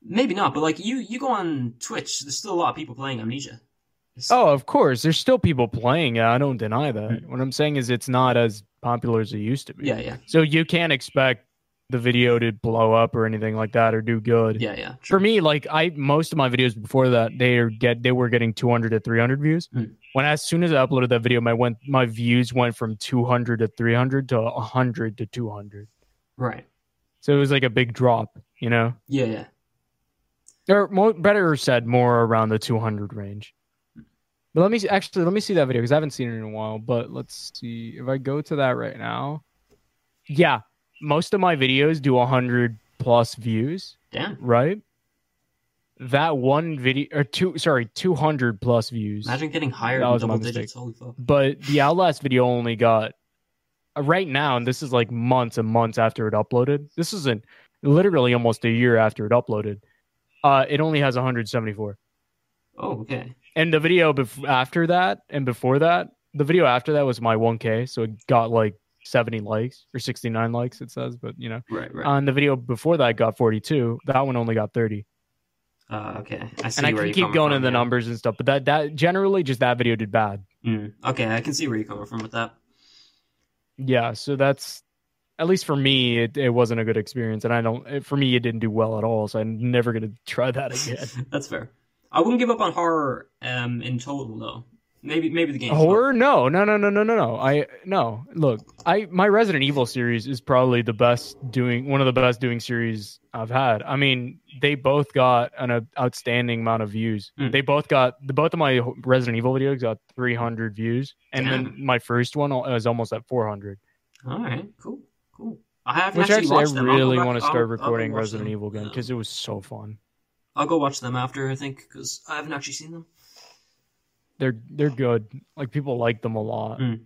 B: Maybe not, but like you, you go on Twitch. There's still a lot of people playing Amnesia. It's-
C: oh of course there's still people playing i don't deny that what i'm saying is it's not as popular as it used to be
B: yeah, yeah,
C: so you can't expect the video to blow up or anything like that or do good
B: yeah, yeah.
C: for me like i most of my videos before that they are get they were getting 200 to 300 views
B: Hmm.
C: when as soon as i uploaded that video my went my views went from 200 to 300 to 100 to 200
B: Right.
C: so it was like a big drop you know
B: Yeah, yeah.
C: or more better said more around the 200 range but let me see, actually let me see that video because i haven't seen it in a while but let's see if i go to that right now yeah most of my videos do 100 plus views
B: Damn.
C: right? That one video or two, sorry, two hundred plus views.
B: Imagine getting higher
C: That
B: than
C: was my
B: double digits.
C: mistake.
B: Holy fuck.
C: But the Outlast video only got uh, right now, and this is like months and months after it uploaded. This isn't literally almost a year after it uploaded. Uh, it only has 174,
B: Oh, okay.
C: and the video bef- after that and before that, the video after that was my 1K, so it got like 70 likes or 69 likes. It says, but you know,
B: Right, right.
C: on the video before that got 42. That one only got 30.
B: Uh, okay. I see
C: and I
B: where
C: can
B: you're
C: keep
B: coming
C: going
B: from,
C: in the
B: yeah.
C: numbers and stuff, but that that generally just that video did bad.
B: Mm, okay, I can see where you're coming from with that.
C: Yeah, so that's at least for me, it, it wasn't a good experience, and I don't it, for me it didn't do well at all. So I'm never gonna try that again.
B: [laughs] That's fair. I wouldn't give up on horror um, in total though. Maybe, maybe the game.
C: Horror? No, no, no, no, no, no, no. I no. Look, I my Resident Evil series is probably the best doing one of the best doing series I've had. I mean, they both got an uh, outstanding amount of views.
B: Hmm.
C: They both got the both of my Resident Evil videos got 300 views, and then my first one was almost at 400.
B: All right. Cool. Cool. I haven't
C: Which
B: actually
C: actually,
B: watched
C: I
B: them. I'll go
C: really
B: back-
C: want to
B: I'll-
C: start
B: I'll go
C: recording
B: watch
C: Resident
B: them.
C: Evil again
B: Um,
C: because it was so fun.
B: I'll go watch them after I think because I haven't actually seen them.
C: They're they're good. Like people like them a lot.
B: Mm.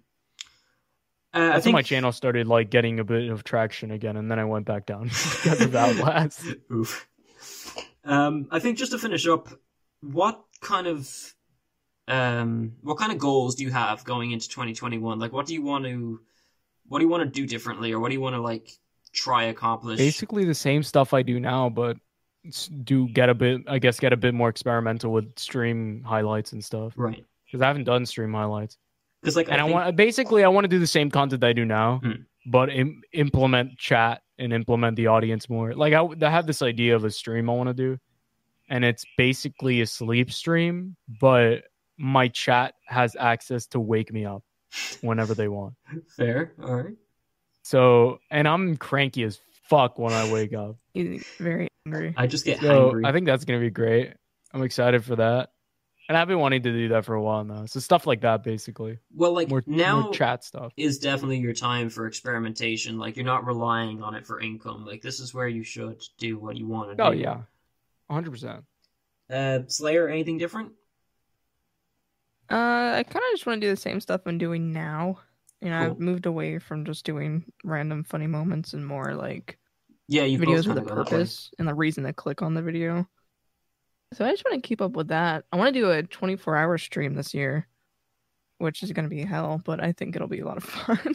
B: Uh, I
C: That's when
B: think
C: my channel started like getting a bit of traction again, and then I went back down [laughs] because of Outlast.
B: [laughs] Oof. Um, I think just to finish up, what kind of um, what kind of goals do you have going into 2021? Like, what do you want to what do you want to do differently, or what do you want to like try accomplish?
C: Basically, the same stuff I do now, but s- do get a bit, I guess, get a bit more experimental with stream highlights and stuff
B: Right,
C: because I haven't done stream highlights.
B: because like
C: and I,
B: think-
C: want basically I want to do the same content that I do now,
B: Hmm.
C: but Im- implement chat and implement the audience more. Like I, I have this idea of a stream I want to do, and it's basically a sleep stream, but my chat has access to wake me up whenever they want.
B: fair. All right.
C: So, and I'm cranky as fuck when I
B: [laughs]
C: wake up.
D: He's very angry.
B: I just get
C: So
B: angry.
C: I think that's gonna be great. I'm excited for that, and I've been wanting to do that for a while now. So stuff like that, basically,
B: well, like
C: more,
B: now
C: more chat stuff.
B: is definitely your time for experimentation. Like you're not relying on it for income. Like this is where you should do what you want to
C: Oh
B: do.
C: yeah, 100. percent
B: Uh, Slayer, anything different?
D: Uh, I kind of just want to do the same stuff I'm doing now. You know, I've
B: Cool.
D: moved away from just doing random funny moments and more like
B: Yeah, you both
D: videos with
B: kind
D: a
B: of go that way.
D: purpose and the reason to click on the video. So I just want to keep up with that. I want to do a 24 hour stream this year, which is going to be hell, but I think it'll be a lot of [laughs] fun.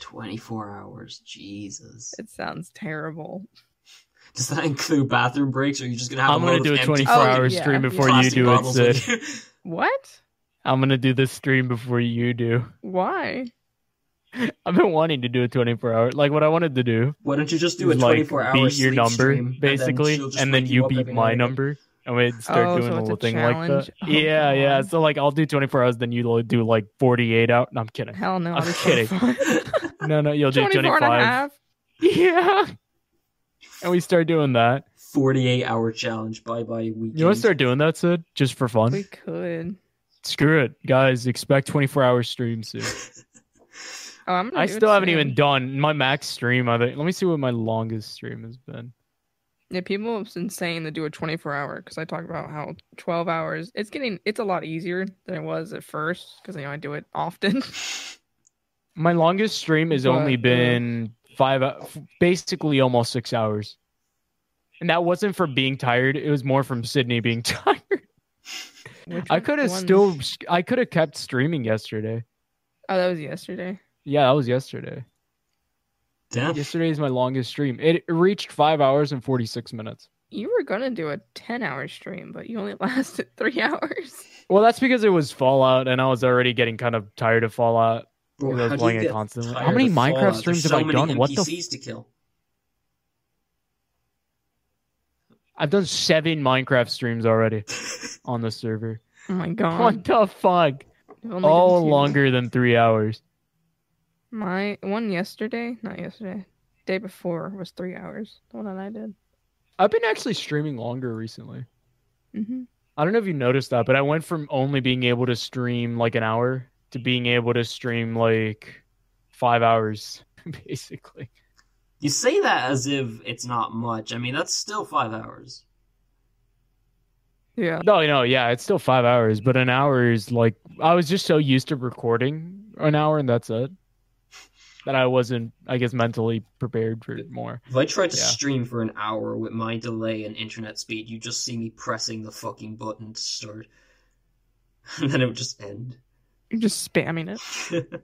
B: 24 hours. Jesus.
D: it sounds terrible.
B: Does that include bathroom breaks, or are you just gonna have?
C: I'm
B: a
C: gonna
B: load
C: do
B: of
C: a
B: empty
C: 24
D: Oh,
C: hour
D: yeah,
C: stream
D: yeah.
C: before you
B: plastic
C: do it,
B: bottles with
C: Sid.
B: you? [laughs]
D: What?
C: [laughs] I'm gonna do this stream before you do.
D: Why?
C: I've been wanting to do a 24 hour. Like what I wanted to do
B: Why don't you just do a
C: is like
B: 24 hour
C: beat your
B: sleep
C: number
B: stream, and then
C: basically,
B: she'll just
C: and then
B: wake
C: you
B: up
C: beat
B: every
C: my
B: night?
C: number, and we start
D: Oh,
C: doing
D: so
C: a
D: it's
C: little
D: a
C: thing
D: challenge.
C: like
D: Oh,
C: that. yeah, yeah.
D: God.
C: So like I'll do 24 hours, then you'll do like 48 out. No,
B: [laughs]
C: I'm kidding.
D: Hell no.
C: I'm
D: that'd be so
C: kidding.
D: fun.
C: No, no, you'll do
D: 24
C: 25.
D: and a half.
C: [laughs] Yeah. And we start doing that.
B: 48 hour challenge. Bye bye weekend.
C: You want to start doing that, Sid? Just for fun?
D: We could.
C: Screw it, guys. Expect 24 hour streams soon.
D: Oh, I'm gonna
C: I
D: do it
C: still haven't
D: soon.
C: even done my max stream. I think. Let me see what my longest stream has been.
D: Yeah, people have been saying to do a 24 hour because I talk about how 12 hours. It's getting it's a lot easier than it was at first because you know I do it often. [laughs]
C: My longest stream has
D: But,
C: only
D: uh,
C: been five, hou- f- basically almost six hours, and that wasn't for being tired. It was more from Sydney being [laughs] tired.
D: Which
C: I
D: was
C: could
D: the
C: have
D: one-
C: still, I could have kept streaming yesterday.
D: Oh, that was yesterday.
C: Yeah, that was yesterday.
B: Damn.
C: Yesterday is my longest stream. It reached five hours and forty six minutes.
D: You were gonna do a 10 hour stream, but you only [laughs] lasted three hours.
C: Well, that's because it was Fallout, and I was already getting kind of tired of Fallout.
B: Bro,
C: Because I
B: how
C: was
B: do you
C: playing it
B: get
C: constantly.
B: tired
C: How many
B: of
C: Minecraft
B: Fallout?
C: streams
B: There's
C: have I
B: so many
C: done? What the f-
B: NPCs to kill?
C: I've done seven Minecraft streams
D: [laughs]
C: already on the server.
D: Oh my god!
C: What the fuck?
D: I've only
C: All
D: done two.
C: longer than three hours.
D: My one yesterday, not yesterday, day before was three hours. The one that I did.
C: I've been actually streaming longer recently.
D: hmm
C: I don't know if you noticed that, but I went from only being able to stream like an hour to being able to stream like five hours, [laughs] basically.
B: You say that as if it's not much. I mean, that's still five hours.
D: Yeah.
C: No, no, yeah, it's still five hours, but an hour is like I was just so used to recording an hour and that's it. That I wasn't, I guess, mentally prepared for more.
B: If I tried to
C: Yeah.
B: stream for an hour with my delay and internet speed, you'd just see me pressing the fucking button to start. [laughs] And then it would just end. [laughs]
D: You're just spamming it.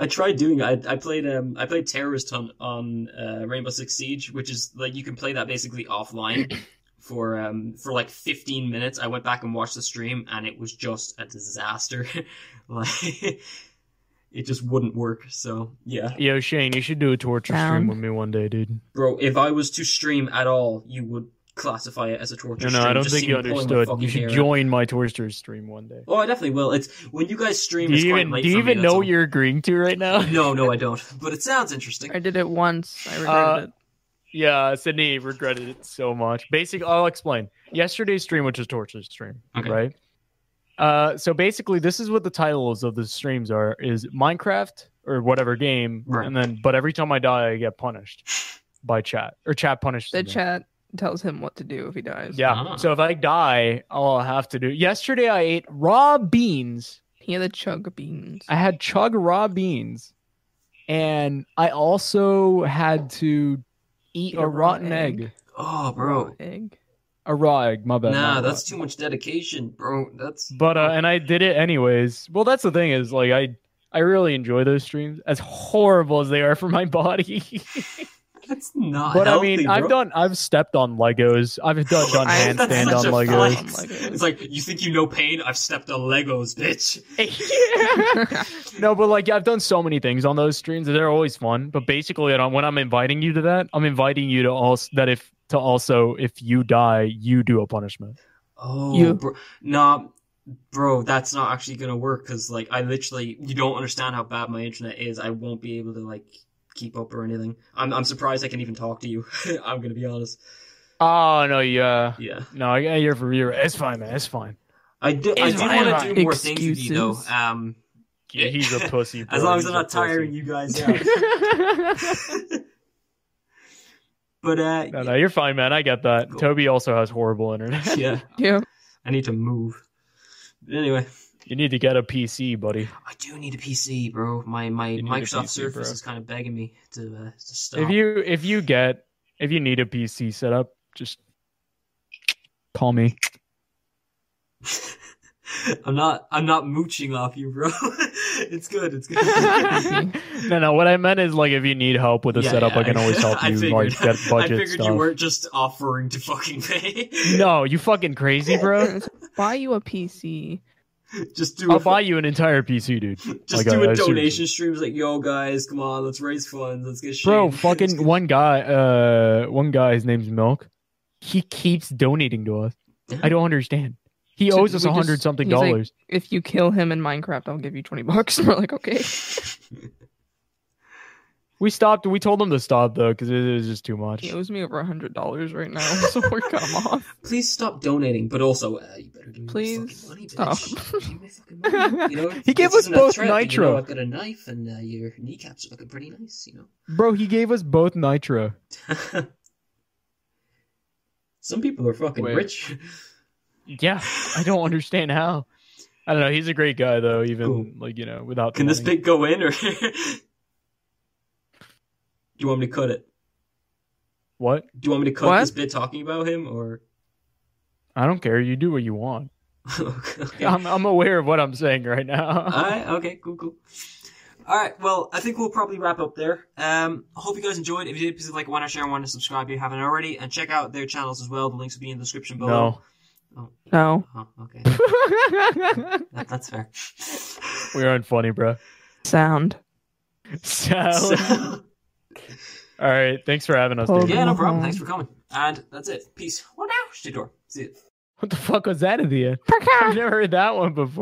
B: I tried doing it. I, I played um I played Terrorist Hunt on uh, Rainbow Six Siege, which is like you can play that basically offline for um for like 15 minutes. I went back and watched the stream, and it was just a disaster. [laughs] like [laughs] it just wouldn't work. So yeah,
C: Yo, Shane, you should do a torture
D: Down.
C: stream with me one day, dude.
B: bro. If I was to stream at all, you would classify it as a torture.
C: No, no,
B: stream.
C: I don't
B: Just
C: think
B: see
C: you
B: me pulling my
C: understood.
B: fucking
C: You should
B: hair out.
C: join my torture stream one day.
B: Oh, I definitely will. It's when you guys stream.
C: Do
B: it's
C: you
B: quite
C: even
B: late
C: do you
B: for me,
C: even
B: that's
C: know
B: all.
C: what you're agreeing to
B: [laughs]
C: right now?
B: No, no, I don't. But it sounds interesting.
D: I did it once. I regretted
C: Uh,
D: it.
C: Yeah, Sydney regretted it so much. Basically, I'll explain. Yesterday's stream, which is torture stream,
B: Okay.
C: right? Uh, so basically, this is what the titles of the streams are: is Minecraft or whatever game,
B: Right.
C: and then but every time I die, I get punished by chat or chat punishes
D: The
C: me.
D: chat tells him what to do if he dies.
C: Yeah.
B: Ah.
C: So if I die, I'll have to do. Yesterday I ate raw beans.
D: He had the chug of beans.
C: I had chug raw beans, and I also had to eat
D: Eat
C: a, rotten egg.
B: Oh, bro.
D: Egg.
C: A raw egg. My bad. my
B: Nah,
C: bad.
B: that's too much dedication, bro. That's
C: But uh, and I did it anyways. Well, that's the thing is like I I really enjoy those streams as horrible as they are for my body. [laughs]
B: that's not
C: but
B: healthy,
C: I mean,
B: bro. [laughs]
C: I've done I've stepped on Legos. I've done done
D: I-
B: That's
C: handstand on
B: such a
C: Legos.
B: flex. It's like you think you know pain. I've stepped on Legos, bitch.
D: [laughs]
C: No, but like I've done so many things on those streams. They're always fun. But basically, I don't- when I'm inviting you to that, I'm inviting you to also that if to also if you die, you do a punishment.
B: Oh,
D: You-
B: bro. nah, bro. That's not actually gonna work because like I literally, you don't understand how bad my internet is. I won't be able to like keep up or anything. I'm I'm surprised I can even talk to you. [laughs] I'm gonna be honest.
C: Oh no, yeah,
B: Yeah,
C: no, I got here for you. It's fine, man. It's fine.
B: I do. I
D: Is
B: do
D: my
B: want to do more things with you though.
D: excuses.
B: Um,
C: Yeah, he's a pussy.
B: [laughs] as
C: bro.
B: long as
C: He's
B: I'm
C: a
B: not tiring you
C: [laughs]
B: guys out. but uh,
C: No, no, you're fine, man. I get that.
B: Cool.
C: Toby also has
B: [laughs]
C: horrible internet.
B: yeah,
D: yeah.
B: I need to move. Anyway.
C: you need to get a PC, buddy.
B: I do need a PC, bro. My my
C: You need a
B: Microsoft
C: PC,
B: Surface
C: bro.
B: is kind of begging me to uh, to stop.
C: If you if you get if you need a PC setup, just call me.
B: I'm not I'm not mooching off you, bro. [laughs] it's good. It's
C: [laughs]
B: good.
C: no, no. What I meant is like if you need help with a
B: Yeah,
C: setup,
B: yeah,
C: I can always help
B: [laughs] I
C: you
B: figured,
C: like get budget
B: I figured
C: stuff.
B: you weren't just offering to fucking pay.
C: No, you fucking crazy, bro.
D: Buy you a PC.
B: [laughs] just do
C: I'll
B: a
C: buy you an entire PC,
B: [laughs]
C: dude.
B: just
C: like,
B: do
C: I-
B: a
C: I seriously-
B: donation stream. It's like, yo, guys, come on, let's raise funds. Let's get shit.
C: Bro, fucking one guy, uh, one guy, his name's Milk. He keeps donating to us. I don't understand. He
D: So
C: owes us
D: we
C: a hundred
D: just-
C: something
D: he's like-
C: dollars.
D: If you kill him in Minecraft, I'll give you twenty bucks. [laughs] We're like, okay.
C: we stopped. We told him to stop though, because it was just too much.
D: He owes me over a hundred dollars right now, [laughs] so we're cut him off.
B: Please stop donating, but also uh, you better give me
D: Please
B: my fucking money,
D: stop.
B: bitch. [laughs] Give me my fucking money, you know?
C: [laughs] He gave
B: This
C: us
B: isn't a
C: both
B: threat, but, You know,
C: nitro.
B: I've got a knife, and uh, your kneecaps are looking pretty nice. You
C: Bro, he gave us both Nitro.
B: know. [laughs] Some people are fucking
C: Wait. [laughs]
B: rich.
C: Yeah, I don't understand how. I don't know. He's a great guy though, even
B: Cool.
C: like you know, without. the
B: Can this
C: money.
B: bit go in, or [laughs] do you want me to cut it?
C: what?
B: Do you want me to cut
D: What?
B: this bit talking about him, or? [laughs]
C: I don't care. You do what you want.
B: okay.
D: Uh-huh.
C: I'm, I'm aware of what I'm saying right now. [laughs]
B: All right. Okay. Cool. Cool. All right. Well, I think we'll probably wrap up there. Um, I hope you guys enjoyed. If you did, please like, want to share, want to subscribe if you haven't already, and check out their channels as well. The links will be in the description below.
C: no,
D: [laughs] No.
B: Oh, okay.
D: Sound.
B: That, that's fair. [laughs]
C: we are unfunny, bro. [laughs] So,
B: [laughs] So- Oh,
C: all right. Thanks for having us, dude.
B: yeah, no problem. Thanks for coming. And that's it. Peace. What now? Shit door. See you.
C: [laughs] What the fuck was that in the end? I've never heard that one before.